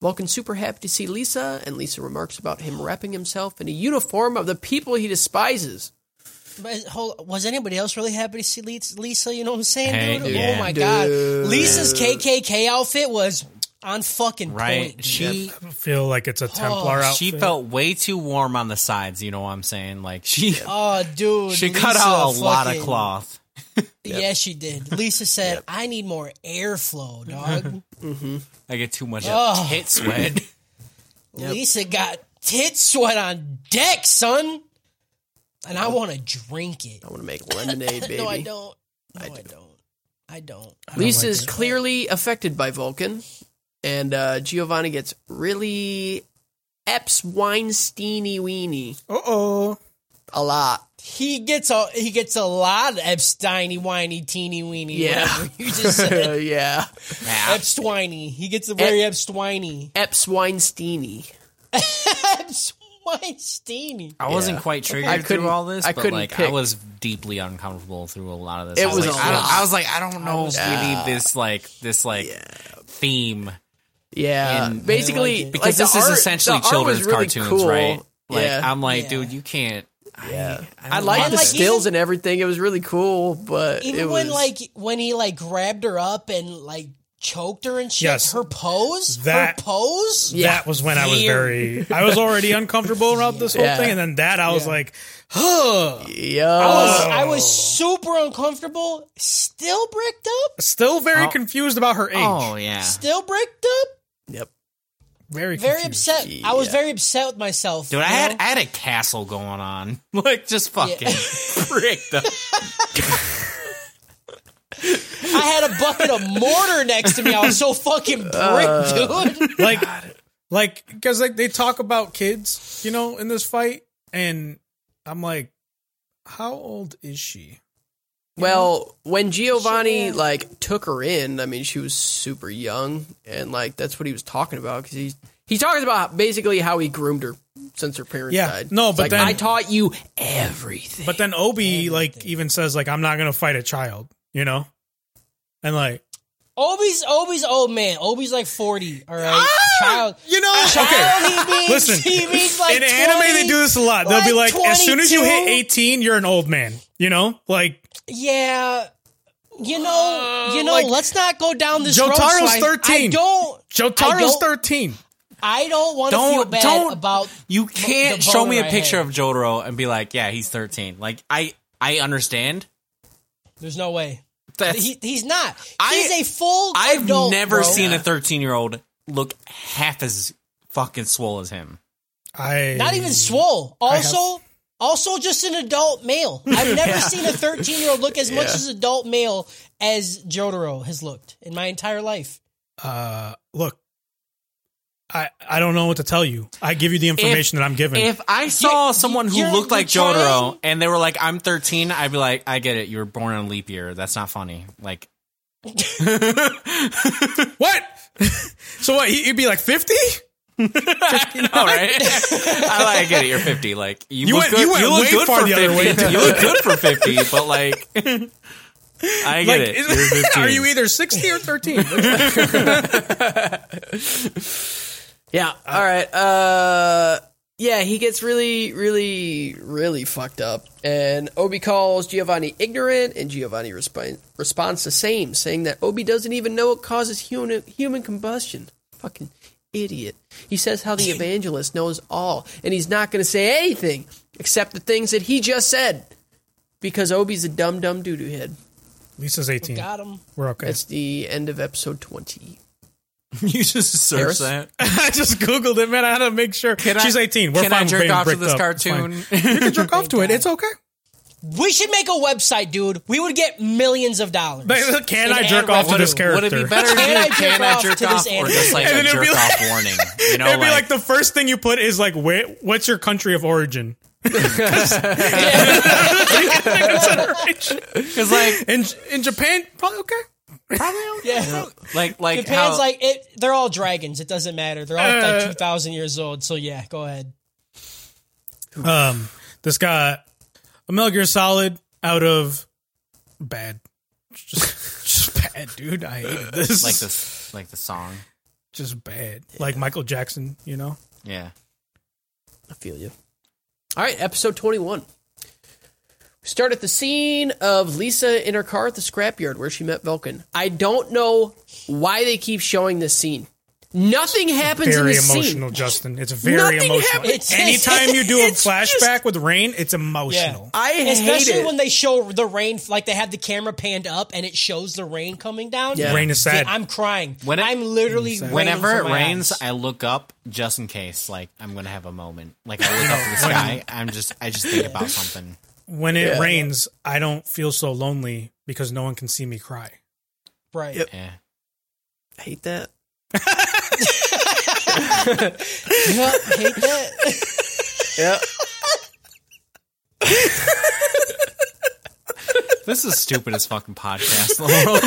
B: Vulcan's super happy to see Lisa, and Lisa remarks about him wrapping himself in a uniform of the people he despises.
D: But hold, was anybody else really happy to see Lis- Lisa? You know what I'm saying,
F: Hey,
D: dude?
F: yeah.
D: Oh my god,
B: Dude.
D: Lisa's KKK outfit was on fucking
F: right?
D: point. dude.
F: She
C: I feel like it's a
D: Oh,
C: Templar outfit.
F: she felt way too warm on the sides. You know what I'm saying? Like she
D: Oh, dude,
F: she
D: Lisa
F: cut out a lot of
D: fucking-
F: cloth.
D: Yeah, she did. Lisa said, "I need more airflow, dog."
F: I get too much
D: Oh.
F: tit sweat.
D: Lisa got tit sweat on deck, son, and I want to drink it.
B: I want to make lemonade, baby.
D: No, I don't. No, I, don't. I don't.
B: Lisa is clearly affected by Vulcan, and uh, Giovanni gets really Epps Weinsteiny weeny
C: Uh oh.
B: a lot.
D: He gets a he gets a lot of Epsteiny, whiny, teeny, weeny.
B: Yeah.
D: whatever you just said.
B: yeah,
F: Nah.
D: Epstwiny. He gets the very Epstwiny.
B: Epps Weinsteiny.
D: Epstweinsteiny.
F: I wasn't quite triggered
B: I couldn't-
F: through all this,
B: I
F: but
B: couldn't
F: like I
B: pick.
F: was deeply uncomfortable through a lot of this.
B: It
F: I
B: was
F: like,
B: a
F: I, don't-
B: lot.
F: I was like, I don't know if we need this like this like theme
B: Yeah,
F: And-
B: Uh, basically
D: I like it.
F: because
B: like,
F: this
B: the
F: is
B: art-
F: essentially
B: the art was
F: children's
B: really
F: cartoons,
B: cool.
F: right? Like
B: yeah.
F: I'm like,
D: Yeah.
F: dude, you can't.
B: Yeah.
F: I,
B: I
F: don't
B: like
F: want
B: the
D: like,
F: this.
D: even-
B: stills and everything. It was really cool, but
D: Even
B: it was
D: when like when he like grabbed her up and like choked her and shit.
C: Yes.
D: Her pose.
C: That-
D: her pose.
B: Yeah.
C: That was when I was very. I was already uncomfortable around this whole
B: Yeah.
C: thing, and then that I was like, huh.
B: yo,
D: I was- I was super uncomfortable. Still bricked up.
C: Still very
F: Oh.
C: confused about her age.
F: Oh yeah,
D: Still bricked up.
B: yep,
C: very
D: Very
C: confused.
D: upset. I was very upset with myself.
F: dude, I
D: you
F: had
D: know?
F: I had a castle going on, like just fucking pricked up.
D: I had a bucket of mortar next to me. I was so fucking bricked,
C: Uh.
D: dude.
C: like like because like they talk about kids you know in this fight and i'm like how old is she
B: Well, when Giovanni like took her in, I mean, she was super young, and like that's what he was talking about because he's he talks about basically how he groomed her since her parents
C: Yeah,
B: died.
C: no,
B: It's
C: but
B: like,
C: then-
B: I taught you everything.
C: but then obi like even says like i'm not gonna fight a child you know and like
D: Obi's Obi's old man. Obi's like forty. All right, child.
C: Ah! you know
D: Child. He means
C: Listen,
D: he means like
C: in anime
D: 20.
C: they do this a lot they'll be like
D: like
C: as soon as you hit
D: 22.
C: 18 you're an old man you know like
D: Yeah, you know, you know.
C: Oh, Like,
D: let's not go down this. road,
C: Jotaro's
D: Sly.
C: 13.
D: I don't. I
C: jotaro's
D: don't-
C: 13
D: I don't want to
F: Don't-
D: feel bad
F: don't-
D: about.
F: You can't show me a
D: boner I
F: picture
D: had.
F: of Jotaro and be like, yeah, he's 13. Like I I understand.
D: There's no way.
F: That's,
D: He, he's not.
F: I-
D: He's a full.
F: I've
D: adult,
F: never
D: bro.
F: seen a 13 year old look half as fucking swole as him.
C: i
D: Not even swole. Also, also just an adult male. I've never seen a 13 year old look as much as adult male as Jotaro has looked in my entire life.
C: uh look I, I don't know what to tell you. I give you the information that I'm given.
F: If I saw
D: You-
F: someone who
D: you're-
F: looked like
D: you're
F: Jotaro
D: trying-
F: and they were like, "I'm 13," I'd be like, "I get it. You were born on a leap year. That's not funny." Like,
C: what? so what? He, would be like fifty.
F: all right, I, like, I get it. You're 50. Like, you,
C: You
F: look
C: went-
F: good.
C: you went
F: look
C: way
F: good
C: far
F: for
C: the other way,
F: 50.
C: too.
F: You look good for 50, but like, I
C: Like,
F: get it. You're 15.
C: are you either sixty or thirteen?
B: Yeah. All right. Uh, yeah, he gets really, really, really fucked up. And Obi calls Giovanni ignorant, and Giovanni resp- responds the same, saying that Obi doesn't even know what causes human, human combustion. Fucking idiot. He says how the evangelist knows all, and he's not going to say anything except the things that he just said because Obi's a dumb, dumb doo doo head.
C: Lisa's eighteen.
D: Got him.
C: We're okay.
B: That's the end of episode 20.
F: You just search
B: Harris?
F: that.
C: I just googled it, man. I had to make sure.
F: Can I-
C: She's eighteen. We're
F: can
C: fine
F: I
C: with
F: jerk
C: being
F: off to
C: bricked
F: this
C: up. It's fine.
F: cartoon?
C: You can jerk off to it. It's okay.
D: We should make a website, dude. We would get millions of dollars.
C: But can
D: In
C: I jerk
D: ad
C: off to
D: revenue.
C: this character?
F: Would it be better to do
D: Can I jerk
F: can I
D: off
F: jerk
D: to this
F: off or
D: animal?
F: just like
C: And
F: a
C: then it'd
F: jerk
C: be
F: off
C: like-
F: warning? You know,
C: It'd be
F: like
C: like the first thing you put is like, where, what's your country of origin? Consideration.
F: because like
C: in in Japan, probably okay.
D: Yeah.
F: like like
D: Japan's
F: how-
D: like it. They're all dragons. It doesn't matter. They're all
C: Uh,
D: like two thousand years old. So yeah, go ahead.
C: Um, this guy, a Metal Gear Solid out of bad, just, just bad, dude. I hate this.
F: like this like the song.
C: just bad. Like Michael Jackson, you know.
F: Yeah.
B: I feel you. All right, episode 21. We start at the scene of Lisa in her car at the scrapyard where she met Vulcan. I don't know why they keep showing this scene. Nothing happens in
C: Very
B: this
C: emotional,
B: scene.
C: Justin. It's very
B: Nothing
C: emotional.
B: happened.
D: It's-
C: Anytime you do a
B: it's just-
C: flashback with rain, it's
D: Yeah.
C: emotional.
B: I hate
D: Especially
B: it.
D: when they show the rain, like they have the camera panned up and it shows the rain coming down.
B: Yeah.
C: Rain is sad.
D: I'm crying.
F: When it-
D: I'm literally
F: Whenever
D: wailing for
F: it
D: my
F: rains,
D: eyes.
F: I look up just in case. Like I'm gonna have a moment. Like I look up to the sky. I'm just I just think about something.
C: when it rains, I don't feel so lonely because no one can see me cry.
D: right.
F: Yeah.
B: I hate that.
D: Yeah, hate that.
B: Yeah.
F: This is stupidest fucking podcast in the world.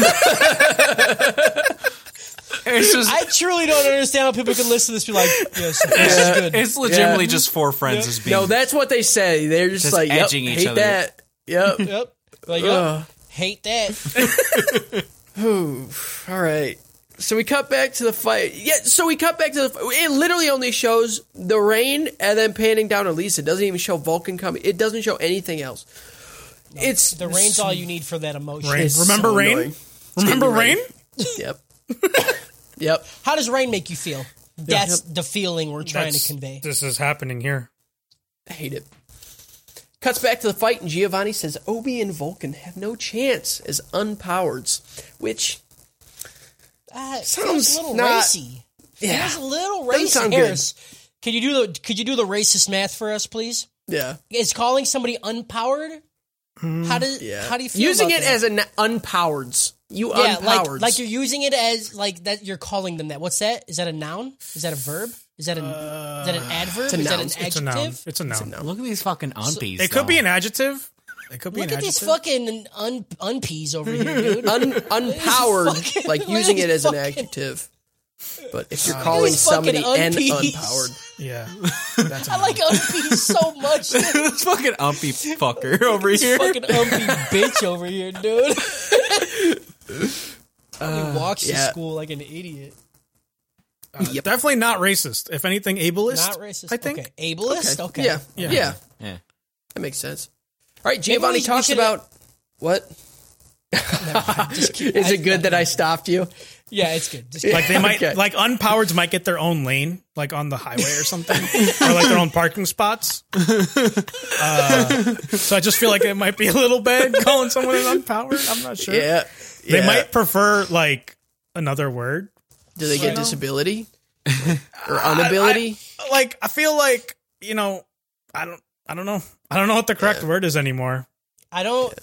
F: it's just
D: I truly don't understand how people can listen to this. and Be like, yes, this is good.
F: it's legitimately just four friends just being
B: No, that's what they say. They're just,
F: Just
B: like, yep,
F: edging each
B: hate
F: other.
B: that. Yep.
D: Yep. Like, yep.
B: Ugh.
D: hate that.
B: All right. So we cut back to the fight. Yeah, so we cut back to the fight. It literally only shows the rain and then panning down Elisa. It doesn't even show Vulcan coming. It doesn't show anything else. it's
D: The rain's all you need for that emotion.
C: Rain.
B: It's
C: Remember
B: so
C: rain?
B: annoying.
C: Remember
B: getting
C: rain?
B: Yep. yep.
D: How does rain make you feel? That's the feeling we're trying
C: That's-
D: to convey.
C: This is happening here.
B: I hate it. Cuts back to the fight, and Giovanni says Obi and Vulcan have no chance as unpowereds, which
D: Ah, it
B: Sounds
D: sounds a little
B: not-
D: racy.
B: yeah.
D: It's a little
B: Doesn't
D: racist.
B: sound good.
D: Harris, could you do the could you do the racist math for us, please?
B: yeah.
D: Is calling somebody unpowered? How do
B: Mm, Yeah.
D: how do you feel
B: using
D: about
B: it
D: that?
B: as an unpowereds? You
D: yeah,
B: unpowereds.
D: like like you're using it as like that you're calling them that. What's that? Is that a noun? Is that a verb? Is that an is that an
B: a
D: adverb? Is that
B: noun.
D: an
B: It's
D: adjective?
C: It's a noun. It's a noun.
F: Look at these fucking umpies.
C: It could
F: though.
C: be an adjective. It could be
D: Look
C: an
D: at these
C: adjective.
D: fucking un unpeas over here, dude.
B: un, unpowered,
D: fucking-
B: like
D: what
B: using
D: is
B: it as an
D: fucking-
B: adjective. But if you're calling
D: These
B: somebody
D: fucking
B: an
D: unpeas.
B: unpowered,
C: yeah.
D: I like unpeas so much. dude.
F: this fucking umpy fucker over
D: This
F: here.
D: fucking umpy bitch over here, dude. he walks
B: yeah.
D: to school like an idiot.
C: Uh, Definitely not racist. If anything, ableist.
D: Not racist.
C: I think.
D: Okay. Ableist. Okay.
B: yeah, yeah,
C: Yeah.
F: Yeah.
B: that makes sense. All right, Giovanni
D: we- we
B: talks
D: should-
B: about what
D: Just keep-
B: is
D: I-
B: it good that I stopped you?
D: Yeah, it's good. Just
C: Like they might,
B: Okay.
C: like unpowereds might get their own lane, like on the highway or something, or like their own parking spots. Uh, so I just feel like it might be a little bad calling someone an unpowered. I'm not sure.
B: Yeah,
C: They
B: yeah.
C: might prefer like another word.
B: Do they get
C: you know.
B: disability or unability?
C: Like I feel like you know, I don't, I don't know, I don't know what the correct word is anymore.
D: I don't.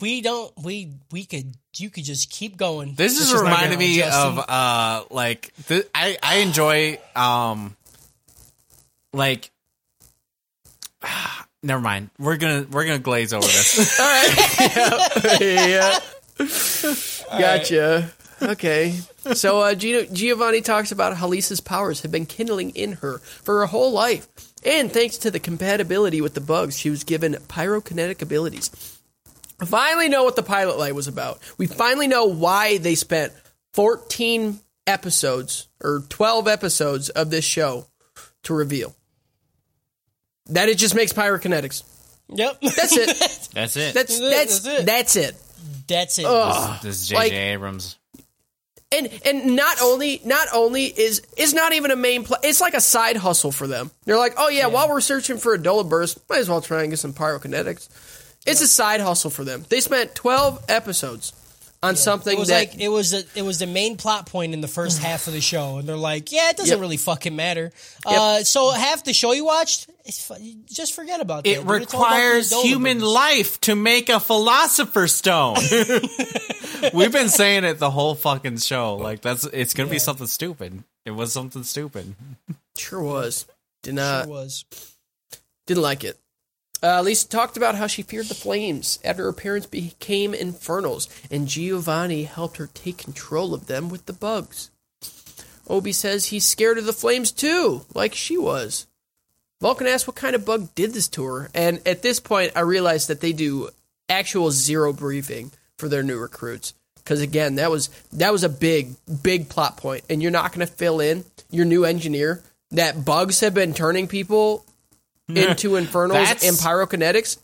D: we don't we we could you could just keep going.
F: This
D: It's
F: is
D: just not
F: reminding
D: gonna-
F: me
D: Justin,
F: of uh like th- I I enjoy um like never mind. We're gonna we're gonna glaze over this.
B: yeah. Gotcha. Okay. So uh, Gino, Giovanni talks about how Lisa's powers have been kindling in her for her whole life. And thanks to the compatibility with the bugs, she was given pyrokinetic abilities. We Finally, know what the pilot light was about. We finally know why they spent 14 episodes or 12 episodes of this show to reveal that it just makes pyrokinetics.
D: Yep.
B: That's it.
F: That's it.
B: That's
D: it.
B: that's
D: That's it.
B: that's it.
D: That's it.
F: this is JJ
B: like-
F: Abrams.
B: and and not only not only is is not even a main play. It's like a side hustle for them. They're like, oh yeah, while we're searching for a dollar burst, might as well try and get some pyrokinetics. It's a side hustle for them. They spent twelve episodes on something
D: it was
B: that
D: like it was a, it was the main plot point in the first half of the show, and they're like, yeah, it doesn't
B: Yep.
D: really fucking matter. Uh, so half the show you watched, it's fu- just forget about that.
F: It
D: dude. It's all about the
F: requires
D: adult
F: human
D: abuse.
F: life to make a philosopher's stone. We've been saying it the whole fucking show. Like that's it's gonna be something stupid. It was something stupid.
B: sure was did not
D: It was
B: Didn't like it. Uh, Lisa talked about how she feared the flames after her parents became infernals, and Giovanni helped her take control of them with the bugs. Obi says he's scared of the flames too, like she was. Vulcan asks what kind of bug did this to her, and at this point, I realized that they do actual zero briefing for their new recruits. Because again, that was that was a big, big plot point, and you're not going to fill in your new engineer that bugs have been turning people into infernals
F: That's-
B: and pyrokinetics.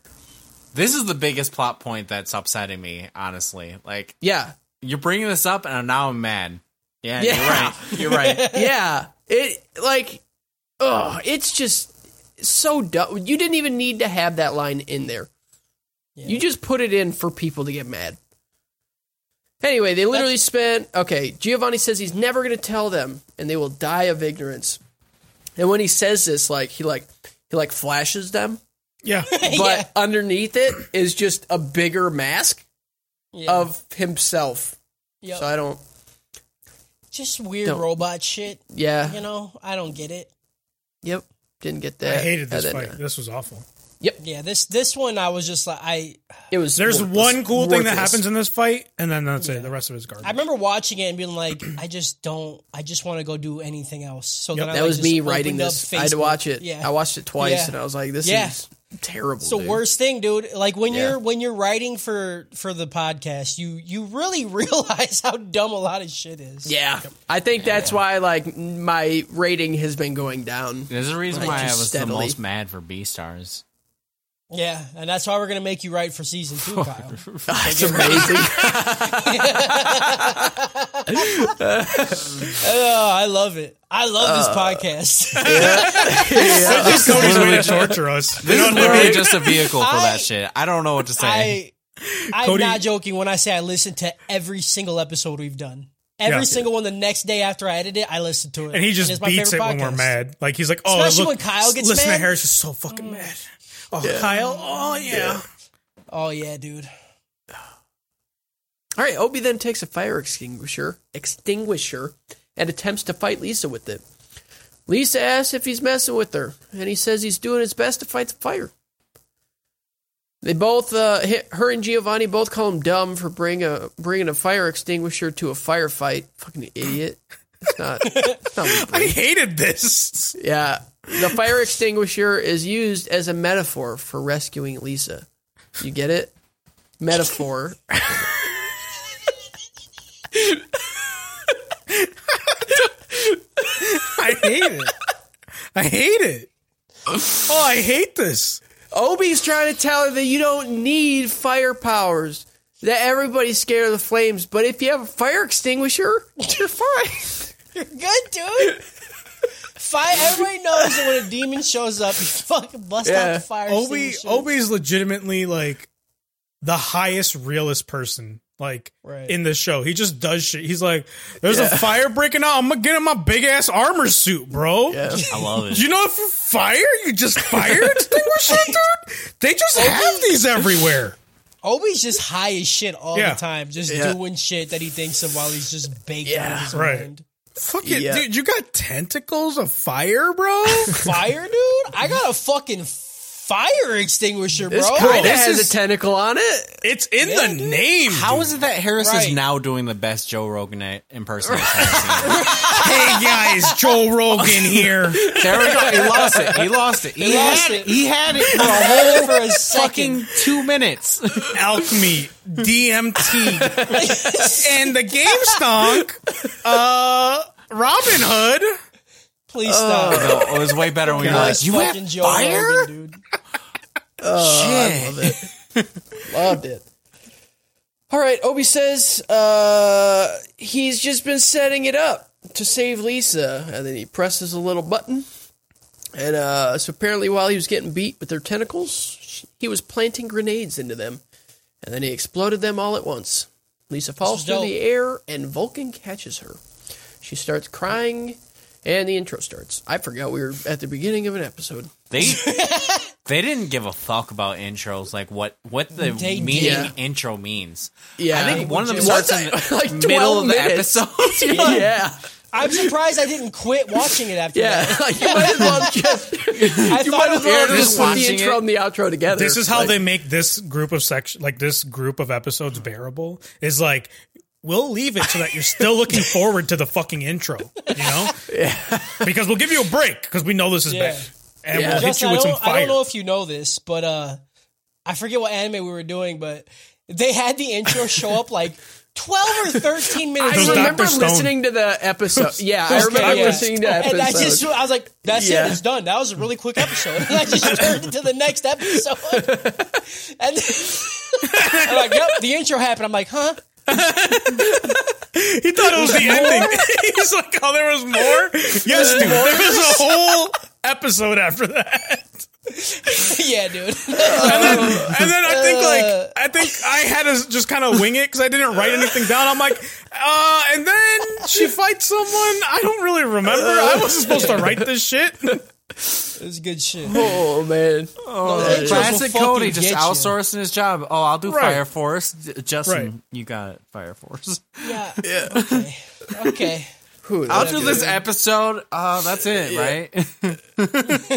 F: This is the biggest plot point that's upsetting me, honestly. Like
B: Yeah,
F: you're bringing this up, and now I'm mad. Yeah,
B: Yeah.
F: you're right. You're right.
B: yeah. It like, oh, it's just so dumb. You didn't even need to have that line in there. You just put it in for people to get mad. Anyway, they literally spent. Okay, Giovanni says he's never going to tell them, and they will die of ignorance. And when he says this, like he like he like flashes them,
C: Yeah.
B: but underneath it is just a bigger mask
D: Yeah.
B: of himself.
D: Yep.
B: So I don't.
D: just weird
B: Don't-
D: robot shit.
B: Yeah.
D: You know, I don't get it.
B: Yep. Didn't get
C: I
B: that.
C: hated this
B: And then,
C: fight.
B: uh,
C: This was awful.
D: Yeah, this this one I was just like I
B: It was.
C: There's
B: worthless-
C: one cool thing that
B: worthless.
C: happens in this fight, and then that's it. The rest of it is garbage.
D: I remember watching it and being like, I just don't. I just want to go do anything else. So then I,
B: That
D: like,
B: was
D: just
B: me
D: opened
B: writing
D: up
B: this. I had to
D: Facebook.
B: watch it.
D: Yeah,
B: I watched it twice,
D: Yeah.
B: and I was like, "This
D: Yeah.
B: is terrible."
D: It's the
B: dude.
D: worst thing, dude. Like when
B: Yeah.
D: you're when you're writing for for the podcast, you you really realize how dumb a lot of shit is.
B: Yeah, I think that's why like my rating has been going down.
F: There's a reason
B: Like,
F: why I
B: just
F: was
B: steadily.
F: the most mad for B stars.
D: yeah, and that's why we're gonna make you write for season two, Kyle.
B: It's amazing.
D: oh, I love it. I love
C: Uh,
D: this podcast.
C: That's Cody's way to torture us. You
F: This
C: know
F: is
C: what I mean?
F: literally just a vehicle for
D: I-
F: that shit. I don't know what to say.
D: I I'm
C: Cody-
D: not joking when I say I listen to every single episode we've done. Every
C: Yeah.
D: single one. The next day after I edit it, I listen to it,
C: And he just
D: it's my
C: beats it
D: favorite
C: when we're
D: podcast.
C: mad. Like he's like, oh,
D: Especially
C: look,
D: when Kyle gets
C: listen
D: mad. Mm.
C: to Harris is so fucking mad. Oh, Kyle, oh yeah.
D: Oh yeah, dude.
B: All right, Obi then takes a fire extinguisher, extinguisher, and attempts to fight Lisa with it. Lisa asks if he's messing with her, and he says he's doing his best to fight the fire. They both, uh, hit, her and Giovanni, both call him dumb for bring a, bringing a fire extinguisher to a firefight. Fucking idiot! It's not. it's not what
C: I hated this.
B: yeah. The fire extinguisher is used as a metaphor for rescuing Lisa. You get it? Metaphor.
C: I hate it. I hate it. Oh, I hate this.
B: Obi's trying to tell her that you don't need fire powers. That everybody's scared of the flames, but if you have a fire extinguisher, you're fine.
D: Good dude. Fire. Everybody knows that when a demon shows up, you fucking bust out
B: Yeah.
D: the fire.
C: Obi
D: extinguisher.
C: Obi's legitimately like the highest realist person like
D: Right.
C: in this show. He just does shit. He's like, there's a fire breaking out. I'm gonna get in my big ass armor suit, bro.
F: I love it.
C: You know, if you fire, you just fire extinguisher, dude. They just have these everywhere.
D: Obi's just high as shit all
C: Yeah.
D: the time, just
B: Yeah.
D: doing shit that he thinks of while he's just baked out of
B: Yeah,
D: his
C: right.
D: mind.
C: Fucking
B: Yeah.
C: dude, you got tentacles of fire, bro.
D: Fire, dude! I got a fucking fire extinguisher,
B: This
D: bro.
B: kind of
C: this
B: has
C: is-
B: a tentacle on it.
C: it's in the
D: Yeah, dude.
C: name.
F: How
C: dude.
F: is it that Harris
D: Right.
F: is now doing the best Joe Rogan i- impersonation? I've
C: Hey guys, Joel Rogan here.
F: seen? There we go. He lost it. He lost it. He,
D: lost
F: had
D: it.
F: He had it for a whole
D: Hold it for a second.
F: fucking two minutes.
C: Alchemy, DMT, and the Game Stonk, uh, Robin Hood.
D: Please stop.
F: Oh, No, it was way better when you were
D: Nice
F: like, "You
D: fucking
F: have
D: Joe
F: fire."
D: Rogan, dude.
F: Shit.
B: Loved it. All right, Obi says uh, he's just been setting it up to save Lisa, and then he presses a little button, and uh, so apparently while he was getting beat with their tentacles, sh- he was planting grenades into them, and then he exploded them all at once. Lisa falls through
D: dope.
B: the air, and Vulcan catches her. She starts crying, and the intro starts. I forgot we were at the beginning of an episode.
F: They they didn't give a fuck about intros, like what what the
D: They
F: meaning
B: did.
F: intro means.
B: Yeah,
F: I think one of them
B: What
F: starts
B: the-
F: in the
B: like
F: middle
B: 12
F: of the
B: minutes.
F: episode. You're like,
B: yeah.
D: I'm surprised I didn't quit watching it after
B: Yeah,
D: that.
B: you might as well just
D: I
B: you might as
D: thought it was one
B: well
D: of those
B: just put the
F: watching
B: intro
F: it.
B: and the outro together.
C: This is how
B: Like,
C: they make this group of section, like this group of episodes, bearable. Is like we'll leave it so that you're still looking forward to the fucking intro, you know? Because we'll give you a break because we know this is
D: Yeah.
C: bad, and
B: Yeah.
C: we'll hit
D: Justin,
C: you with
D: I,
C: some
D: don't, I
C: fire.
D: don't know if you know this, but uh, I forget what anime we were doing, but they had the intro show up like 12 or 13 minutes
B: I
C: Those
D: in.
B: remember
C: Dr. Stone.
B: listening to the episode. Yeah, I
D: Okay,
B: remember
D: yeah.
B: listening to the episode.
D: And I just, I was like, that's
B: Yeah.
D: it, it's done. That was a really quick episode. And I just turned it to the next episode. And I'm like, yep, the intro happened. I'm like, huh?
C: He thought it was the ending. He's like, oh, there was more. Yes, dude, there was a whole episode after that.
D: yeah, dude.
C: And then I think like I think I had to just kind of wing it because I didn't write anything down. I'm like, uh, and then she fights someone. I don't really remember. I wasn't supposed to write this shit.
D: It was good shit.
B: oh man,
D: Those intros will
F: Classic
D: fucking
F: Cody just
D: get you.
F: outsourcing his job. Oh, I'll do
C: Right.
F: Fire Force. J- Justin,
C: Right.
F: you got it, Fire Force.
D: Yeah. Okay. okay.
B: Who-
F: I'll do this episode. Uh, that's it, right?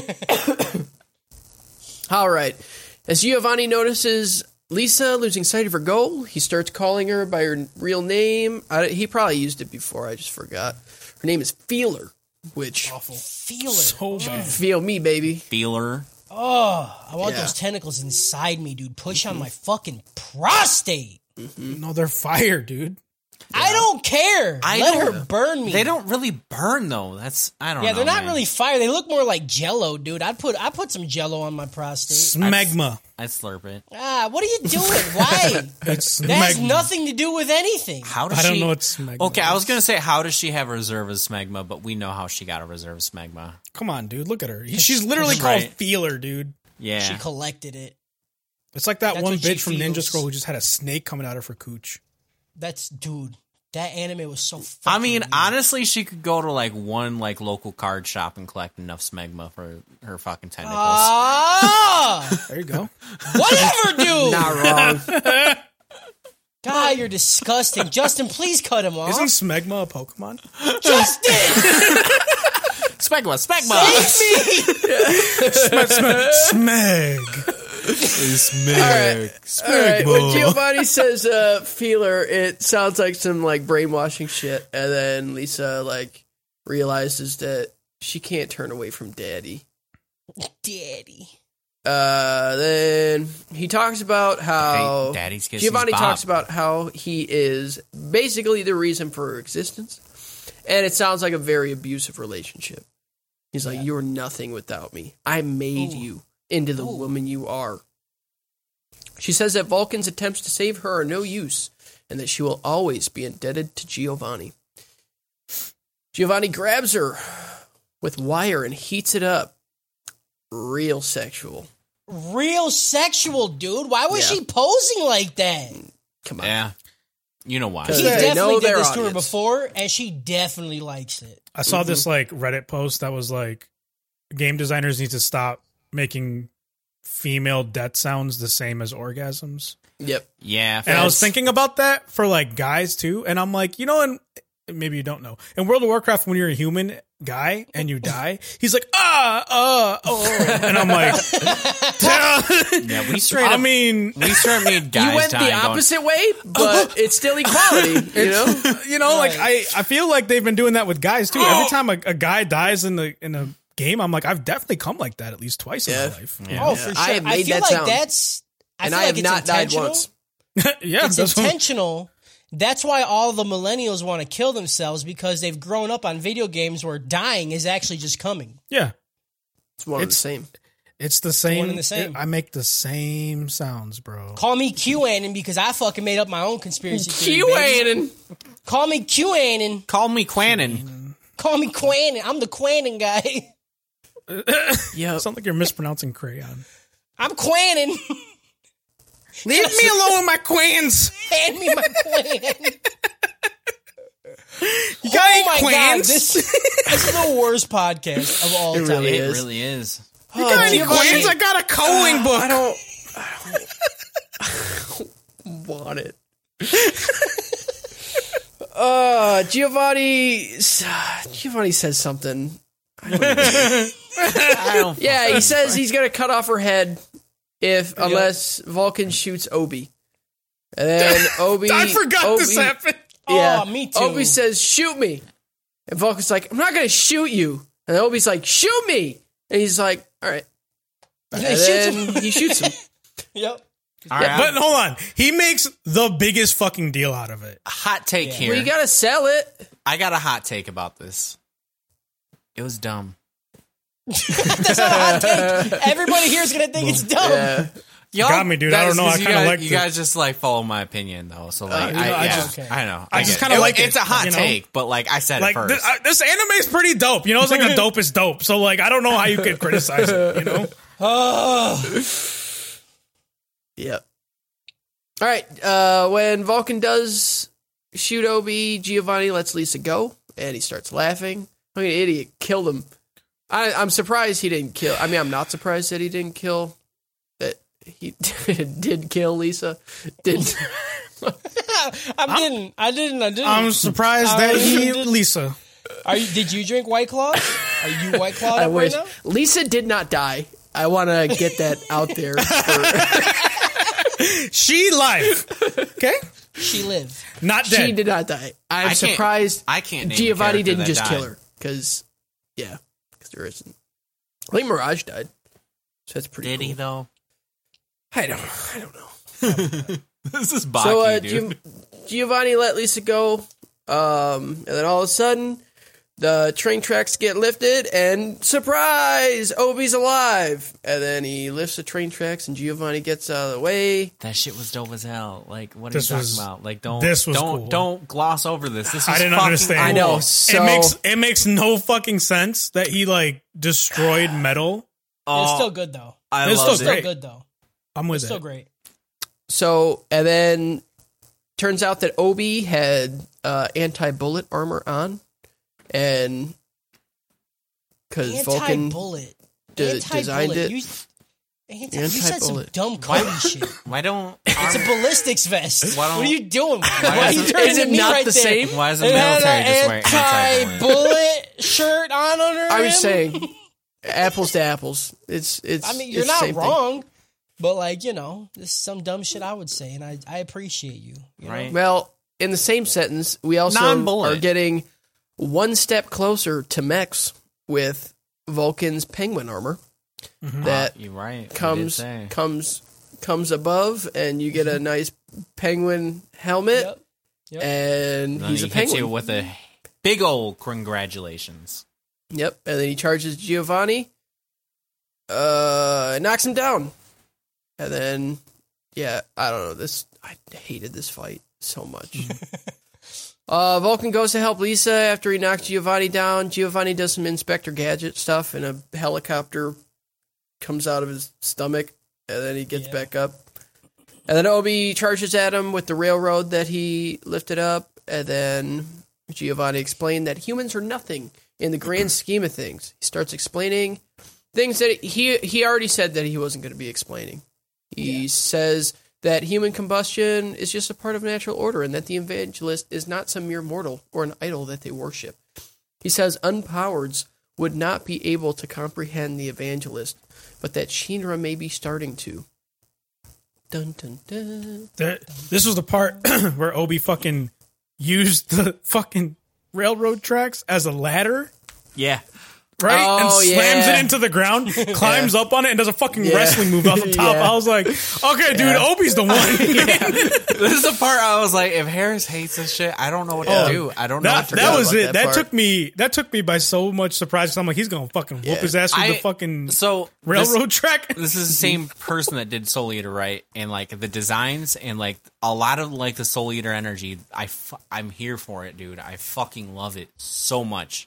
B: All right. As Giovanni notices Lisa losing sight of her goal, he starts calling her by her real name. I, he probably used it before. I just forgot. Her name is Feeler, which
C: Oh.
D: Feel it.
C: So bad.
B: feel me, baby.
F: Feeler.
D: Oh, I want
B: Yeah.
D: those tentacles inside me, dude. Push on my fucking prostate.
C: No, they're fire, dude.
D: I don't care.
F: I
D: Let
F: don't-
D: her burn me.
F: They don't really burn though. That's I don't.
D: Yeah,
F: know,
D: they're not
F: Oh, man.
D: really fire. They look more like Jello, dude. I put I put some Jello on my prostate.
C: Smegma.
F: I slurp it.
D: Ah, what are you doing? Why?
C: That's
D: That has
C: smegma.
D: nothing to do with anything.
F: How does
C: I don't
F: she-
C: know what smegma
F: Okay, I was gonna say how does she have reserve as smegma, but we know how she got a reserve smegma.
C: Come on, dude. Look at her. She's literally
F: Right.
C: called Feeler, dude.
F: Yeah,
D: She collected it.
C: It's like that
D: That's
C: one
D: what she
C: bitch from Ninja
D: feels.
C: Scroll who just had a snake coming out of her cooch.
D: That's dude. That anime was so.
F: I
D: fucking
F: mean,
D: weird.
F: honestly, she could go to like one like local card shop and collect enough smegma for her fucking tentacles.
D: Uh, ah,
C: There you go.
D: whatever, dude.
B: Not wrong.
D: God, you're disgusting, Justin. Please cut him off.
C: Isn't smegma a Pokemon?
D: Justin,
F: smegma, smegma,
D: me.
C: Smeg.
F: smeg,
B: All right. When Giovanni says uh, feeler, it sounds like some like brainwashing shit, and then Lisa like realizes that she can't turn away from Daddy.
D: Daddy.
B: Uh, then he talks about how
F: Hey, Daddy's kissing
B: Giovanni
F: Bob.
B: talks about how he is basically the reason for her existence, and it sounds like a very abusive relationship. He's like, "You're nothing without me. I made you into the woman you are." She says that Vulcan's attempts to save her are no use, and that she will always be indebted to Giovanni. Giovanni grabs her with wire and heats it up. Real sexual.
D: Real sexual, dude. Why was
B: Yeah.
D: she posing like that?
B: Come on.
F: Yeah, you know why?
B: They
D: He
B: know
D: definitely did
B: their
D: this to her
B: audience.
D: before, and she definitely likes it.
C: I saw
F: Mm-hmm.
C: this like Reddit post that was like game designers need to stop making female death sounds the same as orgasms.
B: Yep.
F: Yeah,
C: And I was
F: facts.
C: thinking about that for like guys too. And I'm like, you know, and maybe you don't know. In World of Warcraft, when you're a human guy and you die, he's like, ah, ah, oh. And I'm like,
F: yeah, we straight up.
C: I mean,
F: we straight made guys
B: You went the
F: dying going,
B: opposite way, but it's still equality. You know,
C: you know, like I, I feel like they've been doing that with guys too.
D: Oh.
C: Every time a, a guy dies in the in a game, I'm like, I've definitely come like that at least twice
B: Yeah.
C: in my life. Yeah,
D: Oh, for sure.
B: I
D: I,
B: have made
D: feel
B: that
D: like
B: sound.
D: that's. I
B: and
D: feel
B: I
D: like
B: have
D: it's
B: not died
D: intentional.
B: once.
D: It's
C: Oh, that's what-
D: intentional. That's why all the millennials want to kill themselves because they've grown up on video games where dying is actually just coming.
C: yeah.
B: It's one and the
C: It's-
B: same.
C: It's the same.
D: and the same.
C: I make the same sounds, bro.
D: Call me QAnon because I fucking made up my own conspiracy theory. baby.
B: QAnon.
D: Call me QAnon.
F: Call me Quanon.
D: Call me Quanon. I'm the Quanon guy.
B: Yep.
C: Sound like you're mispronouncing crayon.
D: I'm Quanon.
C: Leave me alone, my queens.
D: Hand me my Quan.
C: You got
D: Oh
C: any
D: my god,
C: queens?
D: this, this is the worst podcast of all time.
B: really
F: It
B: is.
F: really is.
C: you got any
D: Giovanni.
C: queens? I got a coloring book.
B: I don't. I don't want it. uh, Giovanni. Giovanni says something.
F: I don't.
B: Yeah, he says he's gonna cut off her head if unless Vulcan shoots Obi. And then Obi.
C: I forgot
B: Obi,
C: this happened.
D: Aw, Oh, me too.
B: Obi says, "Shoot me," and Vulcan's like, "I'm not gonna shoot you." And Obi's like, "Shoot me," and he's like, "All right."
D: And
B: And
D: they shoot
B: then
D: him.
B: he shoots him.
D: Yep.
F: All right,
C: But hold on, he makes the biggest fucking deal out of it.
F: hot take here.
B: Well, you gotta sell it.
F: I got a hot take about this. It was dumb.
D: That's not a hot take. Everybody here is gonna think it's dumb.
B: Yeah.
F: Y'all,
C: got me, dude. I don't
F: that
C: know.
F: is
C: I
F: 'cause you
C: kinda Uh,
F: guys-
C: liked
F: You
C: it.
F: guys just like follow my opinion though, so like
B: you
F: I,
B: know, I
F: yeah,
D: just- okay.
F: I know.
C: I just
F: get it.
C: kinda
F: It-
C: like it,
F: It's a hot
C: you know?
F: take, but like I said
C: Like
F: it
C: this,
F: first.
C: I, this anime is pretty dope. You know, it's like the dopest dope. So like, I don't know how you could criticize it. You know,
D: Oh,
B: Yep. All right. Uh, when Vulcan does shoot Obi, Giovanni lets Lisa go, and he starts laughing. I mean, idiot killed him. I, I'm surprised he didn't kill. I mean, I'm not surprised that he didn't kill. That he did kill Lisa. Did
D: I didn't. I didn't. I didn't.
C: I'm surprised that he Lisa.
D: Are you? Did you drink White Claw? Are you White Claw
B: I
D: up right
B: wish
D: now?
B: Lisa did not die. I want to get that out there. For,
C: She life. Okay,
D: She lived.
C: not dead.
B: she did not die. I'm
F: I can't-
B: surprised
F: I can't. name a
B: Giovanni
F: character
B: didn't
F: that
B: just kill
F: died.
B: her because, yeah, because there isn't. I think Mirage died, so that's pretty.
F: Did he
B: cool.
F: though?
B: I don't. I don't know.
F: This is Baki,
B: so uh,
F: dude.
B: Giov- Giovanni let Lisa go, um, and then all of a sudden, the train tracks get lifted, and surprise, Obi's alive. And then he lifts the train tracks, and Giovanni gets out of the way.
F: that shit was dope as hell. Like, what are
C: This
F: you talking
C: was-
F: about? Like, don't
C: this was
F: don't
C: cool.
F: don't gloss over this. This was
C: I didn't
F: fucking
C: understand.
B: I know.
F: cool.
B: So
C: it makes it makes no fucking sense that he like destroyed metal.
D: it's
F: Oh,
D: still good though.
F: I
C: it's still
F: loved it.
D: Still
C: Great.
D: good though.
C: I'm with
D: It's still
C: it.
D: great.
B: So, and then turns out that Obi had uh, anti bullet armor on, and because
D: Anti
B: Vulcan
D: bullet.
B: de-
D: Anti
B: designed
D: bullet.
B: it.
D: You, anti- you said some
B: Anti-bullet.
D: dumb crazy shit.
F: Why don't?
D: It's a ballistics vest.
F: Why don't-
D: what are you doing? Why, are you
F: doesn't-
D: turning
B: is
D: to
B: it
D: me
B: not
D: right
B: the
D: there?
B: same?
F: Why is the
D: It had
F: military just
D: an
F: wearing anti bullet?
D: anti-bullet shirt on under
B: I was
D: him.
B: saying apples to apples. It's it's.
D: I mean, you're
B: it's the
D: not
B: same thing.
D: wrong, but like you know, this is some dumb shit I would say, and I I appreciate you. you know?
F: Right?
B: Well, in the same sentence, we also
F: Non-bullet.
B: are getting one step closer to mechs with Vulcan's penguin armor that
F: You're right. you did
B: comes
F: say.
B: comes comes above, and you get a nice penguin helmet,
D: Yep. Yep.
B: and
F: And
B: he's
F: he
B: a
F: hits
B: penguin.
F: you with a big old congratulations.
B: Yep, and then he charges Giovanni, uh, knocks him down, and then yeah, I don't know this. I hated this fight so much. uh, Vulcan goes to help Lisa after he knocks Giovanni down. Giovanni does some Inspector Gadget stuff, and a helicopter comes out of his stomach, and then he gets
D: Yeah.
B: back up. And then Obi charges at him with the railroad that he lifted up, and then Giovanni explained that humans are nothing in the grand scheme of things. He starts explaining Things that he he already said that he wasn't going to be explaining. He says that human combustion is just a part of natural order, and that the evangelist is not some mere mortal or an idol that they worship. He says unpowereds would not be able to comprehend the evangelist, but that Shinra may be starting to. Dun dun dun.
C: There- this was the part where Obi fucking used the fucking railroad tracks as a ladder,
F: Yeah.
C: right? and
B: Oh,
C: slams
B: yeah.
C: it into the ground, climbs up on it, and does a fucking
B: Yeah.
C: wrestling move off the top.
B: Yeah.
C: I was like, okay, dude, Obi's the one.
F: This is the part I was like, if Harris hates this shit, I don't know what to do. I don't know
C: that,
F: what to do.
C: that was
B: about
C: it.
B: that
C: That,
B: part.
C: took me. That took me by so much surprise. 'cause I'm like, he's gonna fucking whoop his ass through
F: I-
C: the fucking
F: so this-
C: railroad track.
F: this is the same person that did Soul Eater, right? And like the designs and like a lot of like the Soul Eater energy. I f- I'm here for it, dude. I fucking love it so much.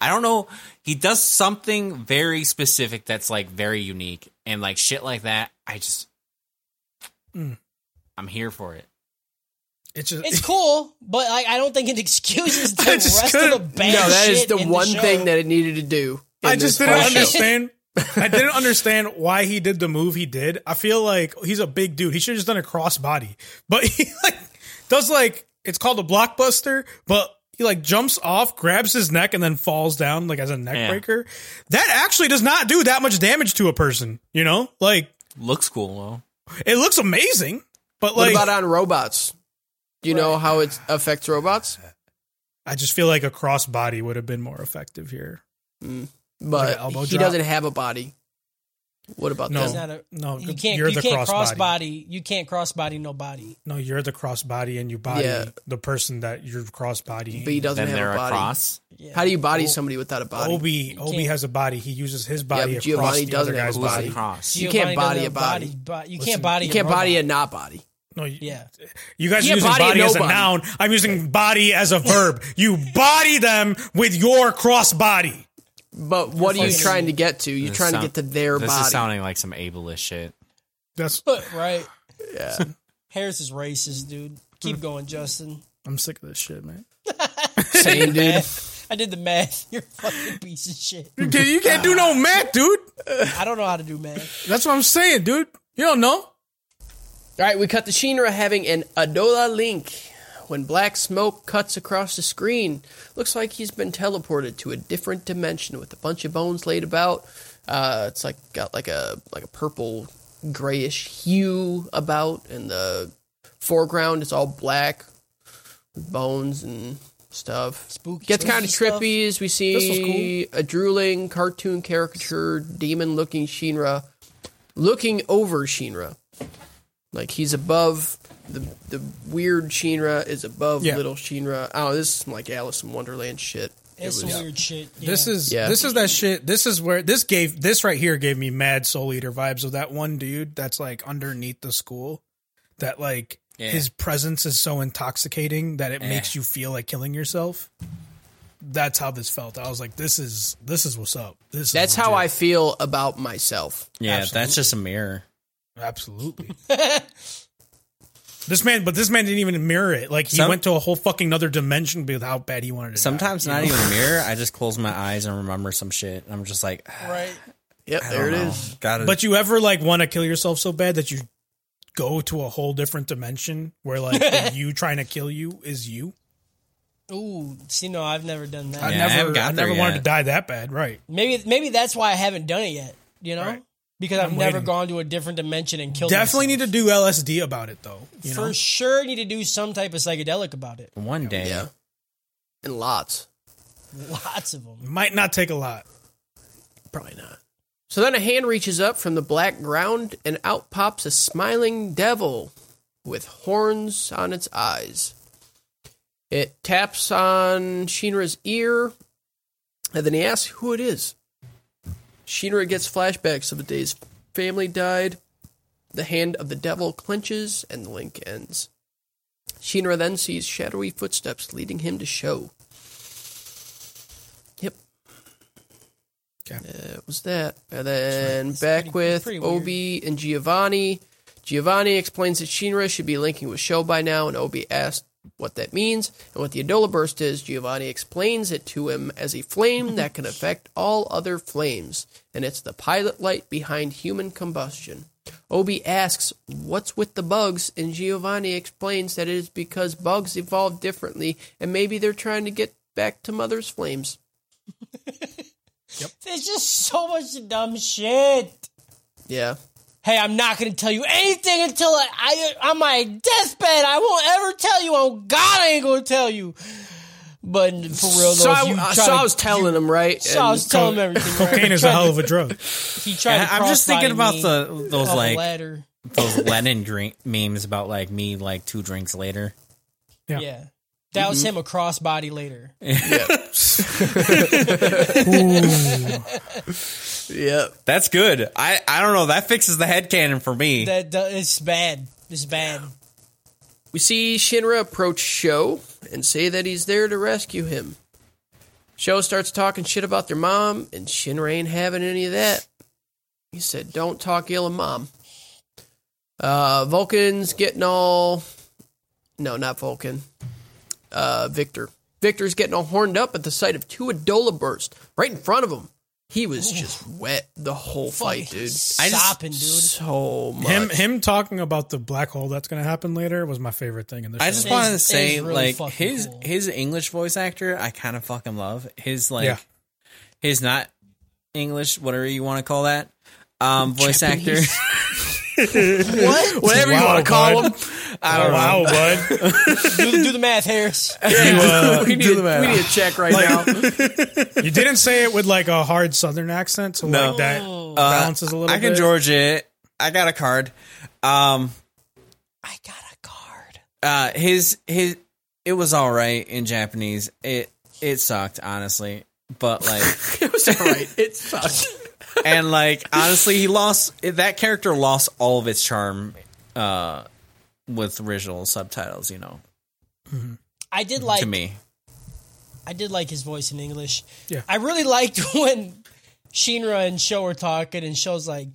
F: I don't know. He does something very specific that's like very unique and like shit like that. I just, I'm here for it.
C: It's just
D: It's cool, but I, I don't think it excuses the
C: I just
D: rest of
C: couldn't-
D: the bad
B: no, that is
D: shit
B: the
D: in
B: one
D: show.
B: thing that it needed to do. in
C: I just
B: this
C: didn't
B: whole show.
C: understand. I didn't understand why he did the move he did. I feel like he's a big dude. He should have just done a crossbody, but he like does like it's called a blockbuster, but he like jumps off, grabs his neck, and then falls down like as a neck
F: Yeah.
C: breaker. That actually does not do that much damage to a person. You know, like
F: Looks cool though.
C: it looks amazing, but
B: What
C: like
B: about on robots? Do you know how it affects robots?
C: I just feel like a crossbody would have been more effective here. Like
B: But
C: an elbow
B: he
C: drop?
B: doesn't have a body. What about
C: No.
B: that?
D: It's not a-
C: No,
D: you can't.
C: you're
D: you
C: the
D: can't
C: crossbody.
D: crossbody. You can't crossbody nobody.
C: No, you're the crossbody, and you body
B: Yeah.
C: the person that you're crossbodying.
B: But he doesn't
F: Then
B: have
F: they're
B: a body.
F: across.
B: How do you body somebody without a body?
C: Obi Obi
D: can't-
C: has a body. He uses his body
B: but
C: across
B: Giovanni
C: the
B: doesn't
C: other
B: have
C: guy's
B: a
F: Who's
B: body.
C: body.
F: across?
B: You can't
D: Giovanni
B: body
D: doesn't
B: a body.
D: bo- you
C: Listen,
D: can't body.
B: You can't body
D: robot.
B: a not body.
C: No, you,
D: Yeah.
C: you guys are
B: Yeah,
C: using
B: body
C: body,
B: and
C: as a
B: nobody.
C: noun. I'm using body as a verb. You body them with your crossbody.
B: But what are you
D: fucking-
B: trying to get to? You're
F: This
B: trying to
F: sound-
B: get to their
F: This
B: body.
F: is sounding like some ableist shit.
C: That's
D: right. Yeah. Harris is racist, dude. Keep going, Justin.
C: I'm sick of this shit, man.
B: Same dude.
D: I did the math. You're a fucking piece of shit.
C: You can't, you can't do no math, dude.
D: I don't know how to do math.
C: That's what I'm saying, dude. You don't know.
B: All right, we cut to Shinra having an Adola link. When black smoke cuts across the screen, looks like he's been teleported to a different dimension with a bunch of bones laid about. Uh, it's like got like a like a purple grayish hue about, and the foreground is all black with bones and stuff.
D: Spooky-
B: Gets kind of
D: spooky stuff.
B: trippy as we see a drooling cartoon caricature demon looking Shinra looking over Shinra. Like he's above the the weird Shinra is above
C: Yeah.
B: little Shinra. Oh, this is some, like Alice in Wonderland shit.
D: It's some weird shit. Yeah.
C: This is
B: Yeah.
C: this is that shit. This is where this gave this right here gave me mad soul eater vibes of that one dude that's like underneath the school that like
F: Yeah.
C: his presence is so intoxicating that it makes you feel like killing yourself. That's how this felt. I was like, this is this is what's up. This is
B: That's how I
C: legit.
B: feel about myself.
F: Yeah, that's just a mirror.
C: absolutely. this man, but this man didn't even mirror it. Like he
F: Some-
C: went to a whole fucking other dimension with how bad he wanted to. die.
F: Sometimes not even a mirror. I just close my eyes and remember some shit. And I'm just like,
D: right.
B: Yep,
F: I
B: there it
F: don't
B: is.
F: know. Gotta-
C: But you ever like want to kill yourself so bad that you go to a whole different dimension where like the you trying to kill you is you?
D: Ooh, see, no, I've never done that.
C: I
F: Yeah, I
C: never,
F: haven't
C: I
F: got there
C: never wanted
F: yet.
C: to die that bad, right?
D: Maybe, maybe that's why I haven't done it yet. You know,
C: Right.
D: because I've
C: I'm
D: never
C: waiting.
D: gone to a different dimension and killed.
C: Definitely need to do LSD about it though. You
D: for
C: know,
D: sure need to do some type of psychedelic about it.
F: one day.
B: Yeah. And lots.
D: Lots of them.
C: might not take a lot.
B: Probably not. So then a hand reaches up from the black ground and out pops a smiling devil with horns on its eyes. It taps on Shinra's ear and then he asks who it is. Shinra gets flashbacks of the day his family died. The hand of the devil clenches and the link ends. Shinra then sees shadowy footsteps leading him to show. Yep, that was that. And then back
D: pretty-
B: with
D: pretty weird.
B: Obi and Giovanni. Giovanni explains that Shinra should be linking with Show by now, and Obi asks what that means and what the Adola Burst is, Giovanni explains it to him as a flame that can affect all other flames, and it's the pilot light behind human combustion. Obi asks, What's with the bugs? and Giovanni explains that it is because bugs evolve differently and maybe they're trying to get back to Mother's flames.
D: There's just so much dumb shit.
B: Yeah.
D: Hey, I'm not going to tell you anything until I, I on my deathbed. I won't ever tell you. Oh God, I ain't going to tell you. But for real, though,
B: so,
D: if
B: I,
D: you
B: uh,
D: try
B: so
D: to,
B: I was telling him, right?
D: so I
B: And-
D: was telling him everything. right?
C: Cocaine is a
D: Tried to-
C: hell of a drug.
D: He tried. to
F: I'm just thinking about
D: cross-vine me
F: the those
D: off a
F: like
D: ladder.
F: those Lennon drink memes about like me like two drinks later.
C: Yeah.
D: Yeah. That was
F: Mm-hmm.
D: him a crossbody later.
B: Yep.
F: That's good. I I don't know. That fixes the head cannon for me.
D: That, that it's bad. It's bad.
B: We see Shinra approach Sho and say that he's there to rescue him. Sho starts talking shit about their mom, and Shinra ain't having any of that. He said, Don't talk ill of mom. Uh, Vulcan's getting all. No, not Vulcan. Uh, Victor. Victor's getting all horned up at the sight of two Adola bursts right in front of him. He was just wet the whole fight, dude.
F: I just-
D: Stopping, dude.
B: So much.
C: Him him talking about the black hole that's going to happen later was my favorite thing in the show.
F: I just
D: It's-
F: wanted to
D: it's
F: say,
D: really fucking
F: like his
D: cool.
F: his English voice actor, I kind of fucking love his like
C: Yeah.
F: his not English, whatever you want to call that, um, voice actor.
D: What?
B: Whatever you
C: Wow,
B: want to call
C: bud.
B: him.
C: wow, bud.
D: do, do the math, Harris.
C: You, uh,
B: We need,
F: Do
B: a,
F: the math.
B: we need a check right now.
C: you didn't say it with like a hard Southern accent, so
F: No. Uh,
C: like that balances a little.
F: I can
C: bit.
F: George it. I got a card. Um,
D: I got a card.
F: uh, his his it was all right in Japanese. It it sucked honestly, but like
B: It was all right. It sucked.
F: and like honestly, he lost that character lost all of its charm uh, with original subtitles. You know,
D: I did like
F: to me.
D: I did like his voice in English.
C: Yeah.
D: I really liked when Shinra and Sho were talking, and Sho's like,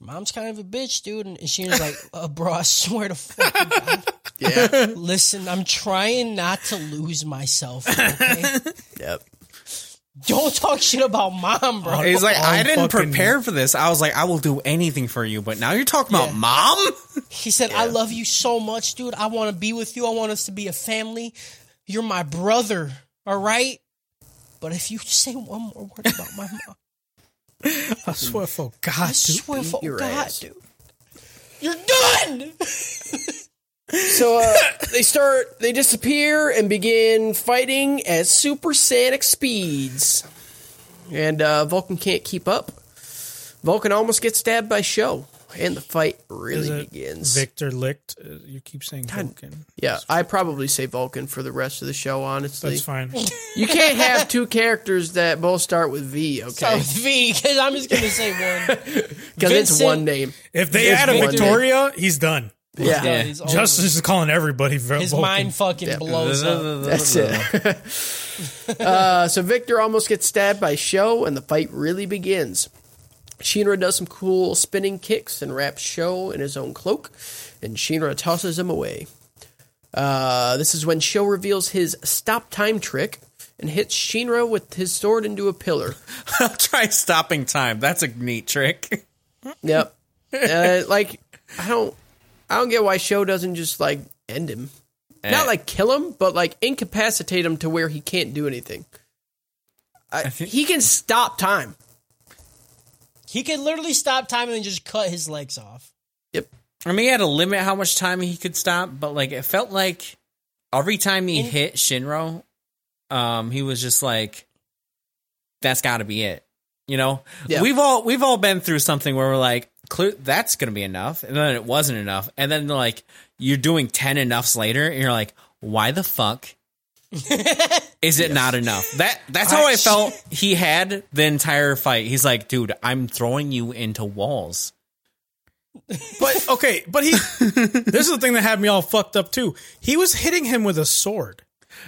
D: "Mom's kind of a bitch, dude," and Shinra's like, uh, "Bro, I swear to fucking God,
B: Yeah.
D: listen, I'm trying not to lose myself. Okay,
B: yep.
D: don't talk shit about mom, bro."
F: He's like, I
C: I'm
F: didn't
C: fucking-
F: prepare for this. I was like, I will do anything for you, but now you're talking about
D: Yeah.
F: mom.
D: He said, I love you so much, dude. I want to be with you. I want us to be a family. You're my brother, all right? But if you say one more word about my mom,
C: I swear for God,
D: I
C: dude.
D: swear for
B: your
D: God,
B: ass.
D: dude. You're done!
B: So uh, they start, they disappear and begin fighting at supersonic speeds. And uh, Vulcan can't keep up. Vulcan almost gets stabbed by Sho, and the fight
C: Is
B: really
C: it
B: begins.
C: Victor licked. Uh, You keep saying Vulcan.
B: yeah, I probably say Vulcan for the rest of the show, honestly.
C: That's fine.
B: You can't have two characters that both start with V,
D: So,
B: okay?
D: Oh, V, because I'm just going to say one.
B: Because it's
D: Vincent-
B: one name.
C: If they
B: It's
C: add a
B: Vulcan.
C: Victoria, he's done.
B: Yeah.
D: Done. He's over.
C: Justice is calling everybody Vulcan.
D: His mind fucking blows up.
B: That's it. uh, so Victor almost gets stabbed by Sho, and the fight really begins. Shinra does some cool spinning kicks and wraps Sho in his own cloak, and Shinra tosses him away. Uh, this is when Sho reveals his stop time trick and hits Shinra with his sword into a pillar.
F: Try stopping time. That's a neat trick.
B: Yep. Uh, like I don't, I don't get why Sho doesn't just like end him,
F: Eh.
B: not like kill him, but like incapacitate him to where he can't do anything. I, he can stop time.
D: He could literally stop time and then just cut his legs off.
B: Yep.
F: I mean, he had a limit how much time he could stop, but like it felt like every time he hit Shinro, um, he was just like, "That's got to be it." You know,
B: Yeah.
F: we've all we've all been through something where we're like, "Cle- "That's gonna be enough," and then it wasn't enough, and then like you're doing ten enoughs later, and you're like, "Why the fuck?" Is it not enough? That that's how I felt he had the entire fight. He's like, dude, I'm throwing you into walls.
C: But okay, but he. this is the thing that had me all fucked up too. He was hitting him with a sword.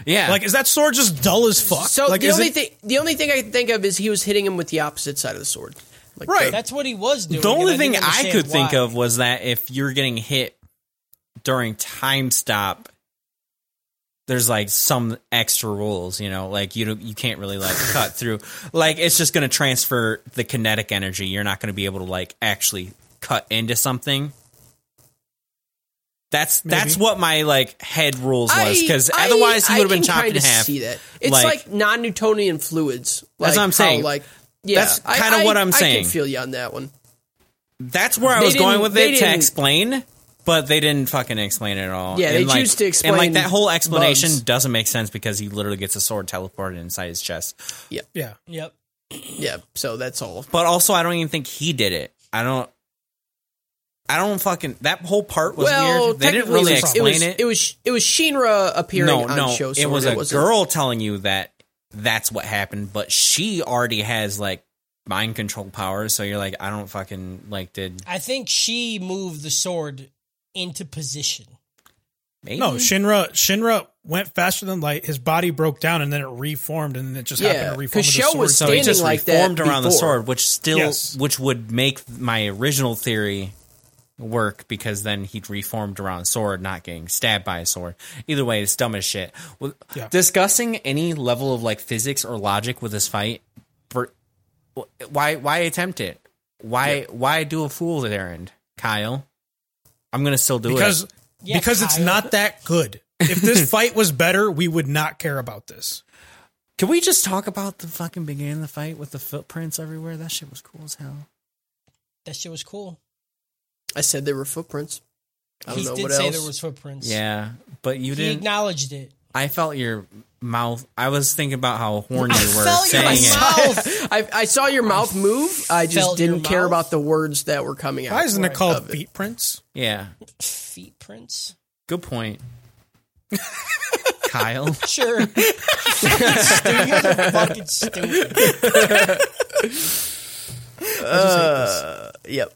F: Yeah.
C: Like, is that sword just dull as fuck?
B: So
C: like,
B: the
C: is
B: only
C: it-
B: thing, the only thing I can think of is he was hitting him with the opposite side of the sword. Like
C: Right.
D: That's what he was doing.
F: The only
D: and
F: thing
D: didn't
F: I
D: understand
F: could think
D: why.
F: of was that if you're getting hit during time stop, there's like some extra rules, you know, like you don't, you can't really like cut through. Like it's just going to transfer the kinetic energy. You're not going to be able to like actually cut into something. That's that's what my like head rules was because
B: I-
F: otherwise he
B: I
F: would have been
B: can
F: chopped in
B: kinda
F: half.
B: See that it's
F: Like-
B: like, non-Newtonian fluids.
F: That's
B: Like
F: what I'm
B: how,
F: saying.
B: like yeah,
F: That's
B: I-
F: kinda
B: I-
F: what I'm
B: I
F: saying.
B: can feel you on that one.
F: That's where I
B: They
F: was going
B: didn't-
F: with
B: they
F: it to
B: didn't-
F: explain, but they didn't fucking explain it at all.
B: Yeah, they
F: like,
B: choose to
F: And like
B: explain
F: that whole explanation
B: bugs.
F: doesn't make sense because he literally gets a sword teleported inside his chest.
C: Yeah.
D: Yep.
B: Yeah, so that's all.
F: But also, I don't even think he did it. I don't. I don't fucking. That whole part was
B: well,
F: weird. They didn't
B: technically
F: really
B: it was-
F: explain
B: it. Was, it was it was Shinra appearing
F: no,
B: on
F: no.
B: show.
F: it
B: Sword.
F: was a
B: wasn't-
F: girl telling you that that's what happened, but she already has like mind control powers. So you're like, I don't fucking like. Did
D: I think she moved the sword into position.
F: maybe?
C: No, Shinra Shinra went faster than light. His body broke down and then it reformed and it just happened
B: Yeah,
C: to reform.
B: 'cause
C: with the
B: Shell
C: sword.
B: was
F: So it
B: standing
F: just
B: like that
F: reformed around the
B: before.
F: sword, which still,
C: Yes.
F: which would make my original theory work because then he'd reformed around a sword, not getting stabbed by a sword. Either way, it's dumb as shit. Well,
C: Yeah.
F: Discussing any level of like physics or logic with this fight, for, why why attempt it? Why why do a fool's errand, Kyle? I'm gonna still do
C: because
F: it.
D: Yeah,
C: because it's
D: Kyle.
C: not that good. If this fight was better, we would not care about this.
F: Can we just talk about the fucking beginning of the fight with the footprints everywhere? That shit was cool as hell.
D: That shit was cool.
B: I said there were footprints. I don't
D: He
B: know
D: did
B: what
D: say
B: else.
D: there was footprints.
F: Yeah, but you
D: He
F: didn't.
D: acknowledged it.
F: I felt your mouth. I was thinking about how horny you were
D: felt your
F: saying it.
D: mouth.
B: I, I saw your mouth move. I just
D: felt your
B: didn't care
D: mouth.
B: about the words that were coming out.
C: Why isn't it called
B: of it.
C: feet prints?
F: Yeah,
D: Feet prints.
F: good point. Kyle,
D: Sure. you guys are fucking stupid.
B: Yep.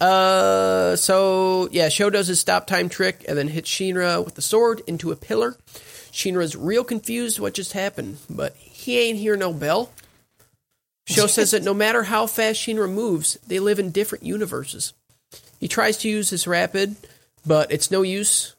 B: Uh, so yeah, Sho does his stop time trick and then hits Shinra with the sword into a pillar. Shinra's real confused what just happened, but he ain't hear no bell. Sho says that no matter how fast Shinra moves, they live in different universes. He tries to use his rapid, but it's no use.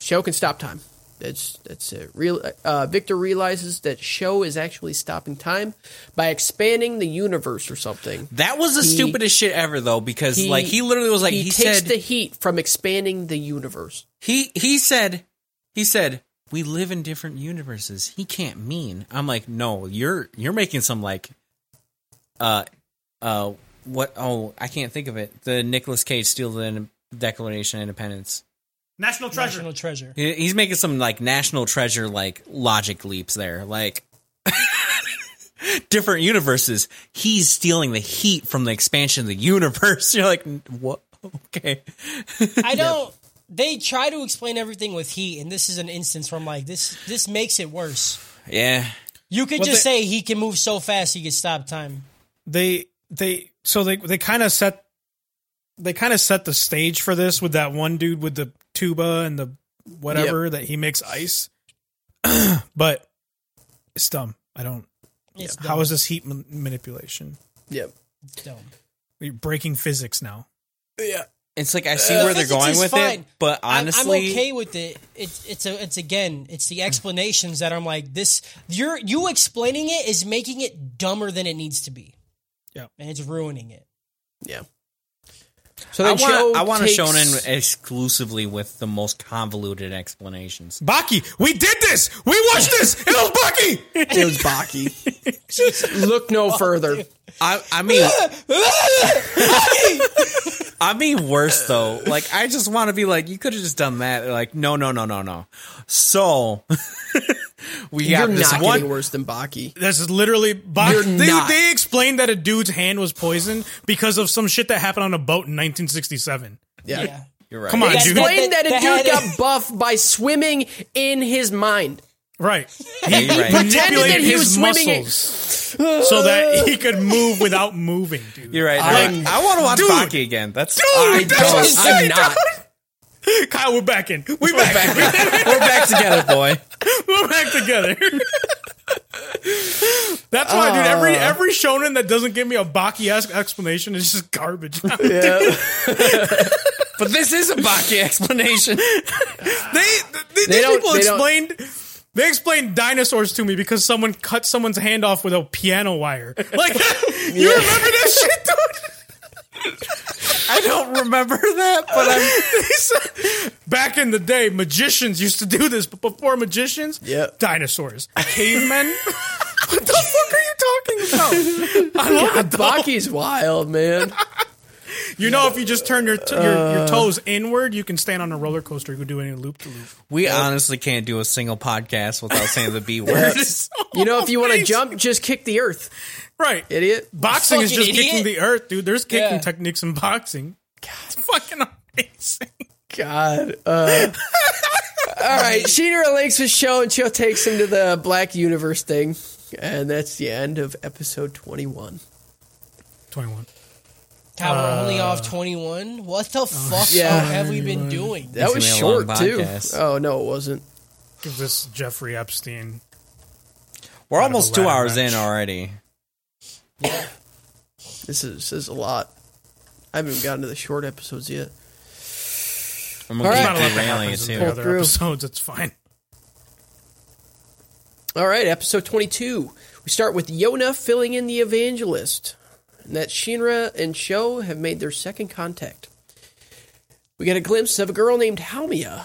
B: Sho can stop time. That's that's it. Real, uh, Victor realizes that Sho is actually stopping time by expanding the universe or something
F: that was the stupidest shit ever, though, because like he literally was like he,
B: takes
F: said
B: the heat from expanding the universe.
F: he he said he said we live in different universes. He can't mean. I'm like, no, you're you're making some like, uh, uh, what? Oh, I can't think of it. The Nicolas Cage steal the Declaration of Independence. Uh,
C: National
D: National treasure.
F: He- He's making some like national treasure like logic leaps there, like different universes. He's stealing the heat from the expansion of the universe. You're like, what? Okay,
D: I don't. They try to explain everything with heat, and this is an instance where I'm like, this this makes it worse.
F: yeah.
D: You could
C: Well,
D: just say he can move so fast he can stop time.
C: They they so they they kind of set they kind of set the stage for this with that one dude with the tuba and the whatever that he makes ice. but it's dumb. I don't.
D: It's
C: How is this heat ma- manipulation?
B: Yep.
D: dumb.
C: You're breaking physics now.
F: It's like I see
D: Uh,
F: where they're
D: physics
F: going
D: is
F: with it,
D: fine.
F: but
D: I'm-
F: honestly,
D: I'm, okay with it. It's it's a it's again it's the explanations that I'm like this. You're you explaining it is making it dumber than it needs to be.
C: Yeah.
D: and it's ruining it.
B: Yeah. So
F: I
B: then Cho
F: want I want a
B: takes-
F: shonen exclusively with the most convoluted explanations.
C: Baki, we did this. We watched this. It was Baki.
B: It was Baki. Look no further.
F: I I mean, I mean worse though. Like I just want to be like, you could have just done that. Like no, no, no, no, no. So we
B: You're
F: got
B: not
F: this
B: getting
F: one.
B: worse than Baki.
C: This is literally Baki.
B: You're
C: They,
B: not.
C: they explained that a dude's hand was poisoned because of some shit that happened on a boat in 1967.
B: Yeah.
D: Yeah,
F: You're right.
C: Come on, dude.
D: that-
B: Explain that,
D: that-
B: a dude
D: that-
B: got buff by swimming in his mind.
C: Right.
F: Yeah, you're right.
B: pretended that
C: Manipulated
B: he
C: his
B: was swimming in-
C: muscles so that he could move without moving, dude.
F: You're right.
B: I'm-
F: I, want to watch
C: Dude.
F: Baki again. That's
B: I
F: I,
B: don't. I'm not.
C: Kyle, we're back in. We back.
F: we're back together, boy.
C: We're back together. That's why, dude. Every
B: Ah.
C: every shonen that doesn't give me a Baki esque explanation is just garbage.
F: But this is a Baki explanation.
C: they, th- th- these
B: don't-
C: people
B: they don't-
C: explained They explained dinosaurs to me because someone cut someone's hand off with a piano wire. Like, you remember that shit, dude?
F: I don't remember that, but I'm
C: They said- Back in the day, magicians used to do this, but before magicians,
B: Yep.
C: dinosaurs, cavemen. what the fuck are you talking about? I love it, though.
B: Baki's wild, man.
C: You know, if you just turn your, t- your your toes inward, you can stand on a roller coaster. You can do any loop to loop.
F: we honestly can't do a single podcast without saying the B word.
B: You know, if you want to
C: Amazing.
B: jump, just kick the earth,
C: Right.
B: idiot.
C: Boxing is
D: Fucking
C: just kicking
D: idiot.
C: the earth, dude. There's kicking
D: Yeah.
C: techniques in boxing. It's fucking amazing.
B: God. Uh, all right. Sheenra links his show, and Chill takes him to the Black Universe thing. And that's the end of episode 21.
C: 21.
D: God,
F: Uh,
D: we're only off 21. What
F: oh,
D: the fuck
B: Yeah.
D: have we been doing?
B: That
F: It's
B: was
F: gonna be a long
B: short, too.
F: podcast.
B: Oh, no, it wasn't.
C: Give this Jeffrey Epstein.
F: We're almost two
C: ladder
F: hours
C: match.
F: in already.
B: This is, this is a lot. I haven't even gotten to the short episodes yet.
F: I'm
B: All
F: gonna
B: right.
F: keep
C: Not a lot that
F: derailing it
C: happens in the
F: too.
C: other
B: through.
C: episodes. It's fine.
B: All right, episode 22. We start with Yona filling in the evangelist. And that Shinra and Sho have made their second contact. We get a glimpse of a girl named Haumia.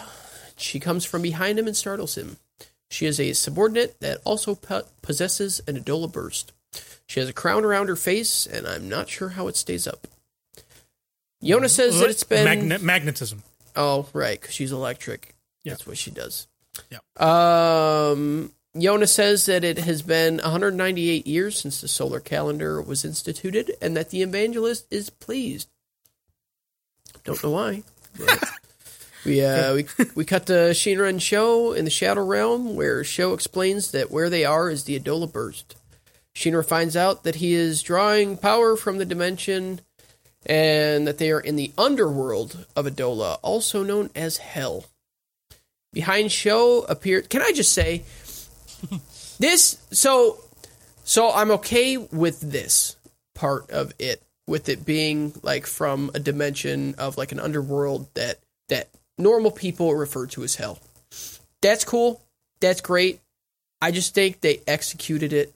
B: She comes from behind him and startles him. She is a subordinate that also po- possesses an Adola burst. She has a crown around her face, and I'm not sure how it stays up. Yona says that it's been.
C: Magne- magnetism.
B: Oh, right, because she's electric.
C: Yeah.
B: That's what she does.
C: Yeah.
B: Um, Yona says that it has been 198 years since the solar calendar was instituted, and that the evangelist is pleased. Don't know why. but- we uh, we we cut to Shinra and Sho in the Shadow Realm, where Sho explains that where they are is the Adola Burst. Shinra finds out that he is drawing power from the dimension and that they are in the underworld of Adola, also known as Hell. Behind show appeared. Can I just say this? So, so I'm okay with this part of it, with it being like from a dimension of like an underworld that that normal people refer to as Hell. That's cool. That's great. I just think they executed it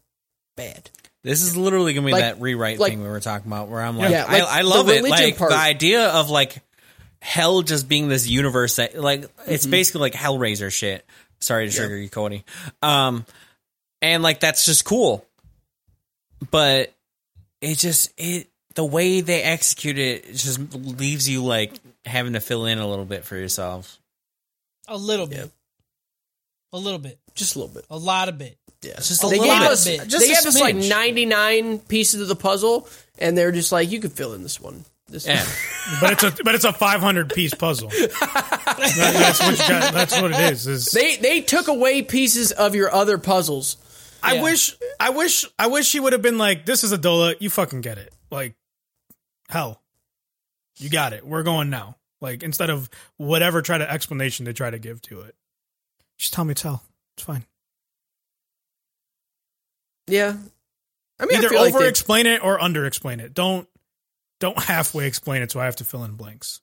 B: bad.
F: This is literally gonna be
B: Like-
F: that rewrite
B: like-
F: thing we were talking about, where I'm like,
B: Yeah, like
F: I, I
B: the
F: love it,
B: religion
F: like
B: part.
F: the idea of like hell just being this universe that, like,
B: Mm-hmm.
F: it's basically like Hellraiser shit. Sorry to trigger you, Cody. Um, and like that's just cool, but it just it the way they execute it, it just leaves you like having to fill in a little bit for yourself.
D: A little bit.
B: Yeah.
D: A little bit.
B: Just a little bit.
D: A lot of bit.
B: Yeah.
F: It's just a
D: They
F: little
D: gave
F: bit.
D: us-
F: just
B: they
F: a
B: gave us like
F: smidge.
B: 99 pieces of the puzzle, and they're just like, you could fill in this one. This
F: Yeah.
C: But it's a but it's a 500 piece puzzle. That- that's, what you got, that's what it is. is
B: They they took away pieces of your other puzzles.
C: I
D: Yeah.
C: wish I wish I wish he would have been like, "This is a Dola. You fucking get it. Like, hell, you got it. We're going now." Like instead of whatever try to explanation they try to give to it, just tell me it's hell. It's fine.
B: Yeah. I mean, I
C: Either
B: feel like
C: over
B: they-
C: explain it or under explain it. Don't don't halfway explain it. So I have to fill in blanks.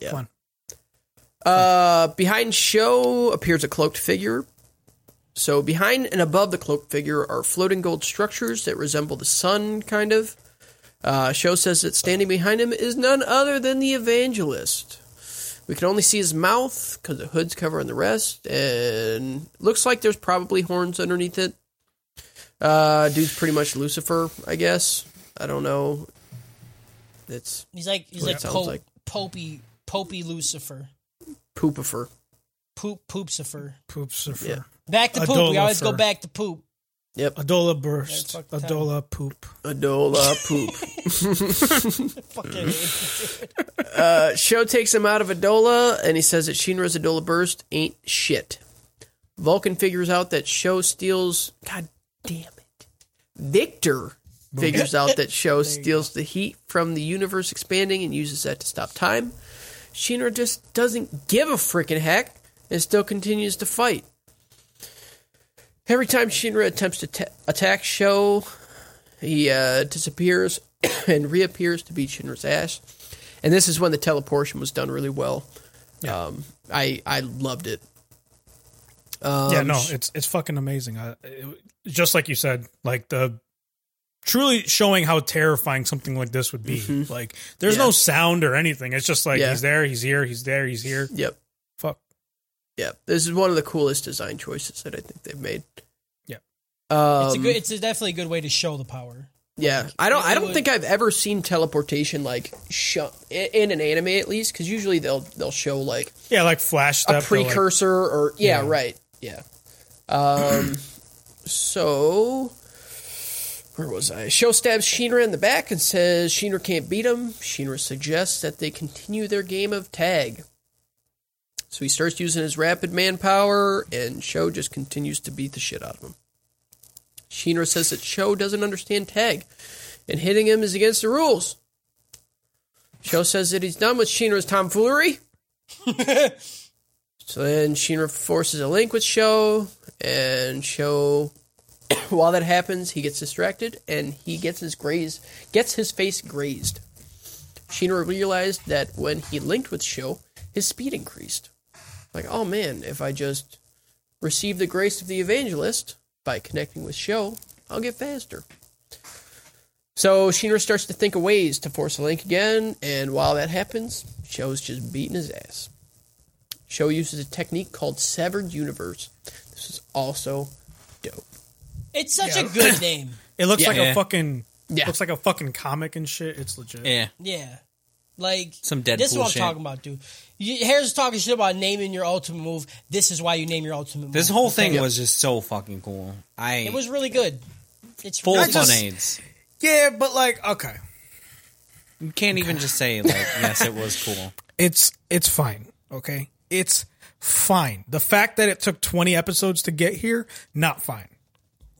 B: Yeah.
C: Come on.
B: Uh, behind show appears a cloaked figure. So behind and above the cloaked figure are floating gold structures that resemble the sun, kind of. Uh, show says that standing behind him is none other than the evangelist. We can only see his mouth because the hood's covering the rest, and looks like there's probably horns underneath it. Uh, dude's pretty much Lucifer, I guess. I don't know. It's
D: He's like he's
B: What it
D: like,
B: sounds
D: Pope,
B: like.
D: Popey Popey Lucifer.
B: poopifer.
D: Poop Poopsifer.
C: Poops are for
B: Yeah.
D: Back to poop. We always go
C: Adolifer.
D: back to poop.
C: Adola burst.
D: Yeah, fuck the
C: Adola poop.
B: Adola poop.
D: Fucking
B: Uh, Show takes him out of Adola, and he says that Shinra's Adola burst ain't shit. Vulcan figures out that Show steals. God damn it! Victor figures out that Show steals the heat from the universe expanding and uses that to stop time. Shinra just doesn't give a freaking heck and still continues to fight. Every time Shinra attempts to ta attack Show, he uh, disappears and reappears to beat Shinra's ass. And this is when the teleportation was done really well. Um, I I loved it. Um,
C: yeah, no, it's it's fucking amazing. I, it, just like you said, like the truly showing how terrifying something like this would be. Like there's
B: Mm-hmm. Yeah.
C: no sound or anything. It's just like
B: Yeah.
C: he's there, he's here, he's there, he's here.
B: Yep.
C: Fuck.
B: Yep. This is one of the coolest design choices that I think they've made.
C: Yep.
B: Um,
D: It's a good. It's a definitely a good way to show the power.
B: Yeah, I don't.
D: it-
B: I
D: it
B: don't
D: would-
B: think I've ever seen teleportation like sho- i in an anime at least, because usually they'll they'll show like
C: Yeah, like flash
B: a
C: step. or, like-
B: precursor or yeah, right, yeah. Um, so where was I? Show stabs Shinra in the back and says Shinra can't beat him. Shinra suggests that they continue their game of tag. So he starts using his rapid manpower, and Show just continues to beat the shit out of him. Shinra says that Show doesn't understand tag, and hitting him is against the rules. Show says that he's done with Shinra's tomfoolery. so then Shinra forces a link with Show, and Show, while that happens, he gets distracted and he gets his graze, gets his face grazed. Shinra realized that when he linked with Show, his speed increased. Like, oh man, if I just receive the grace of the evangelist by connecting with Show, I'll get faster. So Shinra starts to think of ways to force a link again, and while that happens, Sho's just beating his ass. Sho uses a technique called Severed Universe. This is also dope.
D: It's such a good name.
C: It looks
B: Yeah.
C: like
F: Yeah.
C: a fucking
B: Yeah.
C: looks like a fucking comic and shit. It's legit.
F: Yeah.
D: Yeah, like
F: Some
D: This is
F: Deadpool
D: what I'm
F: shit.
D: talking about, dude. You, Harris is talking shit about naming your ultimate move. This is why you name your ultimate.
F: This
D: move.
F: whole thing was just so fucking cool. I
D: It was really good. It's
F: full
D: really
F: fun
D: just-
F: aids.
C: Yeah, but like okay.
F: You can't even just say like, yes, it was cool.
C: It's it's fine. Okay? It's fine. The fact that it took 20 episodes to get here, not fine.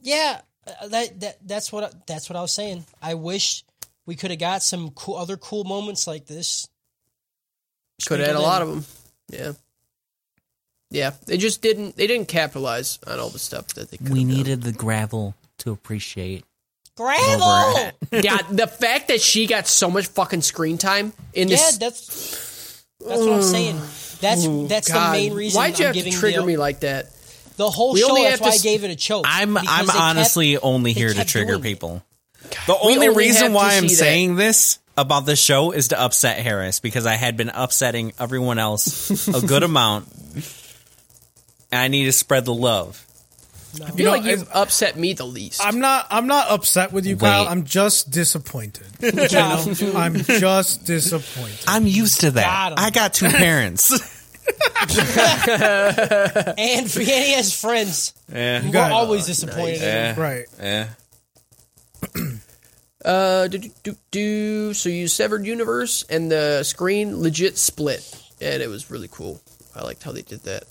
D: Yeah, uh, that, that that's what I, that's what I was saying. I wish we could have got some cool, other cool moments like this.
B: Could add a
D: Sprinkled in.
B: lot of them. Yeah. Yeah, they just didn't. They didn't capitalize on all the stuff that they. Could
F: We needed the gravel to appreciate.
D: Gravel.
B: yeah, the fact that she got so much fucking screen time in
D: Yeah,
B: this.
D: that's that's what I'm saying. That's that's
B: God,
D: the main reason.
B: Why'd you
D: I'm
B: have to
D: giving
B: trigger
D: the,
B: me like that?
D: The whole
B: We
D: show.
B: only
D: That's
B: have to
D: why I
B: s-
D: gave it a choke.
F: I'm
D: because
F: I'm
D: they kept-
F: honestly only
D: they
F: here to
D: kept
F: trigger
D: doing it.
F: people.
B: we
F: The only,
B: only have
F: reason
B: to
F: why I'm
B: see that.
F: saying this about this show is to upset Harris because I had been upsetting everyone else a good amount. And I need to spread the love.
B: I feel
C: know,
B: like you've upset me the least.
C: I'm not I'm not upset with you, Kyle.
F: Wait.
C: I'm just disappointed. You know? I'm just disappointed.
F: I'm used to that.
D: Got 'em.
F: I got two parents.
D: And and he has friends.
F: yeah.
D: We're
C: got it.
D: always disappointed. in him.
C: Right.
F: Yeah.
B: Uh, do, do, do, do. So you severed universe and the screen legit split, and it was really cool. I liked how they did that.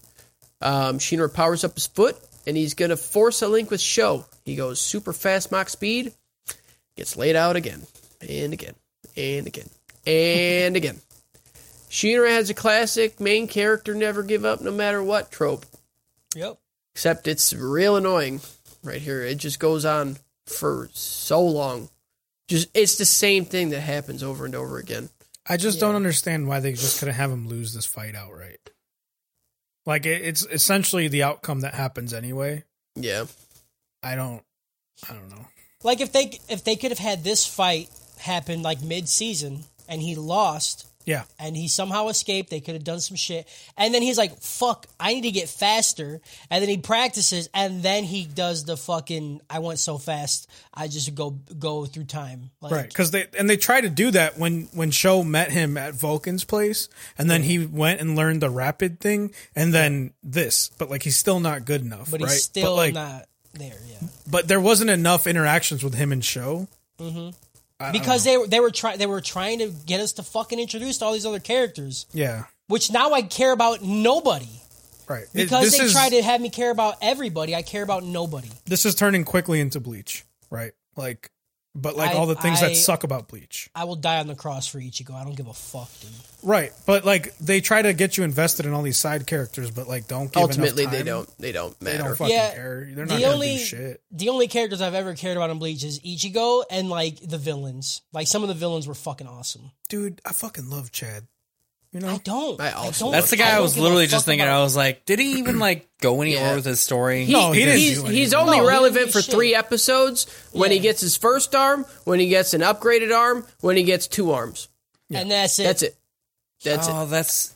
B: Um, Shinra powers up his foot, and he's gonna force a link with Show. He goes super fast, Mach speed, gets laid out again and again and again and again. Shinra has a classic main character never give up no matter what trope.
D: Yep.
B: Except it's real annoying right here. It just goes on for so long. Just it's the same thing that happens over and over again.
C: I just don't understand why they just couldn't have him lose this fight outright. Like it, it's essentially the outcome that happens anyway.
B: Yeah.
C: I don't I don't know.
D: Like if they if they could have had this fight happen like mid season and he lost
C: Yeah.
D: and he somehow escaped, they could have done some shit. And then he's like, "Fuck, I need to get faster." And then he practices, and then he does the fucking "I went so fast, I just go go through time." Like,
C: Right, because they and they tried to do that when when Show met him at Vulcan's place, and then he went and learned the rapid thing, and then this, but like he's still not good enough.
D: but
C: right?
D: he's still
C: like,
D: not there. Yeah,
C: But there wasn't enough interactions with him and Show.
D: because they were they were trying they were trying to get us to fucking introduce to all these other characters,
C: Yeah,
D: which now I care about nobody
C: right. It-
D: because
C: this
D: they
C: is,
D: try to have me care about everybody. I care about nobody.
C: This is turning quickly into Bleach, right? Like, but like
D: I-
C: all the things
D: I-
C: that suck about Bleach,
D: I will die on the cross for Ichigo. I don't give a fuck, dude.
C: right? But like they try to get you invested in all these side characters, but like don't give enough
B: Ultimately they
C: time.
B: don't they don't matter.
C: They don't fucking
D: Yeah,
C: care. They're
D: the
C: not gonna
D: only-
C: do shit.
D: The only characters I've ever cared about in Bleach is Ichigo and like the villains. Like some of the villains were fucking awesome.
C: Dude, I fucking love Chad. You know,
D: I don't.
B: I
D: I
B: also-
D: don't.
B: That's
F: That's the guy I,
D: don't
F: was
D: give a
F: literally
D: fuck
F: just thinking.
D: about-
F: I was like, did he even like go anywhere
B: Yeah.
F: with his story?
C: No, he didn't
B: He's,
C: do it.
B: he's only
D: No, he
B: relevant
D: didn't
B: for
D: do
B: three
D: shit.
B: episodes when he
D: Yeah.
B: gets his first arm, when he gets an upgraded arm, when he gets two arms.
D: and that's it.
B: That's it. That's it.
F: oh, that's.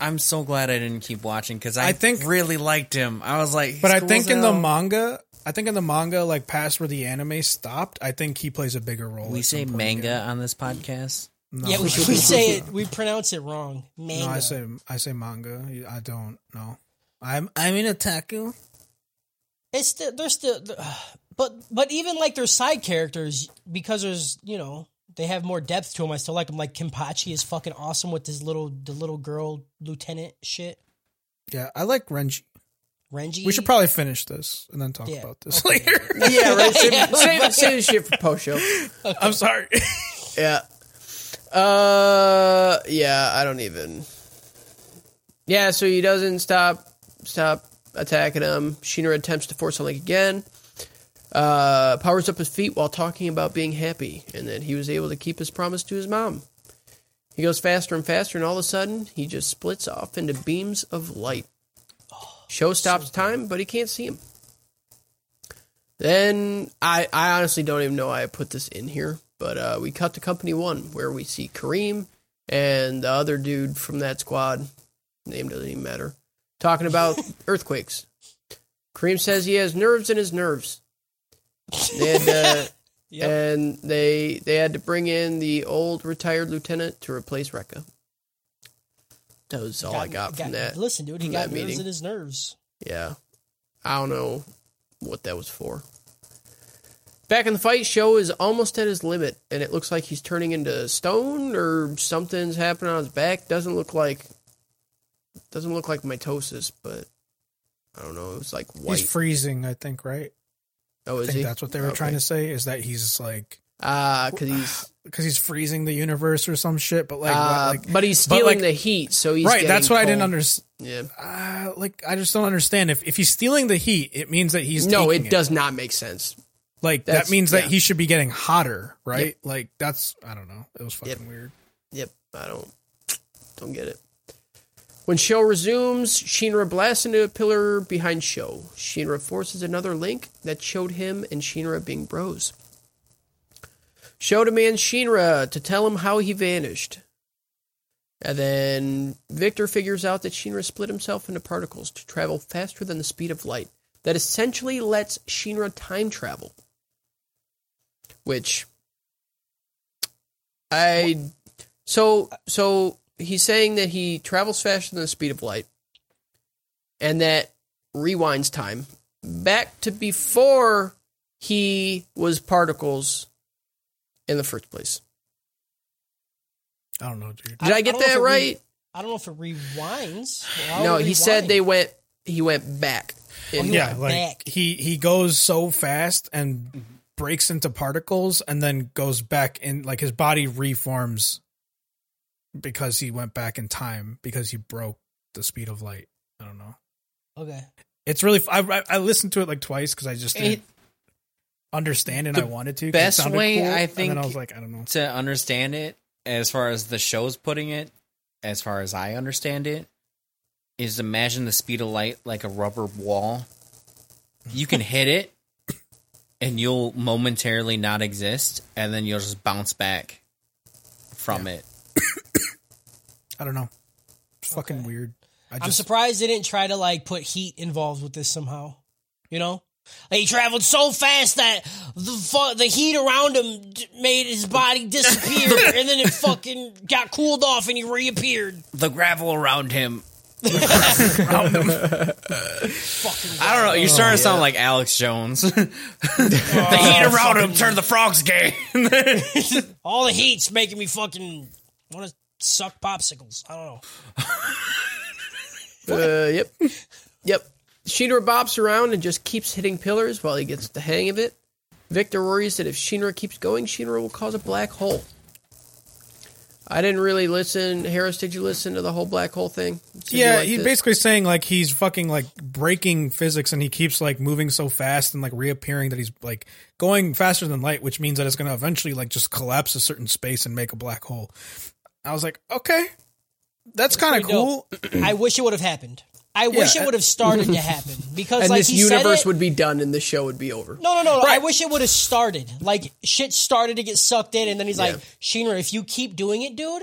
F: I'm so glad I didn't keep watching because I,
C: I think-
F: think really liked him. I was like,
C: but I
F: "He's
C: think
F: cool
C: in
F: as
C: the
F: hell."
C: manga, I think in the manga, like past where the anime stopped, I think he plays a bigger role.
F: we
C: at
F: say
C: some point
F: manga
C: again.
F: on this podcast.
C: No,
D: Yeah, we,
C: I-
D: we say it. We pronounce it wrong. Manga.
C: No, I say I say manga. I don't know. I'm I'm in otaku.
D: it's still they're still, but but even like their side characters because there's you know they have more depth to them. I still like them. Like Kimpachi is fucking awesome with his little the little girl lieutenant shit.
C: Yeah, I like Renji.
D: Renji.
C: We should probably finish this and then talk
D: Yeah.
C: about this later.
B: Yeah, right. Save, save, save the shit for post show.
C: I'm sorry.
B: Yeah. Uh yeah, I don't even. Yeah, so he doesn't stop stop attacking him. Sheener attempts to force a link again. Uh powers up his feet while talking about being happy and that he was able to keep his promise to his mom. He goes faster and faster and all of a sudden he just splits off into beams of light. Show stops time, but he can't see him. Then I, I honestly don't even know why I put this in here, but uh, we cut to company one where we see Kareem and the other dude from that squad. Name doesn't even matter. Talking about earthquakes. Kareem says he has nerves in his nerves. They had, uh, And they they had to bring in the old retired lieutenant to replace Rekka. That was all I got from that.
D: Listen, dude, he
B: from
D: got
B: that
D: nerves
B: meeting.
D: in his nerves.
B: Yeah. I don't know what that was for. Back in the fight, Show is almost at his limit, and it looks like he's turning into stone or something's happening on his back. Doesn't look like doesn't look like mitosis, but I don't know. It was like white.
C: He's freezing, I think, right?
B: oh,
C: I
B: is
C: think
B: he?
C: that's what they were
B: Okay.
C: trying to say is that he's like
B: Ah, because he's
C: because he's freezing the universe or some shit. But like,
B: uh,
C: like
B: but he's stealing
C: like-
B: the heat, so he's
C: right. That's
B: getting
C: what I didn't
B: cold.
C: understand.
B: Yeah.
C: Uh, like, I just don't understand. If if he's stealing the heat, it means that he's
B: No,
C: taking
B: it does not make sense.
C: Like
B: That's-
C: that means
B: yeah.
C: that he should be getting hotter, right? Like that's I don't know. It was fucking
B: Yep.
C: weird.
B: Yep, I don't don't get it. When Show resumes, Shinra blasts into a pillar behind Show. Shinra forces another link that showed him and Shinra being bros. Show demands Shinra to tell him how he vanished. And then Victor figures out that Shinra split himself into particles to travel faster than the speed of light. That essentially lets Shinra time travel. Which I so so he's saying that he travels faster than the speed of light, and that rewinds time back to before he was particles in the first place.
C: I don't know,
B: Did
C: dude.
B: I,
D: don't
B: get
D: know if
B: that
D: it re-
B: right?
D: I don't know if it rewinds. Why would
B: no,
D: it
B: he said
D: rewind?
B: they went. He went back. in-
D: he
C: Yeah,
D: went
C: like
D: back.
C: he he goes so fast and breaks into particles and then goes back in like his body reforms because he went back in time because he broke the speed of light. I don't know.
D: Okay.
C: It's really f- I I- I listened to it like twice because I just didn't
F: It-
C: understand and I wanted to. 'cause it
F: best
C: sounded
F: way, I
C: and
F: think-
C: then I was like I don't know.
F: to understand it as far as the show's putting it as far as i understand it is imagine the speed of light like a rubber wall you can hit it and you'll momentarily not exist and then you'll just bounce back from it
C: I don't know. It's fucking weird. I
D: I'm
C: just
D: surprised they didn't try to like put heat involved with this somehow. You know, like he traveled so fast that the fu- the heat around him d- made his body disappear, and then it fucking got cooled off, and he reappeared.
F: the gravel around him
D: Fucking.
F: i don't know you're starting to sound like alex jones the Oh, heat around him turned the frogs gay
D: All the heat's making me fucking want to suck popsicles. I don't know.
B: Uh, yep. Yep. Shinra bobs around and just keeps hitting pillars while he gets the hang of it. Victor worries that if Shinra keeps going, Shinra will cause a black hole. I didn't really listen. Harris, did you listen to the whole black hole thing? Did you
C: yeah,
B: like
C: he's
B: this?
C: basically saying like he's fucking like breaking physics and he keeps like moving so fast and like reappearing that he's like going faster than light, which means that it's going to eventually like just collapse a certain space and make a black hole. I was like, okay, that's kind of
D: pretty
C: cool.
D: dope. I wish it would have happened. I wish it would have started to happen because
B: uh, and
D: like
B: this
D: he said
B: universe
D: it-
B: would be done, and this show would be over.
D: No, no, no. no. I wish it would have started. Like shit started to get sucked in, and then he's like, "Sheener, if you keep doing it, dude,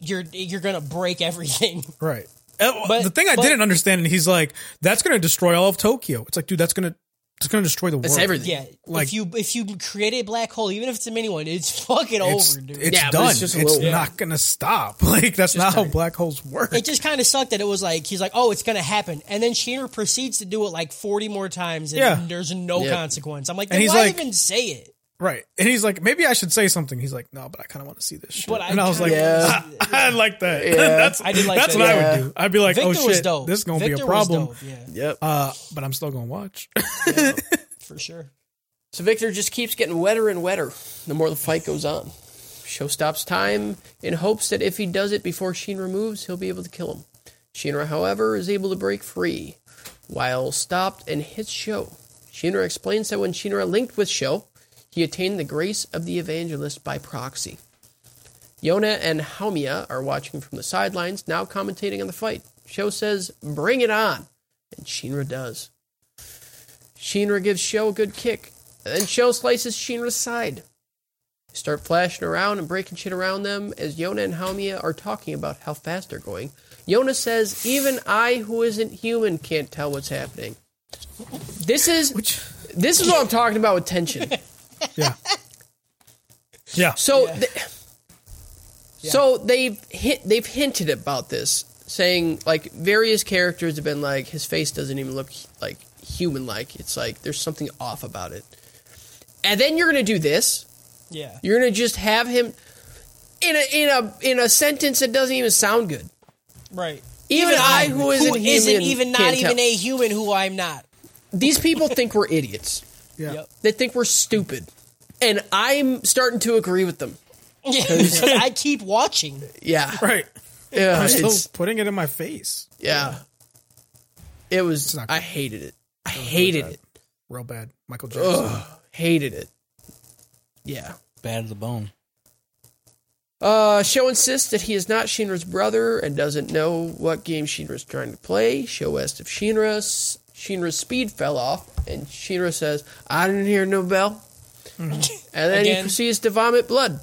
D: you're you're gonna break everything."
C: Right. Uh, well,
D: But-
C: the thing I
D: but-
C: didn't understand, and he's like, "That's going to destroy all of Tokyo." It's like, dude, that's going to it's going to destroy the world.
B: That's everything.
D: Yeah,
C: Like-
D: if you if you create a black hole, even if it's a mini one, it's fucking
C: It's,
D: over, dude.
C: it's
B: Yeah, but
C: done.
B: it's
C: It's,
B: just a little-
C: not going to stop. Like that's not how black holes work.
D: it just kind of sucked that it was like he's like, "Oh, it's gonna happen," and then Sheener proceeds to do it like forty more times, and
C: Yeah.
D: there's no
B: Yeah.
D: consequence. I'm like,
C: And
D: then
C: he's
D: why
C: like- "Oh,
D: even say it?
C: right. And he's like, "Maybe I should say something." He's like, "No, but I kind of want to see this." Shit.
D: But I
C: and I was like, "Ah,
D: kinda-
B: Yeah.
C: I, I like that. that's
D: I did like
C: that's
D: that.
C: what I
B: Yeah.
C: would do. I'd be like,
D: Victor
C: "Oh
D: was
C: shit,
D: dope.
C: this is going to
D: Victor
C: be a
D: was
C: problem."
D: dope, yeah,
B: Yep.
C: Uh, but I'm still going to watch.
D: for sure.
B: So Victor just keeps getting wetter and wetter the more the fight goes on. Show stops time in hopes that if he does it before Shinra moves, he'll be able to kill him. Shinra, however, is able to break free while stopped and hits Sho. Shinra explains that when Shinra linked with Sho, he attained the grace of the evangelist by proxy. Yona and Haumia are watching from the sidelines, now commentating on the fight. Sho says, Bring it on! And Shinra does. Shinra gives Sho a good kick, and then Sho slices Shinra's side. They start flashing around and breaking shit around them as Yona and Haumia are talking about how fast they're going. Yona says, "Even I, who isn't human, can't tell what's happening." This is this is what I'm talking about with tension.
C: yeah. Yeah.
B: So, th- so they've hit, they've hinted about this, saying like various characters have been like his face doesn't even look like human like. It's like there's something off about it. And then you're gonna do this.
D: Yeah,
B: You're gonna just have him in a in a in a sentence that doesn't even sound good.
D: right.
B: Even, I, who isn't
D: who
B: human,
D: isn't even not
B: can't
D: even
B: tell.
D: a human, who I'm not.
B: These people think we're idiots.
C: Yeah.
D: Yep.
B: They think we're stupid, and I'm starting to agree with them.
D: Yeah, because I keep watching.
B: Yeah,
C: Right.
B: yeah,
C: I'm still
B: it's-
C: putting it in my face.
B: Yeah. It was.
C: not
B: I hated it. I hated
C: bad.
B: it.
C: Real bad. Michael Jackson.
B: Hated it. Yeah.
F: Bad to the bone.
B: Uh, Sho insists that he is not Shinra's brother and doesn't know what game Shinra's trying to play. Sho asks if Shinra's Shinra's speed fell off, and Shinra says, "I didn't hear no bell."
F: Mm-hmm.
B: and then he
D: Again.
B: proceeds to vomit blood.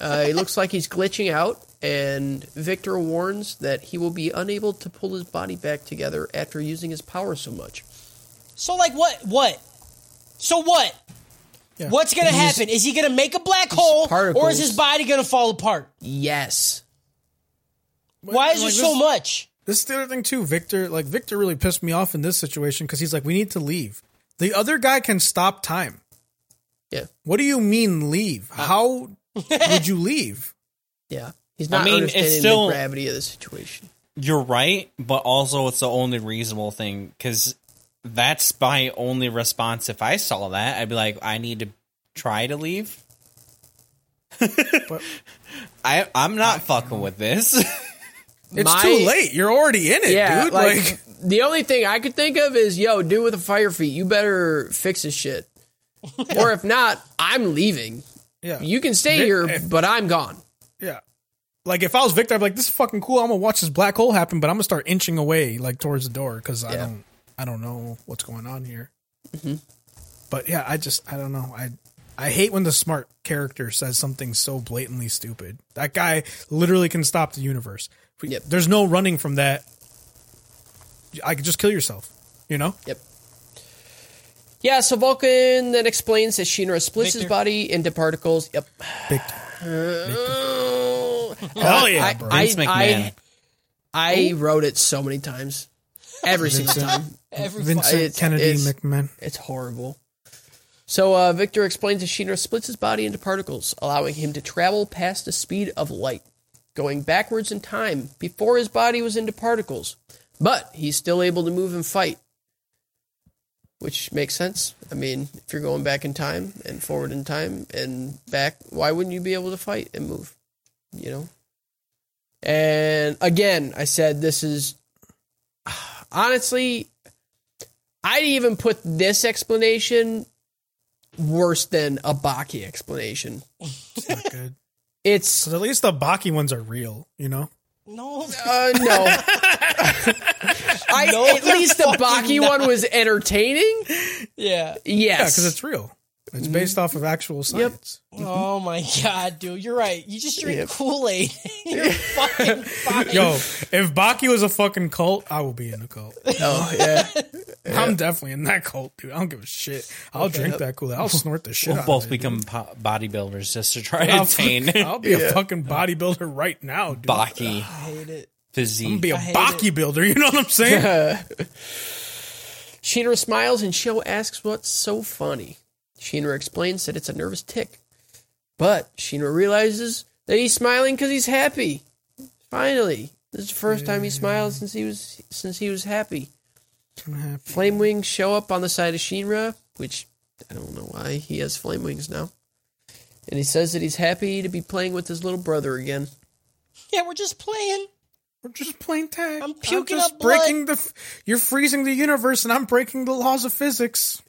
B: Uh, he looks like he's glitching out, and Victor warns that he will be unable to pull his body back together after using his power so much.
D: So like what? What? So what?
C: Yeah.
D: What's gonna happen? Is he gonna make a black hole, or
B: particles.
D: is his body gonna fall apart?
B: Yes.
D: Why is
C: like,
D: there so
C: this-
D: much?
C: This is the other thing too, Victor. Like Victor really pissed me off in this situation because he's like, "We need to leave." The other guy can stop time.
B: Yeah.
C: What do you mean
D: Uh,
C: leave? How would you leave?
B: Yeah. He's not
F: mean, it's
B: understanding
F: still-
B: the gravity of the situation.
F: You're right, but also it's the only reasonable thing because that's my only response. If I saw that, I'd be like, I need to try to leave. I I'm not fucking with this.
C: It's
B: My-
C: too late. You're already in it,
B: Yeah,
C: dude.
B: like,
C: Like,
B: the only thing I could think of is, yo, dude with a fire feet, you better fix this shit. or if not, I'm leaving.
C: yeah,
B: You can stay
C: Vic-
B: here,
C: eh.
B: but I'm gone.
C: yeah. Like if I was Victor, I'd be like, "This is fucking cool. I'm gonna watch this black hole happen, but I'm gonna start inching away like towards the door because I
B: Yeah. Mm-hmm.
C: don't, I don't know what's going on here." But yeah, I just, I don't know. I, I hate when the smart character says something so blatantly stupid. That guy literally can stop the universe. We-
B: Yep.
C: There's no running from that. I could just kill yourself. You know?
B: Yep. Yeah, so Vulcan then explains that Shinra splits his
D: Victor.
B: body into particles. Yep.
C: Victor.
B: Oh,
C: Hell yeah,
B: I,
C: bro.
B: I,
F: Vince
B: I,
F: McMahon.
B: I wrote it so many times. Every single time.
D: Every
C: Vincent
B: it's-
C: Kennedy
B: it's-
C: McMahon.
B: It's horrible. So uh, Victor explains that Shinra splits his body into particles, allowing him to travel past the speed of light, going backwards in time before his body was into particles. But he's still able to move and fight, which makes sense. I mean, if you're going back in time and forward in time and back, why wouldn't you be able to fight and move? You know. And again, I said this is honestly I'd even put this explanation worse than a Baki explanation.
C: It's not good.
B: It's
C: But at least the Baki ones are real. You know?
D: Oh, No,
B: Uh, no. I,
D: No,
B: at least the
D: fucking
B: Baki
D: not.
B: one was entertaining.
D: yeah.
B: Yes. Mm-hmm.
C: Yeah, because it's real. It's based off of actual science.
D: Oh my god, dude, you're right. You just drink Kool Aid. you're fucking fine.
C: Yo, if Baki was a fucking cult, I would be in a cult.
B: oh yeah.
C: I'm definitely in that cult, dude. I don't give a shit. I'll drink that Kool Aid. I'll snort the shit.
F: We'll
C: out
F: both
C: of it.
F: become po- bodybuilders just to try
C: I'll
F: to
C: fucking-
F: attain
C: I'll be a fucking bodybuilder right now, dude.
F: Baki
D: I hate it.
F: physique.
C: be a
D: hate
C: Baki builder. You know what I'm saying?
B: Shinra smiles and Sho asks what's so funny. Shinra explains that it's a nervous tick. But Shinra realizes that he's smiling because he's happy. Finally. This is the first time
C: Mm.
B: he smiled since he was since he was happy. Flame wings show up on the side of Shinra, which I don't know why he has flame wings now. And he says that he's happy to be playing with his little brother again.
D: Yeah, we're just playing.
C: We're just playing tag.
D: I'm puking
C: just
D: up blood.
C: breaking the. f- You're freezing the universe, and I'm breaking the laws of physics.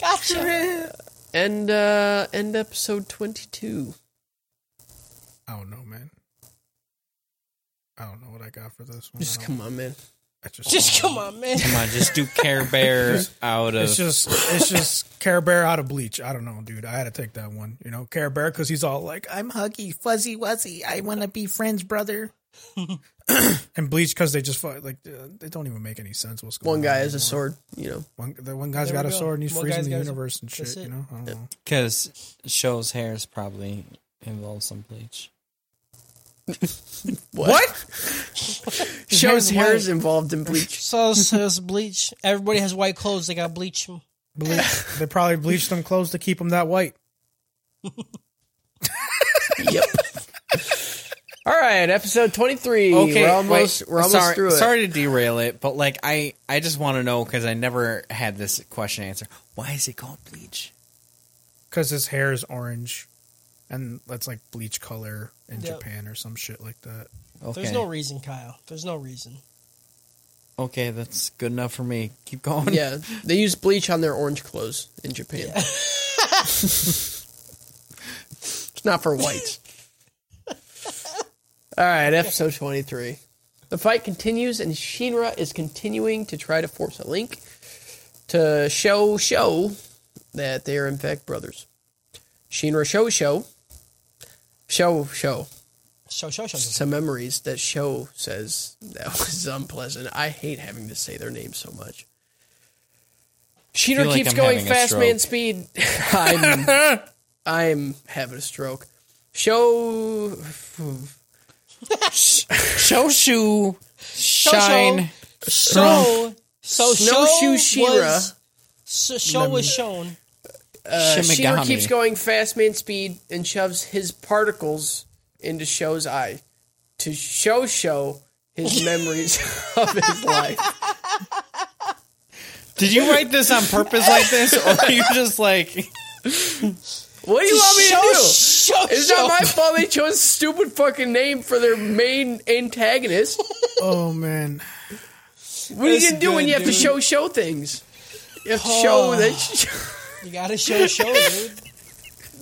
D: Gotcha.
B: And uh end episode twenty two.
C: I don't know, man. I don't know what I got for this one.
B: Just
C: I don't-
B: come on, man.
C: I just,
D: Just come on, man.
F: Come on, just do Care Bear out of
C: It's just, it's just Care Bear out of bleach. I don't know, dude. I had to take that one. You know, Care Bear because he's all like, "I'm huggy, fuzzy, wuzzy. I want to be friends, brother." and bleach because they just fu- like uh, they don't even make any sense. What's going
B: One guy
C: on
B: has a
C: anymore.
B: sword, you know.
C: One, the one guy's
D: There
C: got
D: we
C: a
D: go.
C: sword and he's
D: One
C: freezing
D: guy's
C: the
D: got a-
C: universe and
D: that's
C: shit.
D: it.
C: You know, I don't know.
F: because Sho's hair is probably involves some bleach.
C: What?
B: Shows
D: hair's
B: hair is
D: white.
B: involved in bleach.
D: So says bleach. Everybody has white clothes. They got bleach. 'em.
C: Bleach. they probably bleached them clothes to keep them that white.
B: yep. All right, episode twenty-three. Okay, we're almost
F: wait,
B: we're almost
F: sorry,
B: through it.
F: Sorry to derail it, but like I, I just want to know because I never had this question answered. Why is it called bleach?
C: because his hair is orange, and that's like bleach color in
D: Yep.
C: Japan or some shit like that.
F: Okay,
D: There's no reason, Kyle. There's no reason.
F: okay, that's good enough for me. Keep going.
B: Yeah, they use bleach on their orange clothes in Japan. it's not for whites. All right, episode 23. The fight continues, and Shinra is continuing to try to force a link to show show that they are in fact brothers. Shinra show show show show
D: Show, show, show. show.
B: some memories that show says that was unpleasant. I hate having to say their name so much.
F: feel
B: Sheeter
F: like
B: keeps
F: I'm
B: going
F: having a
B: fast man
F: stroke.
B: speed. I'm I'm having a stroke. Show
F: Shoshu
D: Shine.
F: shine.
D: So, so
B: Snowshoe uh,
D: show
B: Shira.
D: was. So show was shown.
B: uh, Sheeter
F: Shimigami.
B: keeps going fast man speed and shoves his particles into Show's eye to show show his memories of his life.
F: Did you write this on purpose like this, or are you just like?
B: What do you want me
D: show,
B: to do?
D: show,
B: It's
D: show.
B: not my fault they chose a stupid fucking name for their main antagonist.
C: Oh man,
B: What are you
D: That's
B: gonna do when
D: good,
B: you have to
D: dude.
B: show show things? You have to show that.
D: You gotta show, show, dude.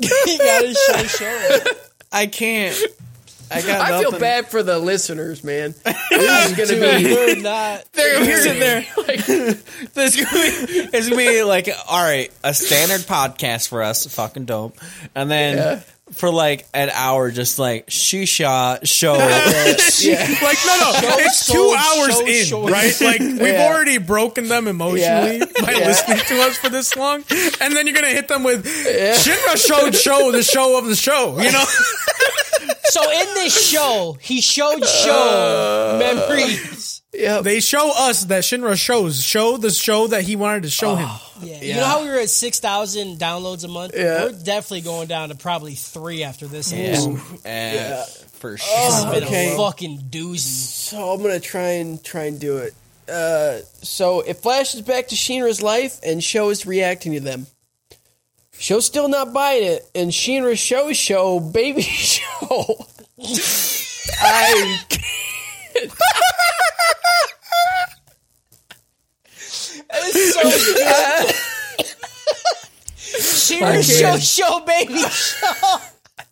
D: you gotta show, show.
F: I can't. I got.
B: I feel
F: nothing.
B: bad for the listeners, man. This is gonna be
D: We're not.
F: They're gonna be sitting there.
B: like,
F: This is gonna be, it's gonna be like, all right, a standard podcast for us, fucking dope. And then for like an hour, just like shisha show.
B: yeah,
C: like no, no, it's
D: so-
C: two hours
D: so
C: in,
D: short.
C: right? Like we've
B: Yeah.
C: already broken them emotionally
B: Yeah.
C: by
B: Yeah.
C: listening to us for this long, and then you're gonna hit them with Shinra showed show the show of the show. You know,
D: So in this show, he showed show
B: Uh,
D: memories.
B: yeah.
C: they show us that Shinra shows show the show that he wanted to show him.
B: Oh.
D: Yeah. You know how we were at six thousand downloads a month?
B: Yeah.
D: We're definitely going down to probably three after this.
F: Uh,
D: episode.
F: For
D: This
F: sure.
C: Oh.
D: has been
B: Okay.
D: a fucking doozy.
B: So I'm gonna try and try and do it. Uh, so it flashes back to Shinra's life, and Show is reacting to them. Show's still not buying it, and Shinra show show baby show. I
D: Cheers, show, show, baby, show.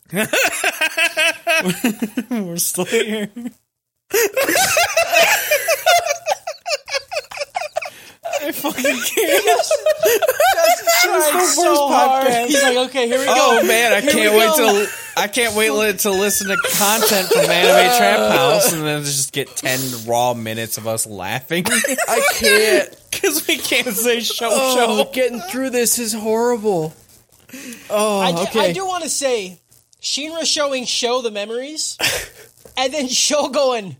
F: We're still here. I fucking can't.
D: Tried so hard. He's like, okay, here we go.
F: Oh man, I can't
D: we
F: wait
D: go.
F: to I can't wait li- to listen to content from Anime Trap House and then just get ten raw minutes of us laughing
B: I can't.
F: because we can't say show
B: Oh,
F: show.
B: getting through this is horrible. Oh,
D: I, d-
B: okay.
D: I do want to say, Shinra showing show the memories, and then show going,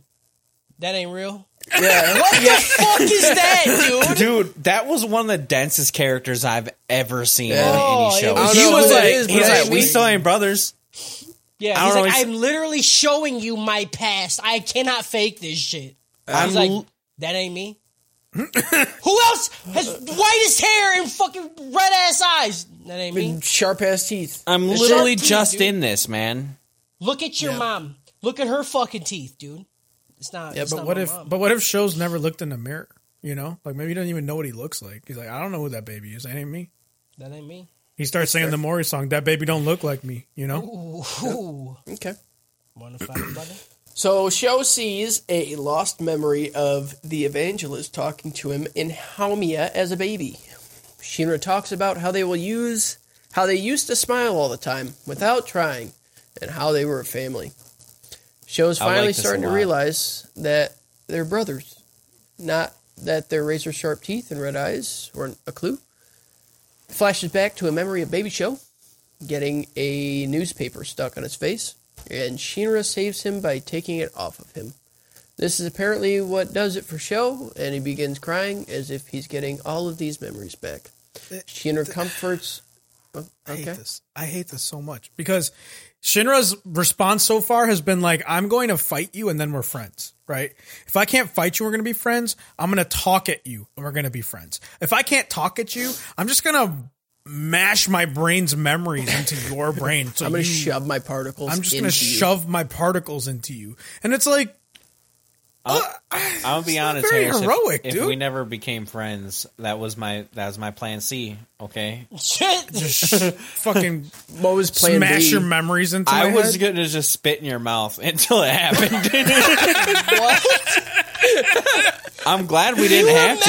D: that ain't real.
B: yeah.
D: What the fuck is that, dude?
F: Dude, that was one of the densest characters I've ever seen
B: Yeah.
F: on
D: Oh,
F: any
D: it
F: show.
D: was-
B: I
F: he
B: don't know
F: was
B: who that
F: like,
B: is,
F: he's
B: but
F: like,
B: it's
F: we
B: weird.
F: still ain't brothers.
D: Yeah,
F: I
D: he's
F: don't
D: like,
F: know,
D: I'm literally showing you my past. I cannot fake this shit.
F: I'm
D: He's like, that ain't me. Who else has whitest hair and fucking red ass eyes? That ain't me.
B: Sharp ass teeth.
F: I'm
D: It's
F: literally
D: that dude,
F: just
D: dude.
F: in this, man.
D: Look at your mom. Look at her fucking teeth, dude. It's not.
C: Yeah,
D: it's
C: but
D: not
C: what
D: my
C: if?
D: mom.
C: But what if shows never looked in the mirror? You know, like maybe he doesn't even know what he looks like. He's like, I don't know who that baby is. That ain't me.
D: that ain't me.
C: He starts singing the Maury song. That baby don't look like me. You know.
D: Ooh, ooh.
B: Okay.
D: wanna fight, brother?
B: So Sho sees a lost memory of the evangelist talking to him in Haumia as a baby. Shinra talks about how they will use how they used to smile all the time without trying, and how they were a family. Sho's
F: I like
B: finally
F: this a
B: starting to
F: lot.
B: realize that they're brothers, not that their razor sharp teeth and red eyes weren't a clue. Flashes back to a memory of Baby Show getting a newspaper stuck on his face, and Shinra saves him by taking it off of him. This is apparently what does it for Show, and he begins crying as if he's getting all of these memories back. Shinra comforts. Oh,
C: Uh, I hate
B: Okay.
C: this. I hate this so much because Shinra's response so far has been like, "I'm going to fight you, and then we're friends." Right? If I can't fight you, we're going to be friends. I'm going to talk at you, and we're going to be friends. If I can't talk at you, I'm just going to mash my brain's memories into your brain. So
B: I'm going
C: you-
B: to shove my particles.
C: I'm just going to
B: into you.
C: shove my particles into you, and it's like,
F: I'm gonna be
C: not
F: honest.
C: very
F: Harris, if-
C: heroic,
F: if,
C: dude.
F: we never became friends, that was my that was my plan C. Okay,
D: Shit.
C: fucking
B: What was plan
C: smash
B: B?
C: your memories into
F: I
C: my
F: was
C: head.
F: gonna just spit in your mouth until it happened.
D: What?
F: I'm glad we didn't have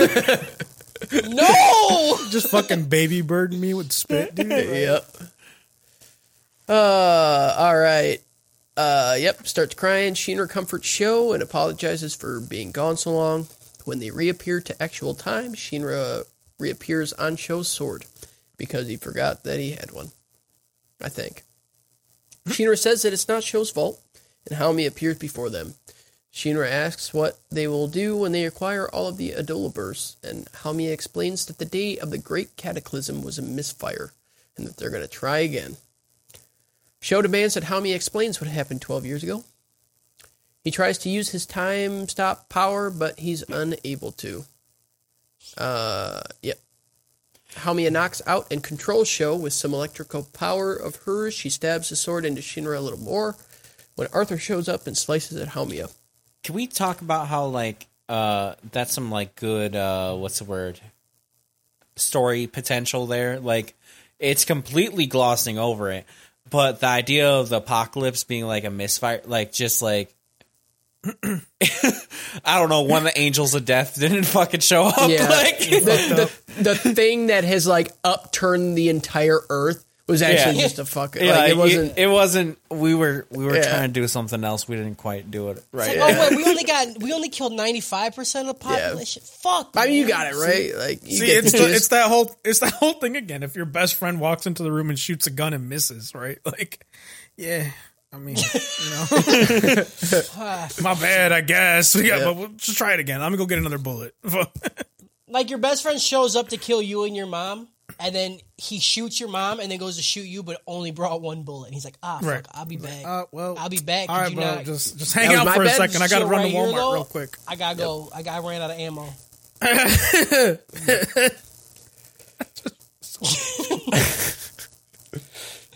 D: Remember
F: to.
D: me? no.
C: just fucking baby bird me with spit, dude.
B: Yep. Uh, all right. Uh, yep. Starts crying. Sheener comforts Show and apologizes for being gone so long. When they reappear to actual time, Shinra reappears on Sho's sword because he forgot that he had one. I think. Shinra says that it's not Sho's fault, and Haomi appears before them. Shinra asks what they will do when they acquire all of the Adola bursts, and Haomi explains that the day of the Great Cataclysm was a misfire, and that they're going to try again. Sho demands that Haomi explains what happened 12 years ago. He tries to use his time stop power, but he's unable to. Uh, yep. Haomi knocks out and controls Sho with some electrical power of hers. She stabs the sword into Shinra a little more when Arthur shows up and slices at Haomi.
F: Can we talk about how like uh that's some like good uh what's the word story potential there? Like it's completely glossing over it, but the idea of the apocalypse being like a misfire, like just like. I don't know. One of the angels of death didn't fucking show up.
B: Yeah.
F: Like,
B: the, the, the thing that has like upturned the entire earth was actually
F: Yeah.
B: just a fucking.
F: Yeah,
B: like, it wasn't.
F: It, wasn't. We were. We were
B: Yeah.
F: trying to do something else. We didn't quite do it right.
D: It's like, oh wait, we only got we only killed ninety five percent of the
B: Yeah.
D: population. Fuck.
B: I mean, you
D: man.
B: got it right. Like, you
C: See,
B: get
C: it's
B: the
C: the,
B: gist.
C: it's that whole it's that whole thing again. If your best friend walks into the room and shoots a gun and misses, right? Like, yeah, I mean, you know, my bad, I guess. Yeah, but we'll just try it again. I'm gonna go get another bullet. Uh,
D: Like your best friend shows up to kill you and your mom, and then he shoots your mom, and then goes to shoot you, but only brought one bullet. And he's like, ah, fuck,
C: Right.
D: I'll be back.
C: uh, well,
D: I'll be back.
C: all
D: Could
C: right,
D: you
C: bro.
D: not-
C: Just just hang
B: That was
C: out
B: my
C: for a
B: bad.
C: second. I gotta
D: Shit
C: run
D: right
C: to
D: here,
C: Walmart
D: though.
C: real quick.
D: I gotta go. I got I ran out of ammo.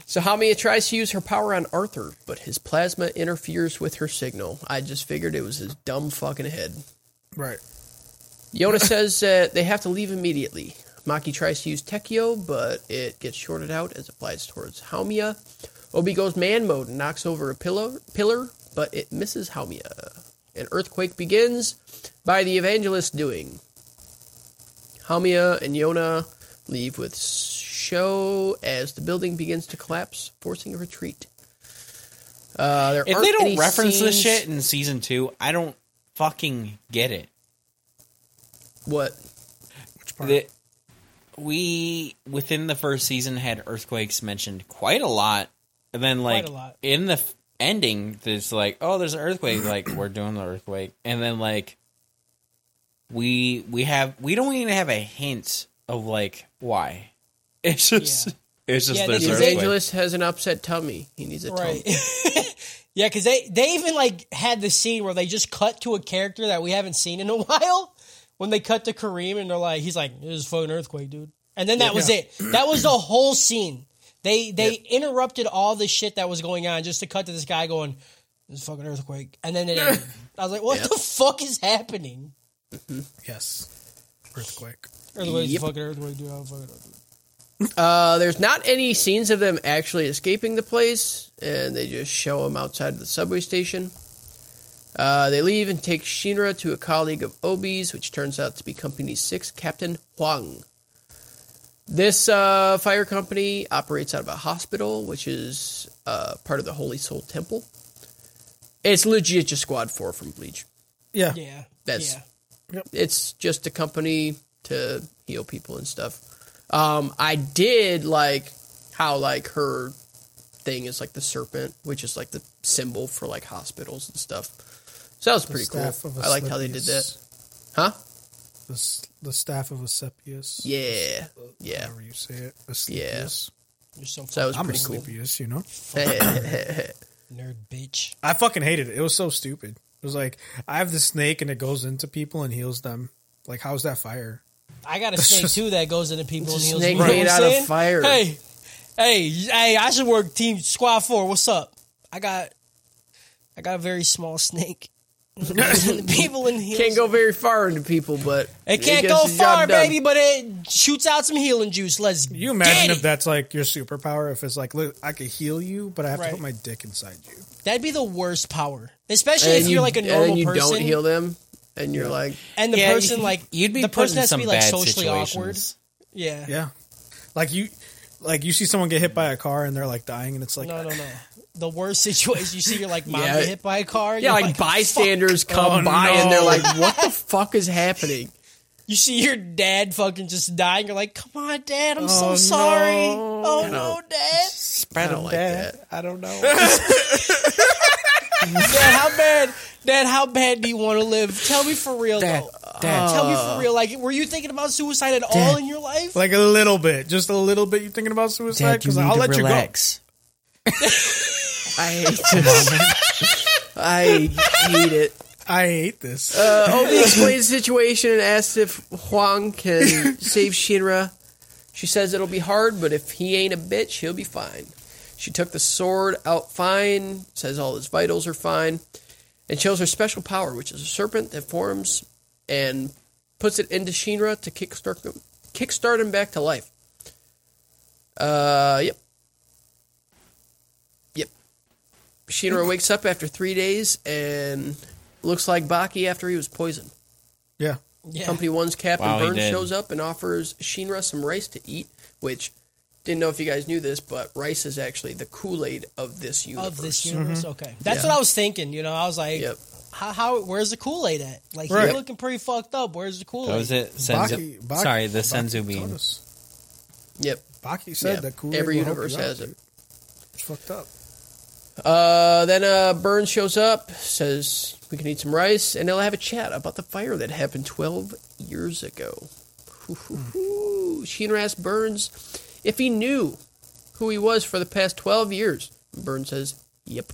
B: So Hamia tries to use her power on Arthur, but his plasma interferes with her signal. I just figured it was his dumb fucking head.
C: Right.
B: Yoda says uh, they have to leave immediately. Maki tries to use Tekio, but it gets shorted out as it flies towards Haumia. Obi goes man mode and knocks over a pillow, pillar, but it misses Haumia. An earthquake begins by the evangelist doing. Haumia and Yona leave with Sho as the building begins to collapse, forcing a retreat. Uh, there
F: If
B: aren't
F: they don't
B: any
F: reference
B: scenes-
F: this shit in season two, I don't fucking get it.
B: what?
F: that we within the first season had earthquakes mentioned quite a lot and then like
D: Quite a lot.
F: in the f- ending there's like oh there's an earthquake like we're doing the earthquake and then like we we have we don't even have a hint of like why it's just it's just
D: Yeah, they-
F: there's an
B: The
D: Is
F: earthquake.
B: evangelist has an upset tummy. He needs a tummy.
D: Right. yeah, because they, they even like had the scene where they just cut to a character that we haven't seen in a while. When they cut to Kareem and they're like, he's like, "This is a fucking earthquake, dude," and then that was it. That was the whole scene. They they interrupted all the shit that was going on just to cut to this guy going, "This is a fucking earthquake," and then it ended. I was like, "What the fuck is happening?"
C: Yes. Earthquake.
D: Earthquake, is a
B: Yep.
D: fucking earthquake, dude. I'm a fucking earthquake.
B: Uh, there's not any scenes of them actually escaping the place, and they just show them outside of the subway station. Uh, they leave and take Shinra to a colleague of Obi's, which turns out to be Company 6 Captain Huang. This uh, fire company operates out of a hospital, which is uh, part of the Holy Soul Temple. It's legit just Squad 4 from Bleach.
C: Yeah.
D: Yeah,
B: That's-
D: yeah.
B: it's just a company to heal people and stuff. Um, I did like how like her thing is like the serpent, which is like the symbol for like hospitals and stuff. So that was pretty cool.
C: staff of
B: I liked how they did that.
C: Asclepius.
B: Huh?
C: The, s- the staff of Asclepius.
B: Yeah, yeah.
C: However you say it. Asclepius.
D: You're so
B: So that was
C: I'm
B: pretty cool.
C: Asclepius, you know?
D: nerd bitch.
C: I fucking hated it. It was so stupid. It was like, I have the snake and it goes into people and heals them. Like, how's that fire?
D: I got a snake too that goes into people and
B: It's a
D: heals.
B: snake
D: me. You know
B: made
D: what I'm
B: out of
D: saying?
B: fire.
D: Hey, hey, hey! I should work team squad four. What's up? I got, I got a very small snake. It goes into people and heals.
B: Can't go very far into people, but
D: It can't
B: gets
D: go
B: the job
D: far,
B: done.
D: baby, but it shoots out some healing juice. Let's
C: Can you imagine
D: get
C: if
D: it.
C: that's like your superpower? If it's like, look, I could heal you, but I have
D: Right.
C: to put my dick inside you.
D: That'd be the worst power, especially
B: And
D: if
B: you-
D: you're like a
B: and
D: normal
B: you
D: person.
B: don't heal them, and you're like,
D: And the
F: Yeah,
D: person
F: you-
D: like
F: you'd be
D: the
F: put
D: person
F: in
D: has to
F: some
D: be like
F: bad
D: socially awkward.
F: situations.
D: Yeah.
C: Yeah. Like you like you see someone get hit by a car and they're like dying and it's like
D: No, no, no. The worst situation you see your like mom
B: Yeah.
D: get hit by a car.
B: yeah,
D: you're
B: like, bystanders come
C: Oh,
B: by and they're
C: no.
B: like, what the fuck is happening?
D: You see your dad fucking just dying. You're like, come on, dad. I'm so
C: Oh,
D: sorry.
C: no.
D: Oh, no, dad.
B: I don't like that.
C: I don't know.
D: Dad, how bad? Dad, how bad do you want to live? Tell me for real,
F: Dad,
D: though.
F: dad.
D: Tell me for real. Like, were you thinking about suicide at all in your life?
C: like a little bit. Just a little bit you thinking about suicide
F: Dad, you
C: because
F: need
C: I'll
F: to
C: let
F: relax.
B: I hate this. I hate it.
C: you go. I hate this.
B: Uh, Obi explains the situation and asks if Huang can save Shinra. She says it'll be hard, but if he ain't a bitch, he'll be fine. She took the sword out fine, says all his vitals are fine, and shows her special power, which is a serpent that forms and puts it into Shinra to kickstart him, kickstart him back to life. Uh, yep. Yep. Shinra wakes up after three days and looks like Baki after he was poisoned.
C: yeah.
D: yeah.
B: Company One's Captain
F: Wow, he
B: Burns
F: did.
B: shows up and offers Shinra some rice to eat, which didn't know if you guys knew this, but rice is actually the Kool Aid of this universe.
D: Of this
C: Mm-hmm.
D: universe, okay. That's what I was thinking. You know, I was like,
B: Yep.
D: how, how? Where's the Kool Aid at? Like,
C: Right.
D: you're looking pretty fucked up. Where's the Kool
F: That was
D: Aid?
F: it. Senzu.
C: Baki- Baki-
F: Sorry, the
C: Baki
F: senzu
C: told
F: bean.
C: us.
B: Yep.
C: Baki said
B: Yeah.
C: that cool.
B: Every universe has it.
C: It's fucked up.
B: Uh, then uh, Burns shows up, says we can eat some rice, and they'll have a chat about the fire that happened 12 years ago. Hoo-hoo-hoo. Shinra asks Burns if he knew who he was for the past 12 years. Burns says, yep.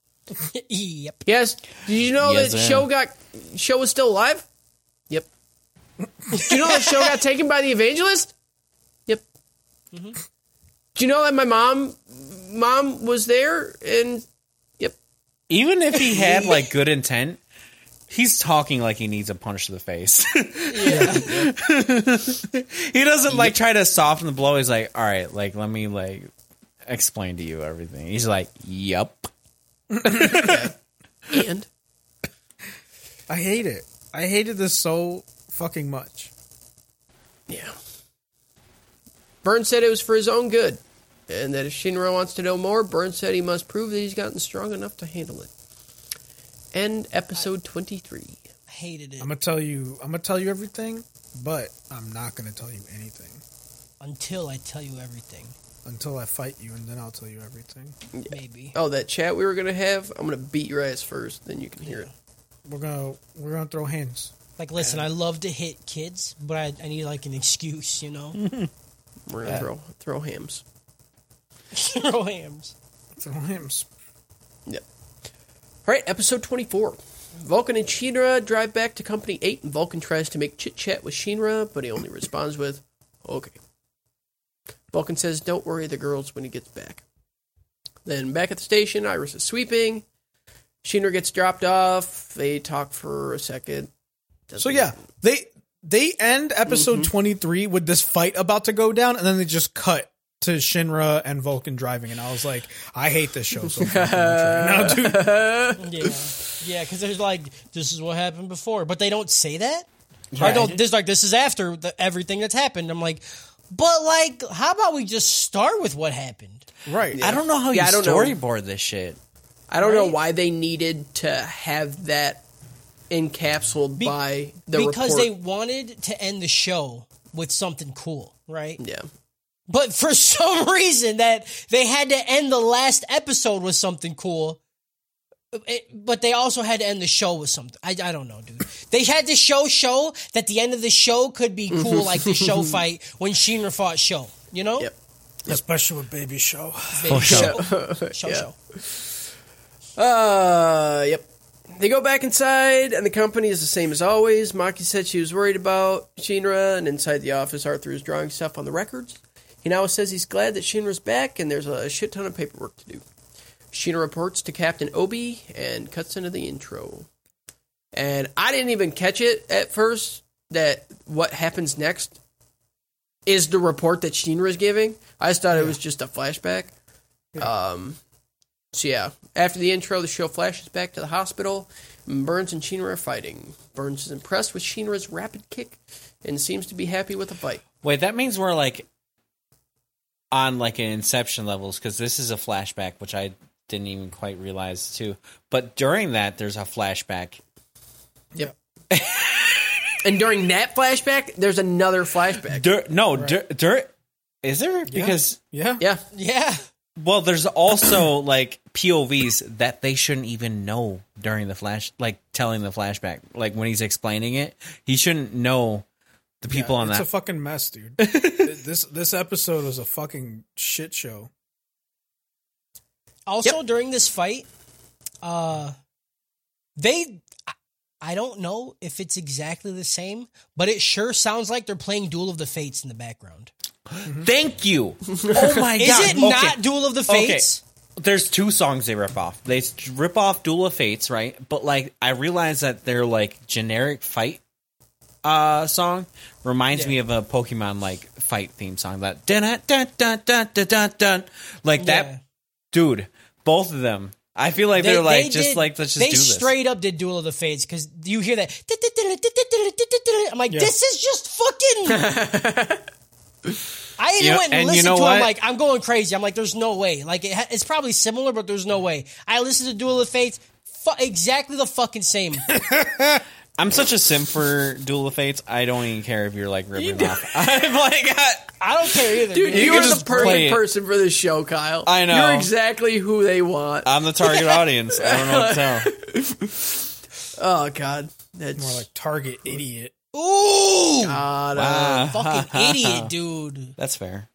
D: yep.
B: Yes. Did you know
F: Yes,
B: that
F: I am.
B: show got show was still alive? Yep. Do you know that show got taken by the evangelist? Yep. Do you know that my mom mom was there and yep.
F: Even if he had like good intent, he's talking like he needs a punch to the face. he doesn't like try to soften the blow. He's like, all right, like let me like explain to you everything. He's like, "Yup."
B: And
C: I hate it. I hated this so fucking much.
B: yeah, Byrne said it was for his own good, and that if Shinra wants to know more, Byrne said he must prove that he's gotten strong enough to handle it. End episode twenty-three.
D: I hated it
C: I'm gonna tell you. I'm gonna tell you everything, but I'm not gonna tell you anything
D: until I tell you everything.
C: until I fight you, and then I'll tell you everything.
D: Maybe.
B: Oh, that chat we were gonna have. I'm gonna beat your ass first, then you can hear it.
C: We're gonna we're gonna throw hands.
D: Like, listen, I love to hit kids, but I, I need like an excuse, you know.
B: We're gonna throw throw hams.
D: Zero hams.
C: Throw hands.
B: Yep. All right, episode 24. Vulcan and Shinra drive back to Company 8, and Vulcan tries to make chit chat with Shinra, but he only responds with, okay. Vulcan says, don't worry the girls when he gets back. Then back at the station, Iris is sweeping. Shinra gets dropped off. They talk for a second.
C: So yeah, they they end episode 23 with this fight about to go down, and then they just cut to Shinra and Vulcan driving, and I was like, I hate this show so fucking much right now, dude.
D: Yeah, yeah, because there's like this is what happened before, but they don't say that. Or don't. There's like this is after the, everything that's happened. I'm like, but like, how about we just start with what happened?
C: Right?
F: I don't know how
B: Yeah,
F: you
B: I don't know.
F: storyboard this shit.
B: I don't know why they needed to have that encapsulated
D: Be-
B: by the
D: because
B: report.
D: they wanted to end the show with something cool, right?
B: yeah.
D: But for some reason that they had to end the last episode with something cool. It- but they also had to end the show with something. I, I don't know, dude. They had to show show that the end of the show could be cool, like the show fight when Sheenra fought show. You know,
B: Yep.
C: Especially with Baby Show.
D: Baby show, show, show.
B: Uh, yep. They go back inside, and the company is the same as always. Maki said she was worried about Shinra, and inside the office, Arthur is drawing stuff on the records. He now says he's glad that Shinra's back, and there's a shit ton of paperwork to do. Shinra reports to Captain Obi and cuts into the intro. And I didn't even catch it at first that what happens next is the report that Shinra is giving. I just thought it was just a flashback. Um, so yeah, after the intro, the show flashes back to the hospital. And Burns and Shinra are fighting. Burns is impressed with Shinra's rapid kick and seems to be happy with the fight.
F: Wait, that means we're like on like an inception levels because this is a flashback, which I didn't even quite realize too. But during that, there's a flashback.
B: Yep. and during that flashback, there's another flashback.
F: Dur- no, dur- dur- is there because
C: Yeah.
B: Yeah,
D: Yeah,
F: well, there's also like POVs that they shouldn't even know during the flash, like telling the flashback, like when he's explaining it, he shouldn't know the people on
C: it's
F: that.
C: a fucking mess, dude. Th- this this episode was a fucking shit show.
D: Also, during this fight, uh, they. I- I don't know if it's exactly the same, but it sure sounds like they're playing Duel of the Fates in the background.
F: Thank you. Oh my
D: Is
F: god!
D: it
F: Okay.
D: not Duel of the Fates?
F: there's two songs they rip off. They s- rip off Duel of Fates, right? But like I realize that their like generic fight uh song reminds me of a Pokemon like fight theme song that dun dun dun dun dun dun dun like
D: Yeah.
F: that dude, both of them. I feel like they, are like just
D: did-
F: like let's just
D: they
F: do this.
D: straight up did Duel of the Fates because you hear that. I'm like, this is just fucking. I even
F: You know-
D: went and,
F: and you
D: listened
F: know
D: to. it. I'm
F: what?
D: like, I'm going crazy. I'm like, there's no way. Like, it ha- it's probably similar, but there's no way. I listened to Duel of Fates, fu- exactly the fucking same.
F: I'm such a simp for Duel of Fates. I don't even care if you're like ripping off. I'm like I,
D: I don't care either.
B: dude,
D: man.
B: you,
F: can
B: are the
F: just play
B: perfect
F: it.
B: person for this show, Kyle.
F: I know.
B: you're exactly who they want.
F: I'm the target audience. I don't know what to tell.
B: Oh God, that's
C: More like Target idiot.
D: Ooh,
B: God, uh,
F: Ah,
D: fucking idiot, dude.
F: that's fair.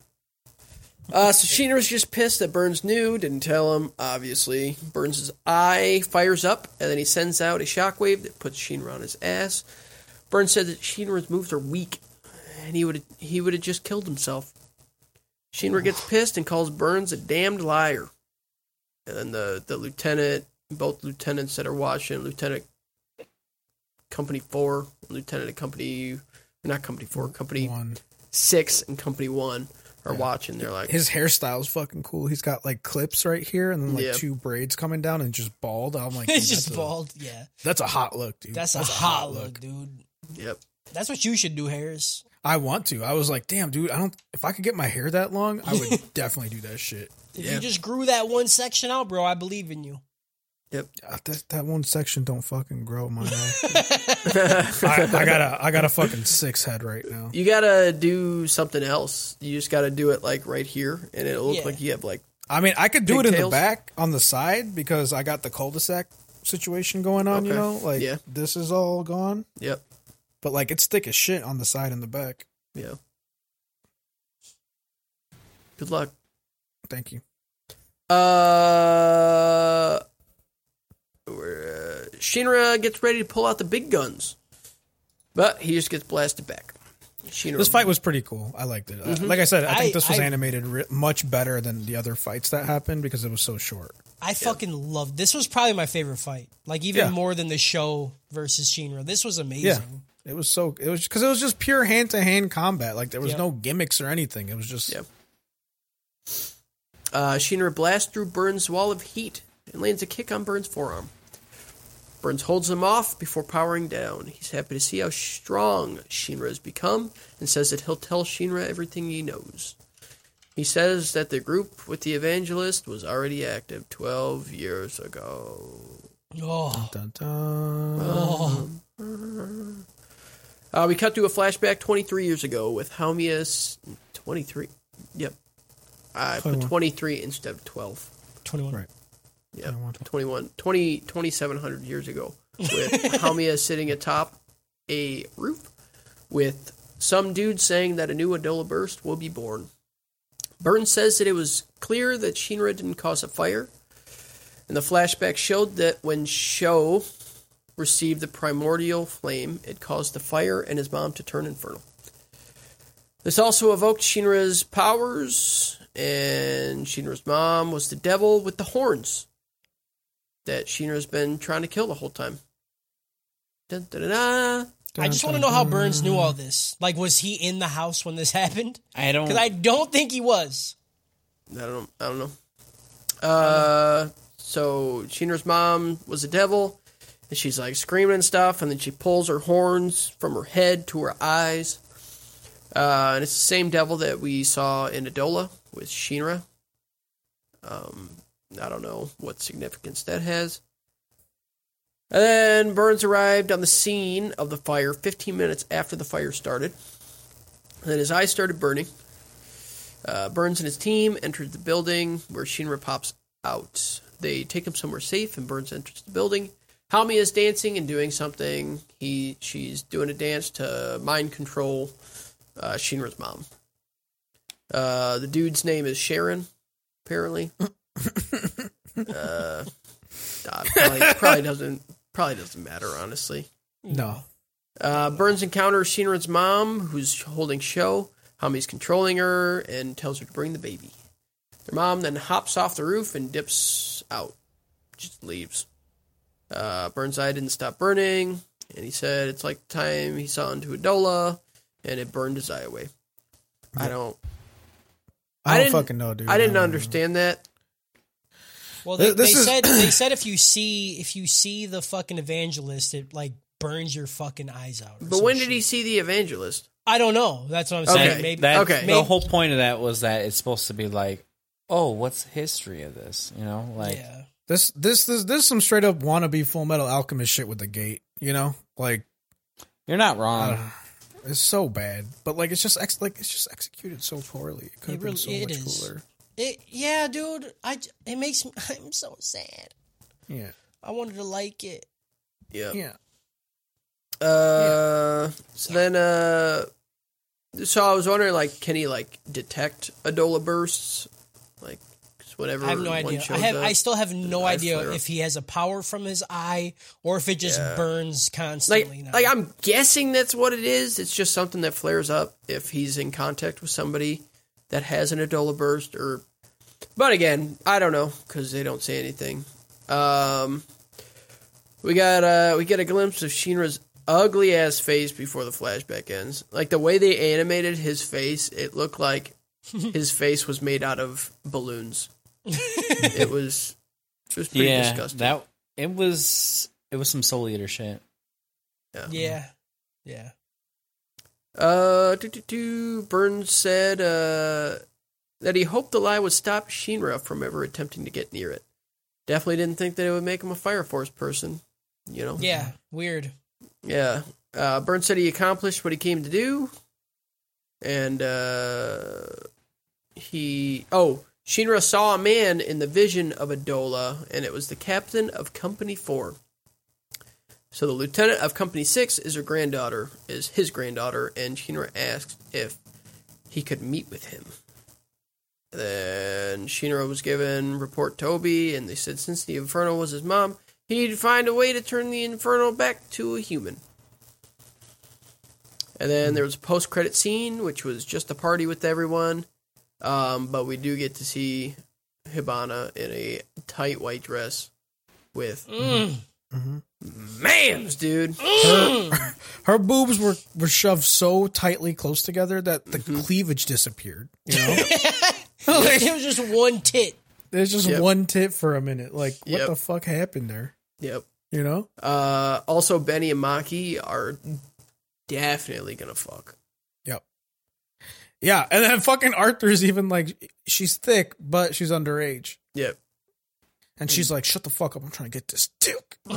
B: Uh, so Sheenra's just pissed that Burns knew, didn't tell him, obviously. Burns' eye fires up, and then he sends out a shockwave that puts Sheenra on his ass. Burns said that Sheenra's moves are weak, and he would he would have just killed himself. Sheenra gets pissed and calls Burns a damned liar. And then the, the lieutenant, both lieutenants that are watching, Lieutenant Company 4, Lieutenant of Company, not Company 4, Company
C: One.
B: 6 and Company 1 are watching, they're like,
C: His hairstyle's fucking cool. He's got like clips right here and then like
B: Yeah.
C: two braids coming down and just bald. I'm like,
D: It's
C: dude,
D: just
C: that's a-
D: bald. Yeah.
C: That's a hot look, dude.
D: That's, a, hot look, dude.
B: "Yep,
D: That's what you should do, Harris.
C: I want to. I was like, damn, dude. I don't. If I could get my hair that long, I would definitely do that shit.
D: If you just grew that one section out, bro, I believe in you.
C: Uh, That, that one section don't fucking grow my hair. I, I got a I got a fucking six head right now.
B: you gotta do something else. You just gotta do it like right here, and it'll look
D: Yeah.
B: like you have like
C: I mean, I could do it in the
B: Pigtails?
C: back on the side because I got the cul-de-sac situation going on. You
B: Okay.
C: know, like
B: Yeah.
C: this is all gone,
B: yep,
C: but like it's thick as shit on the side and the back.
B: yeah." Good luck.
C: Thank you.
B: Uh, where, uh, Shinra gets ready to pull out the big guns, but he just gets blasted back. Shinra,
C: This fight was pretty cool. I liked it. Uh,
B: Mm-hmm.
C: Like I said, I think
D: I-
C: this was
D: I-
C: animated ri much better than the other fights that happened because it was so short.
D: I fucking loved this. Was probably my favorite fight. Like even
C: Yeah.
D: more than the show versus Shinra. This was amazing.
C: Yeah. It was so it was because it was just pure hand to hand combat. Like there was
D: Yep.
C: no gimmicks or anything. It was just
B: Yep. uh, Shinra blasts through Burns' wall of heat and lands a kick on Burns' forearm. Burns holds him off before powering down. He's happy to see how strong Shinra has become and says that he'll tell Shinra everything he knows. He says that the group with the evangelist was already active 12 years ago.
D: Oh,
C: dun, dun.
D: oh.
B: Uh, we cut to a flashback 23 years ago with Haumius. 23. Yep. I put 23 instead of 12.
D: 21.
C: Right.
B: Yeah. 21. 20, 2,700 years ago with Haumia sitting atop a roof with some dude saying that a new Adola burst will be born. Burns says that it was clear that Shinra didn't cause a fire, and the flashback showed that when Sho received the primordial flame, it caused the fire and his mom to turn infernal. This also evoked Shinra's powers, and Shinra's mom was the devil with the horns that Shinra's been trying to kill the whole time. Dun, dun, dun, dun.
D: I just want to know how Burns knew all this. Like, was he in the house when this happened?
F: I don't.
D: Because I don't think he was.
B: I don't. I don't know. Uh, so Sheena's mom was a devil, and she's like screaming and stuff, and then she pulls her horns from her head to her eyes. Uh, and it's the same devil that we saw in Adola with Shinra. Um, I don't know what significance that has. And then Burns arrived on the scene of the fire 15 minutes after the fire started. And then his eyes started burning. Uh, Burns and his team entered the building where Shinra pops out. They take him somewhere safe, and Burns enters the building. Hami is dancing and doing something. He she's doing a dance to mind control uh, Shinra's mom. Uh, the dude's name is Sharon, apparently. uh, uh, probably, probably doesn't probably doesn't matter honestly.
C: No,
B: Uh, Burns encounters Shinra's mom, who's holding show. Hami's controlling her and tells her to bring the baby. Their mom then hops off the roof and dips out. Just leaves. Uh, Burns' eye didn't stop burning, and he said it's like the time he saw into Adola, and it burned his eye away. I don't.
C: I,
B: I
C: don't
B: didn't-
C: fucking know, dude.
B: I didn't
C: don't know.
B: understand that.
D: Well, they,
C: Th-
D: they
C: this is-
D: said they said if you see if you see the fucking evangelist, it like burns your fucking eyes out. or
B: But
D: some
B: when did
D: shit.
B: he see the evangelist?
D: I don't know. That's what I'm
B: Okay.
D: saying.
F: that,
D: Maybe
F: that-
B: okay.
F: The
D: Maybe-
F: whole point of that was that it's supposed to be like, oh, what's the history of this? You know, like
D: yeah.
C: This this this this is some straight up wannabe Full Metal Alchemist shit with the gate. You know, like
F: you're not wrong.
C: Uh, it's so bad, but like it's just ex- like it's just executed so poorly. It could have
D: It
C: been
D: really-
C: so
D: it
C: much
D: is.
C: cooler.
D: It, yeah, dude. I j- it makes me. I'm so sad.
C: Yeah,
D: I wanted to like it.
B: Yeah.
C: yeah.
B: Uh, so then uh so I was wondering like can he like detect Adola bursts? Like 'cause whenever
D: I have no
B: one
D: idea. I
B: shows
D: have.
B: up.
D: I still have no
B: eye
D: idea
B: flare up.
D: if he has a power from his eye or if it just burns
B: like,
D: constantly. now.
B: like I'm guessing that's what it is. It's just something that flares up if he's in contact with somebody that has an Adola burst or but again, I don't know cuz they don't say anything. Um we got uh we get a glimpse of Shinra's ugly ass face before the flashback ends. Like the way they animated his face, it looked like his face was made out of balloons. it was it was pretty
F: yeah,
B: disgusting.
F: that it was it was some soul eater shit.
D: Yeah. Yeah.
B: Uh, do, do, do. Burns said uh, that he hoped the lie would stop Shinra from ever attempting to get near it. Definitely didn't think that it would make him a Fire Force person, you know?
D: Yeah. Weird.
B: Yeah. Uh, Burns said he accomplished what he came to do. And uh, he. Oh, Shinra saw a man in the vision of a Dola, and it was the captain of Company 4. So the lieutenant of Company 6 is her granddaughter, is his granddaughter, and Shinra asked if he could meet with him. Then Shinra was given report Toby, and they said since the Inferno was his mom, he needed to find a way to turn the Inferno back to a human. And then there was a post credit scene, which was just a party with everyone. Um, but we do get to see Hibana in a tight white dress with
D: Mm.
C: Hmm.
B: mams, dude.
C: Her boobs were, were shoved so tightly close together that the cleavage disappeared. You know,
D: it was just one tit.
C: there's just
B: Yep.
C: one tit for a minute. Like, what
B: Yep.
C: the fuck happened there?
B: Yep.
C: You know,
B: Uh, also, Benny and Maki are definitely gonna fuck.
C: yeah. And then fucking Arthur's even like, she's thick, but she's underage,
B: Yep.
C: and she's like, "Shut the fuck up! I'm trying to get this dick.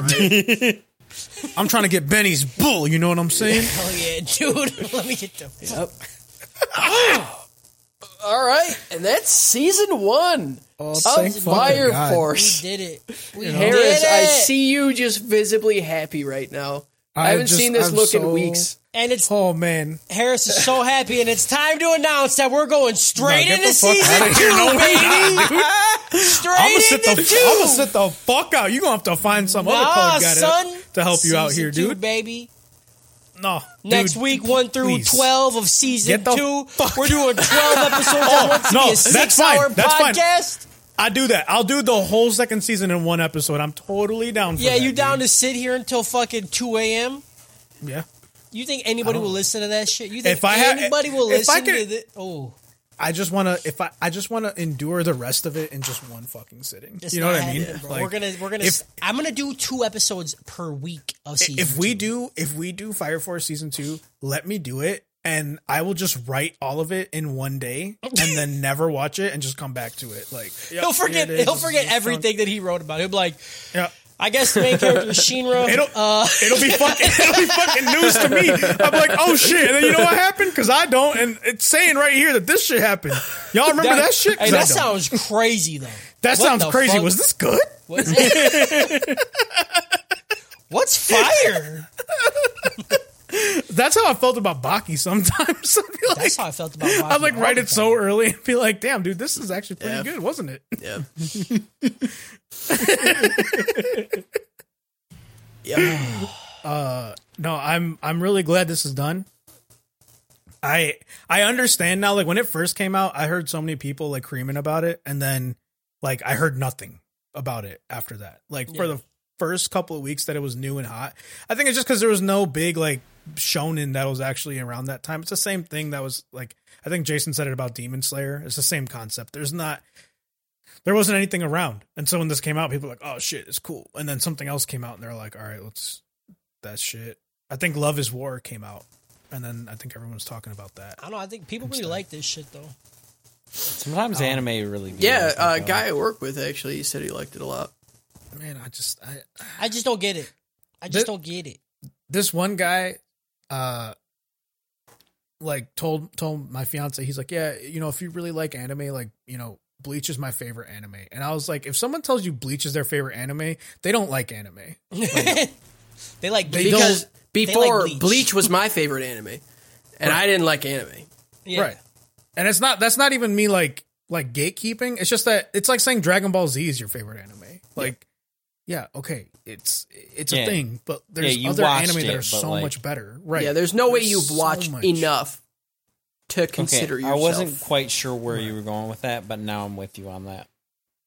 C: I'm trying to get Benny's bull." You know what I'm saying?
D: Hell Oh, yeah, dude. Let me get the.
B: All right, and that's season one
C: Oh,
B: of
C: thank fucking
B: Fire
C: God.
B: Force.
D: We did it. We
B: Harris,
D: did it.
B: I see you just visibly happy right now. I,
C: I
B: haven't
C: just-
B: seen this
C: I'm
B: look in
C: so-
B: weeks.
D: And it's
C: Oh man,
D: Harris is so happy, and it's time to announce that we're going straight
C: No, get
D: into
C: the fuck
D: season
C: outta
D: two,
C: here. No, we're not,
D: baby.
C: I'm gonna
D: straight
C: sit the
D: into two.
C: I'm gonna sit the fuck out. You are gonna have to find some other
D: Nah,
C: colored guy to-
D: son.
C: to help you out
D: Season
C: here,
D: two,
C: dude.
D: baby.
C: No,
D: Next
C: dude,
D: week, one through
C: please.
D: twelve of season
C: Get the
D: two.
C: fuck-
D: We're doing twelve episodes at once.
C: Oh, no,
D: No, a
C: that's
D: six-hour
C: fine. That's fine.
D: podcast.
C: I do that. I'll do the whole second season in one episode. I'm totally down. For
D: Yeah,
C: that,
D: you
C: dude.
D: down to sit here until fucking two a.m.
C: Yeah,
D: You think anybody will listen to that shit? You think
C: If I had-
D: anybody will
C: if
D: listen
C: I
D: to
C: could-
D: this? Oh,
C: I just wanna if I I just wanna endure the rest of it in just one fucking sitting.
D: it's
C: you know
D: not
C: what I mean?
D: happening, bro.
C: Like,
D: we're gonna we're gonna.
C: if-
D: I'm gonna do two episodes per week of season.
C: if we do if we do Fire Force season two, let me do it. And I will just write all of it in one day, and then never watch it, and just come back to it. Like yep,
D: he'll forget.
C: here it is.
D: He'll
C: This
D: forget
C: is what's going-
D: everything that he wrote about. it. He'll be like,
C: Yeah.
D: I guess the main character is Shinra. Uh,
C: It'll, it'll be fucking it'll be fucking news to me. I'm like, oh shit, and then you know what happened? Because I don't, and it's saying right here that this shit happened. Y'all remember that, shit? 'Cause
D: Hey,
C: I
D: that
C: don't.
D: sounds crazy though.
C: that
D: What
C: sounds
D: the
C: crazy.
D: fuck?
C: Was this good?
D: What's fire?
C: That's how I felt about Baki sometimes. I'd be like,
D: That's how I felt about.
C: I'd like
D: Baki.
C: write it so early and be like, damn, dude, this is actually pretty
B: Yeah.
C: good, wasn't it?
B: Yeah. yeah.
C: No, I'm I'm really glad this is done. I I understand now. Like when it first came out, I heard so many people like creaming about it, and then like I heard nothing about it after that. Like for the first couple of weeks that it was new and hot, I think it's just because there was no big like shonen that was actually around that time. It's the same thing that was like I think Jason said it about Demon Slayer. It's the same concept. There's not there wasn't anything around, and so when this came out, people were like, oh shit, it's cool. And then something else came out, and they're like, all right, let's that shit. I think Love Is War came out, and then I think everyone was talking about that.
D: I don't know. I think people really like this shit though.
C: Oh.
F: Sometimes anime really. be
B: Yeah,
F: like that,
B: uh,
F: though.
B: guy I work with actually he said he liked it a lot.
C: Man, I just I,
D: I just don't get it. I
C: Th-
D: just don't get it.
C: this one guy, uh, like told told my fiance, he's like, yeah, you know, if you really like anime, like you know, Bleach is my favorite anime. And I was like, if someone tells you Bleach is their favorite anime, they don't like anime.
D: They like
C: They
D: because-
B: Because before
D: Bleach.
B: Bleach. was my favorite anime, and I didn't like anime.
D: yeah.
C: Right. And it's not that's not even me like like gatekeeping. It's just that it's like saying Dragon Ball Z is your favorite anime. Like yeah, okay. It's it's
F: Yeah.
C: a thing, but
F: Yeah,
C: there's
F: you
C: other
F: watched
C: anime
F: it,
C: that are
F: but,
C: so
F: like-
C: much better. Right.
B: Yeah, there's no way
C: There's
B: you've
C: so
B: watched
C: much.
B: enough to
F: Okay,
B: consider
F: I
B: yourself.
F: wasn't quite sure where you were going with that, but now I'm with you on that.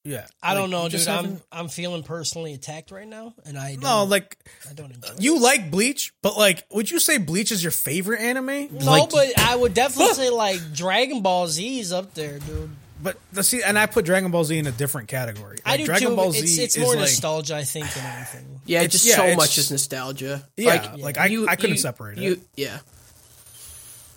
C: Yeah.
D: I don't know, dude.
G: just
D: I'm
G: haven't-
D: I'm feeling personally attacked right now, and I don't,
C: No, like
D: I don't enjoy. it.
C: you like Bleach, but like, would you say Bleach is your favorite anime?
D: No, but I would definitely say like Dragon Ball Z is up there, dude.
C: But the see, and I put Dragon Ball Z in a different category.
D: I
C: Like,
D: do
C: Dragon
D: too.
C: Ball
D: but
C: Z
D: it's, it's
C: is
D: more
C: like,
D: nostalgia, I think, than anything.
B: Yeah,
C: It's-
B: just
C: yeah,
B: so
C: it's-
B: much is nostalgia.
C: Yeah, like, I- I couldn't
B: you-
C: separate it.
B: you, Yeah,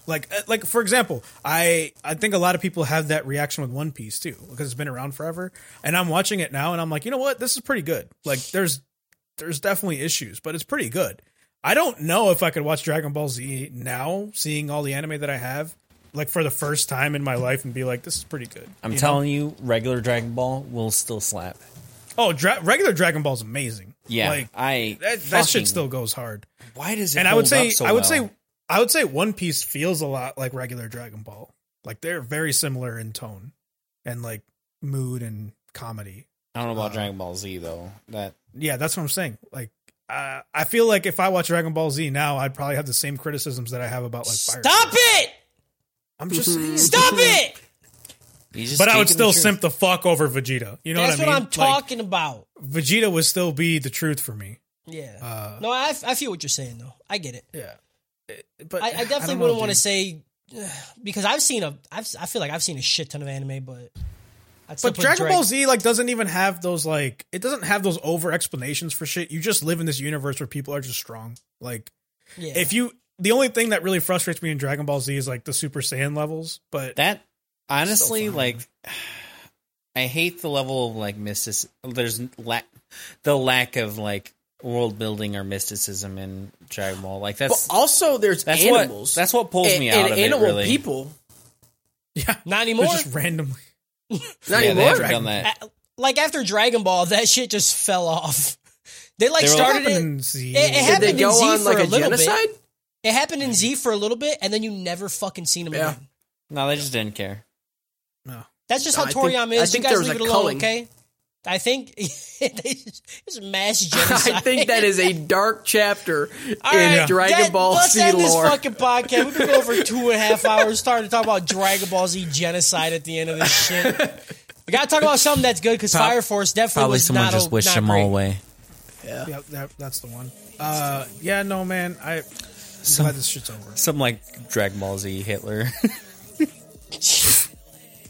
C: like uh, like for example i i think a lot of people have that reaction with one piece too because it's been around forever and i'm watching it now and i'm like you know what this is pretty good like there's there's definitely issues but it's pretty good i don't know if i could watch dragon ball z now seeing all the anime that i have like for the first time in my life and be like this is pretty good
F: I'm
C: You know?
F: telling you, regular Dragon Ball will still slap.
C: oh dra- regular dragon ball's amazing
F: Yeah,
C: like
F: I
C: that, that
F: fucking-
C: shit still goes hard
F: Why does it?
C: and I would
F: hold
C: say
F: up so
C: I would
F: well?
C: say I would say One Piece feels a lot like regular Dragon Ball. Like they're very similar in tone and like mood and comedy.
F: I don't know
C: Uh.
F: about Dragon Ball Z though. That
C: Yeah, that's what I'm saying. Like uh, I feel like if I watch Dragon Ball Z now, I'd probably have the same criticisms that I have about like Fire.
D: Stop it!
C: I'm just
D: Mm-hmm.
C: saying.
D: Stop it!
F: he's just
C: But I would
F: speaking
C: still
F: the truth.
C: simp the fuck over Vegeta. You know
D: That's
C: what I mean?
D: am talking about.
C: Like, Vegeta would still be the truth for me.
D: Yeah.
C: Uh,
D: no, I, I feel what you're saying though. I get it.
C: Yeah. But
D: I, I definitely wouldn't want to say because I've seen a. I've, I feel like I've seen a shit ton of anime, but I'd still
C: But
D: put
C: Dragon
D: Drag-
C: Ball Z like doesn't even have those like it doesn't have those over explanations for shit. You just live in this universe where people are just strong. Like
D: Yeah.
C: if you the only thing that really frustrates me in Dragon Ball Z is like the Super Saiyan levels, but
F: that honestly like i hate the level of like mystic there's lack the lack of like world building or mysticism in dragon ball like
B: but
F: that's
B: also there's
F: that's
B: animals.
F: what that's what pulls
B: and,
F: me
B: and
F: out of
B: animal
F: it really
B: people.
C: yeah,
D: not
C: they're
D: anymore.
C: just randomly.
B: Not
F: yeah they
B: anymore.
F: haven't done that
D: A- like after Dragon Ball, that shit just fell off. They like
F: They were-
D: started it.
C: in Z.
D: it- it
B: Did
D: happened
B: they
D: in
B: go
D: Z
B: on
D: for
B: like a,
D: a little bit.
B: genocide?
D: It happened in Z for a little bit, and then you never fucking seen him
B: Yeah.
D: again.
F: no they just didn't care
D: That's just
B: No,
D: how
B: I think-
D: Toriyama
B: I
D: is.
B: think
D: you
B: there was
D: guys leave
B: a
D: it alone,
B: culling.
D: okay? I think they just- it's mass genocide.
B: I think that is a dark chapter
D: All
B: in
D: right,
B: Dragon
D: that-
B: Ball
D: let's
B: Z
D: end this
B: lore.
D: fucking podcast. We've been going for two and a half hours, starting to talk about Dragon Ball Z genocide at the end of this shit. We gotta talk about something that's good because Fire Force definitely
H: Probably
D: was
H: someone
D: not
H: just
D: a-
H: wished
D: not
H: them
D: great.
H: all away.
C: Yeah, that, that's the one. Uh, yeah, no man, I. I'm glad this shit's over.
F: something like dragon ball z hitler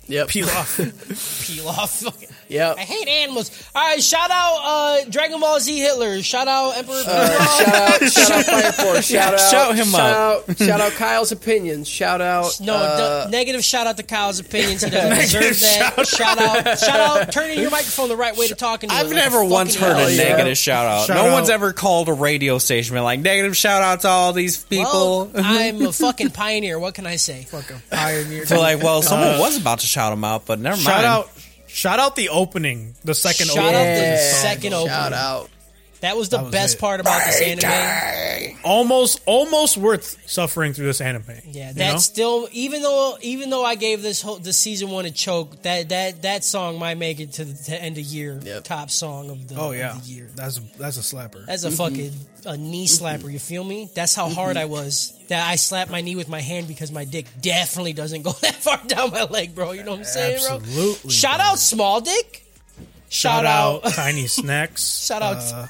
B: Yep.
C: Peel off.
D: Peel off. Fucking-
B: Yep.
D: I hate animals. All right, shout out uh, Dragon Ball Z Hitler. Shout out Emperor.
B: Uh, shout out, shout out Fire Force. Shout out,
F: shout him
B: shout Out, shout out Kyle's opinions. Shout out.
D: No,
B: uh,
D: d- negative shout out to Kyle's opinions. He doesn't deserve that. Shout, out, shout out, turning your microphone the right way to talk. into it
F: i've
D: like
F: never
D: fucking
F: once heard
D: hell.
F: a
B: yeah.
F: negative shout out
C: Shout
F: no one's
C: out.
F: ever called a radio station been like negative shout out to all these
D: Well,
F: people
D: I'm a fucking pioneer. What can I say?
C: Pioneer.
F: so like well someone was about to Uh, shout them out but never mind
C: shout out, shout out the opening, the second
D: Shout
C: opening.
D: out
C: to
D: the
C: this song.
D: second
B: shout
D: opening.
B: out.
D: That was the
C: was
D: best
C: it.
D: part about this anime.
C: almost almost worth suffering through this anime.
D: Yeah,
C: you
D: that
C: know?
D: still even though even though I gave this whole this season one a choke, that that that song might make it to the to end of year top song of the,
C: Oh yeah, Mm-hmm.
D: of the year.
C: that's a, that's a slapper.
D: That's a fucking a knee
C: Mm-hmm.
D: slapper. You feel me? That's how hard I was. That I slapped my knee with my hand because my dick definitely doesn't go that far down my leg, bro. You know what I'm saying, bro?
C: Absolutely.
D: Shout out small dick. Shout,
C: Shout out
D: out.
C: Tiny Snacks.
D: Shout out.
C: Uh,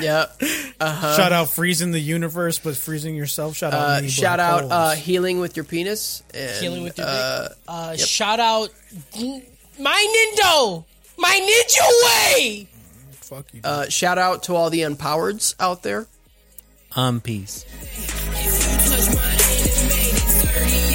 B: Yep.
C: shout out freezing the universe, but freezing yourself. Shout out.
B: Uh,
C: me,
B: shout
C: black
B: out
C: holes.
B: uh, healing with your penis. And,
D: Healing with your
B: uh,
D: dick. Uh, Shout out my Nindo, my Ninja way.
C: Fuck you.
B: uh, shout out to all the unpowereds out there.
F: um peace
I: Touch my hand and made it 30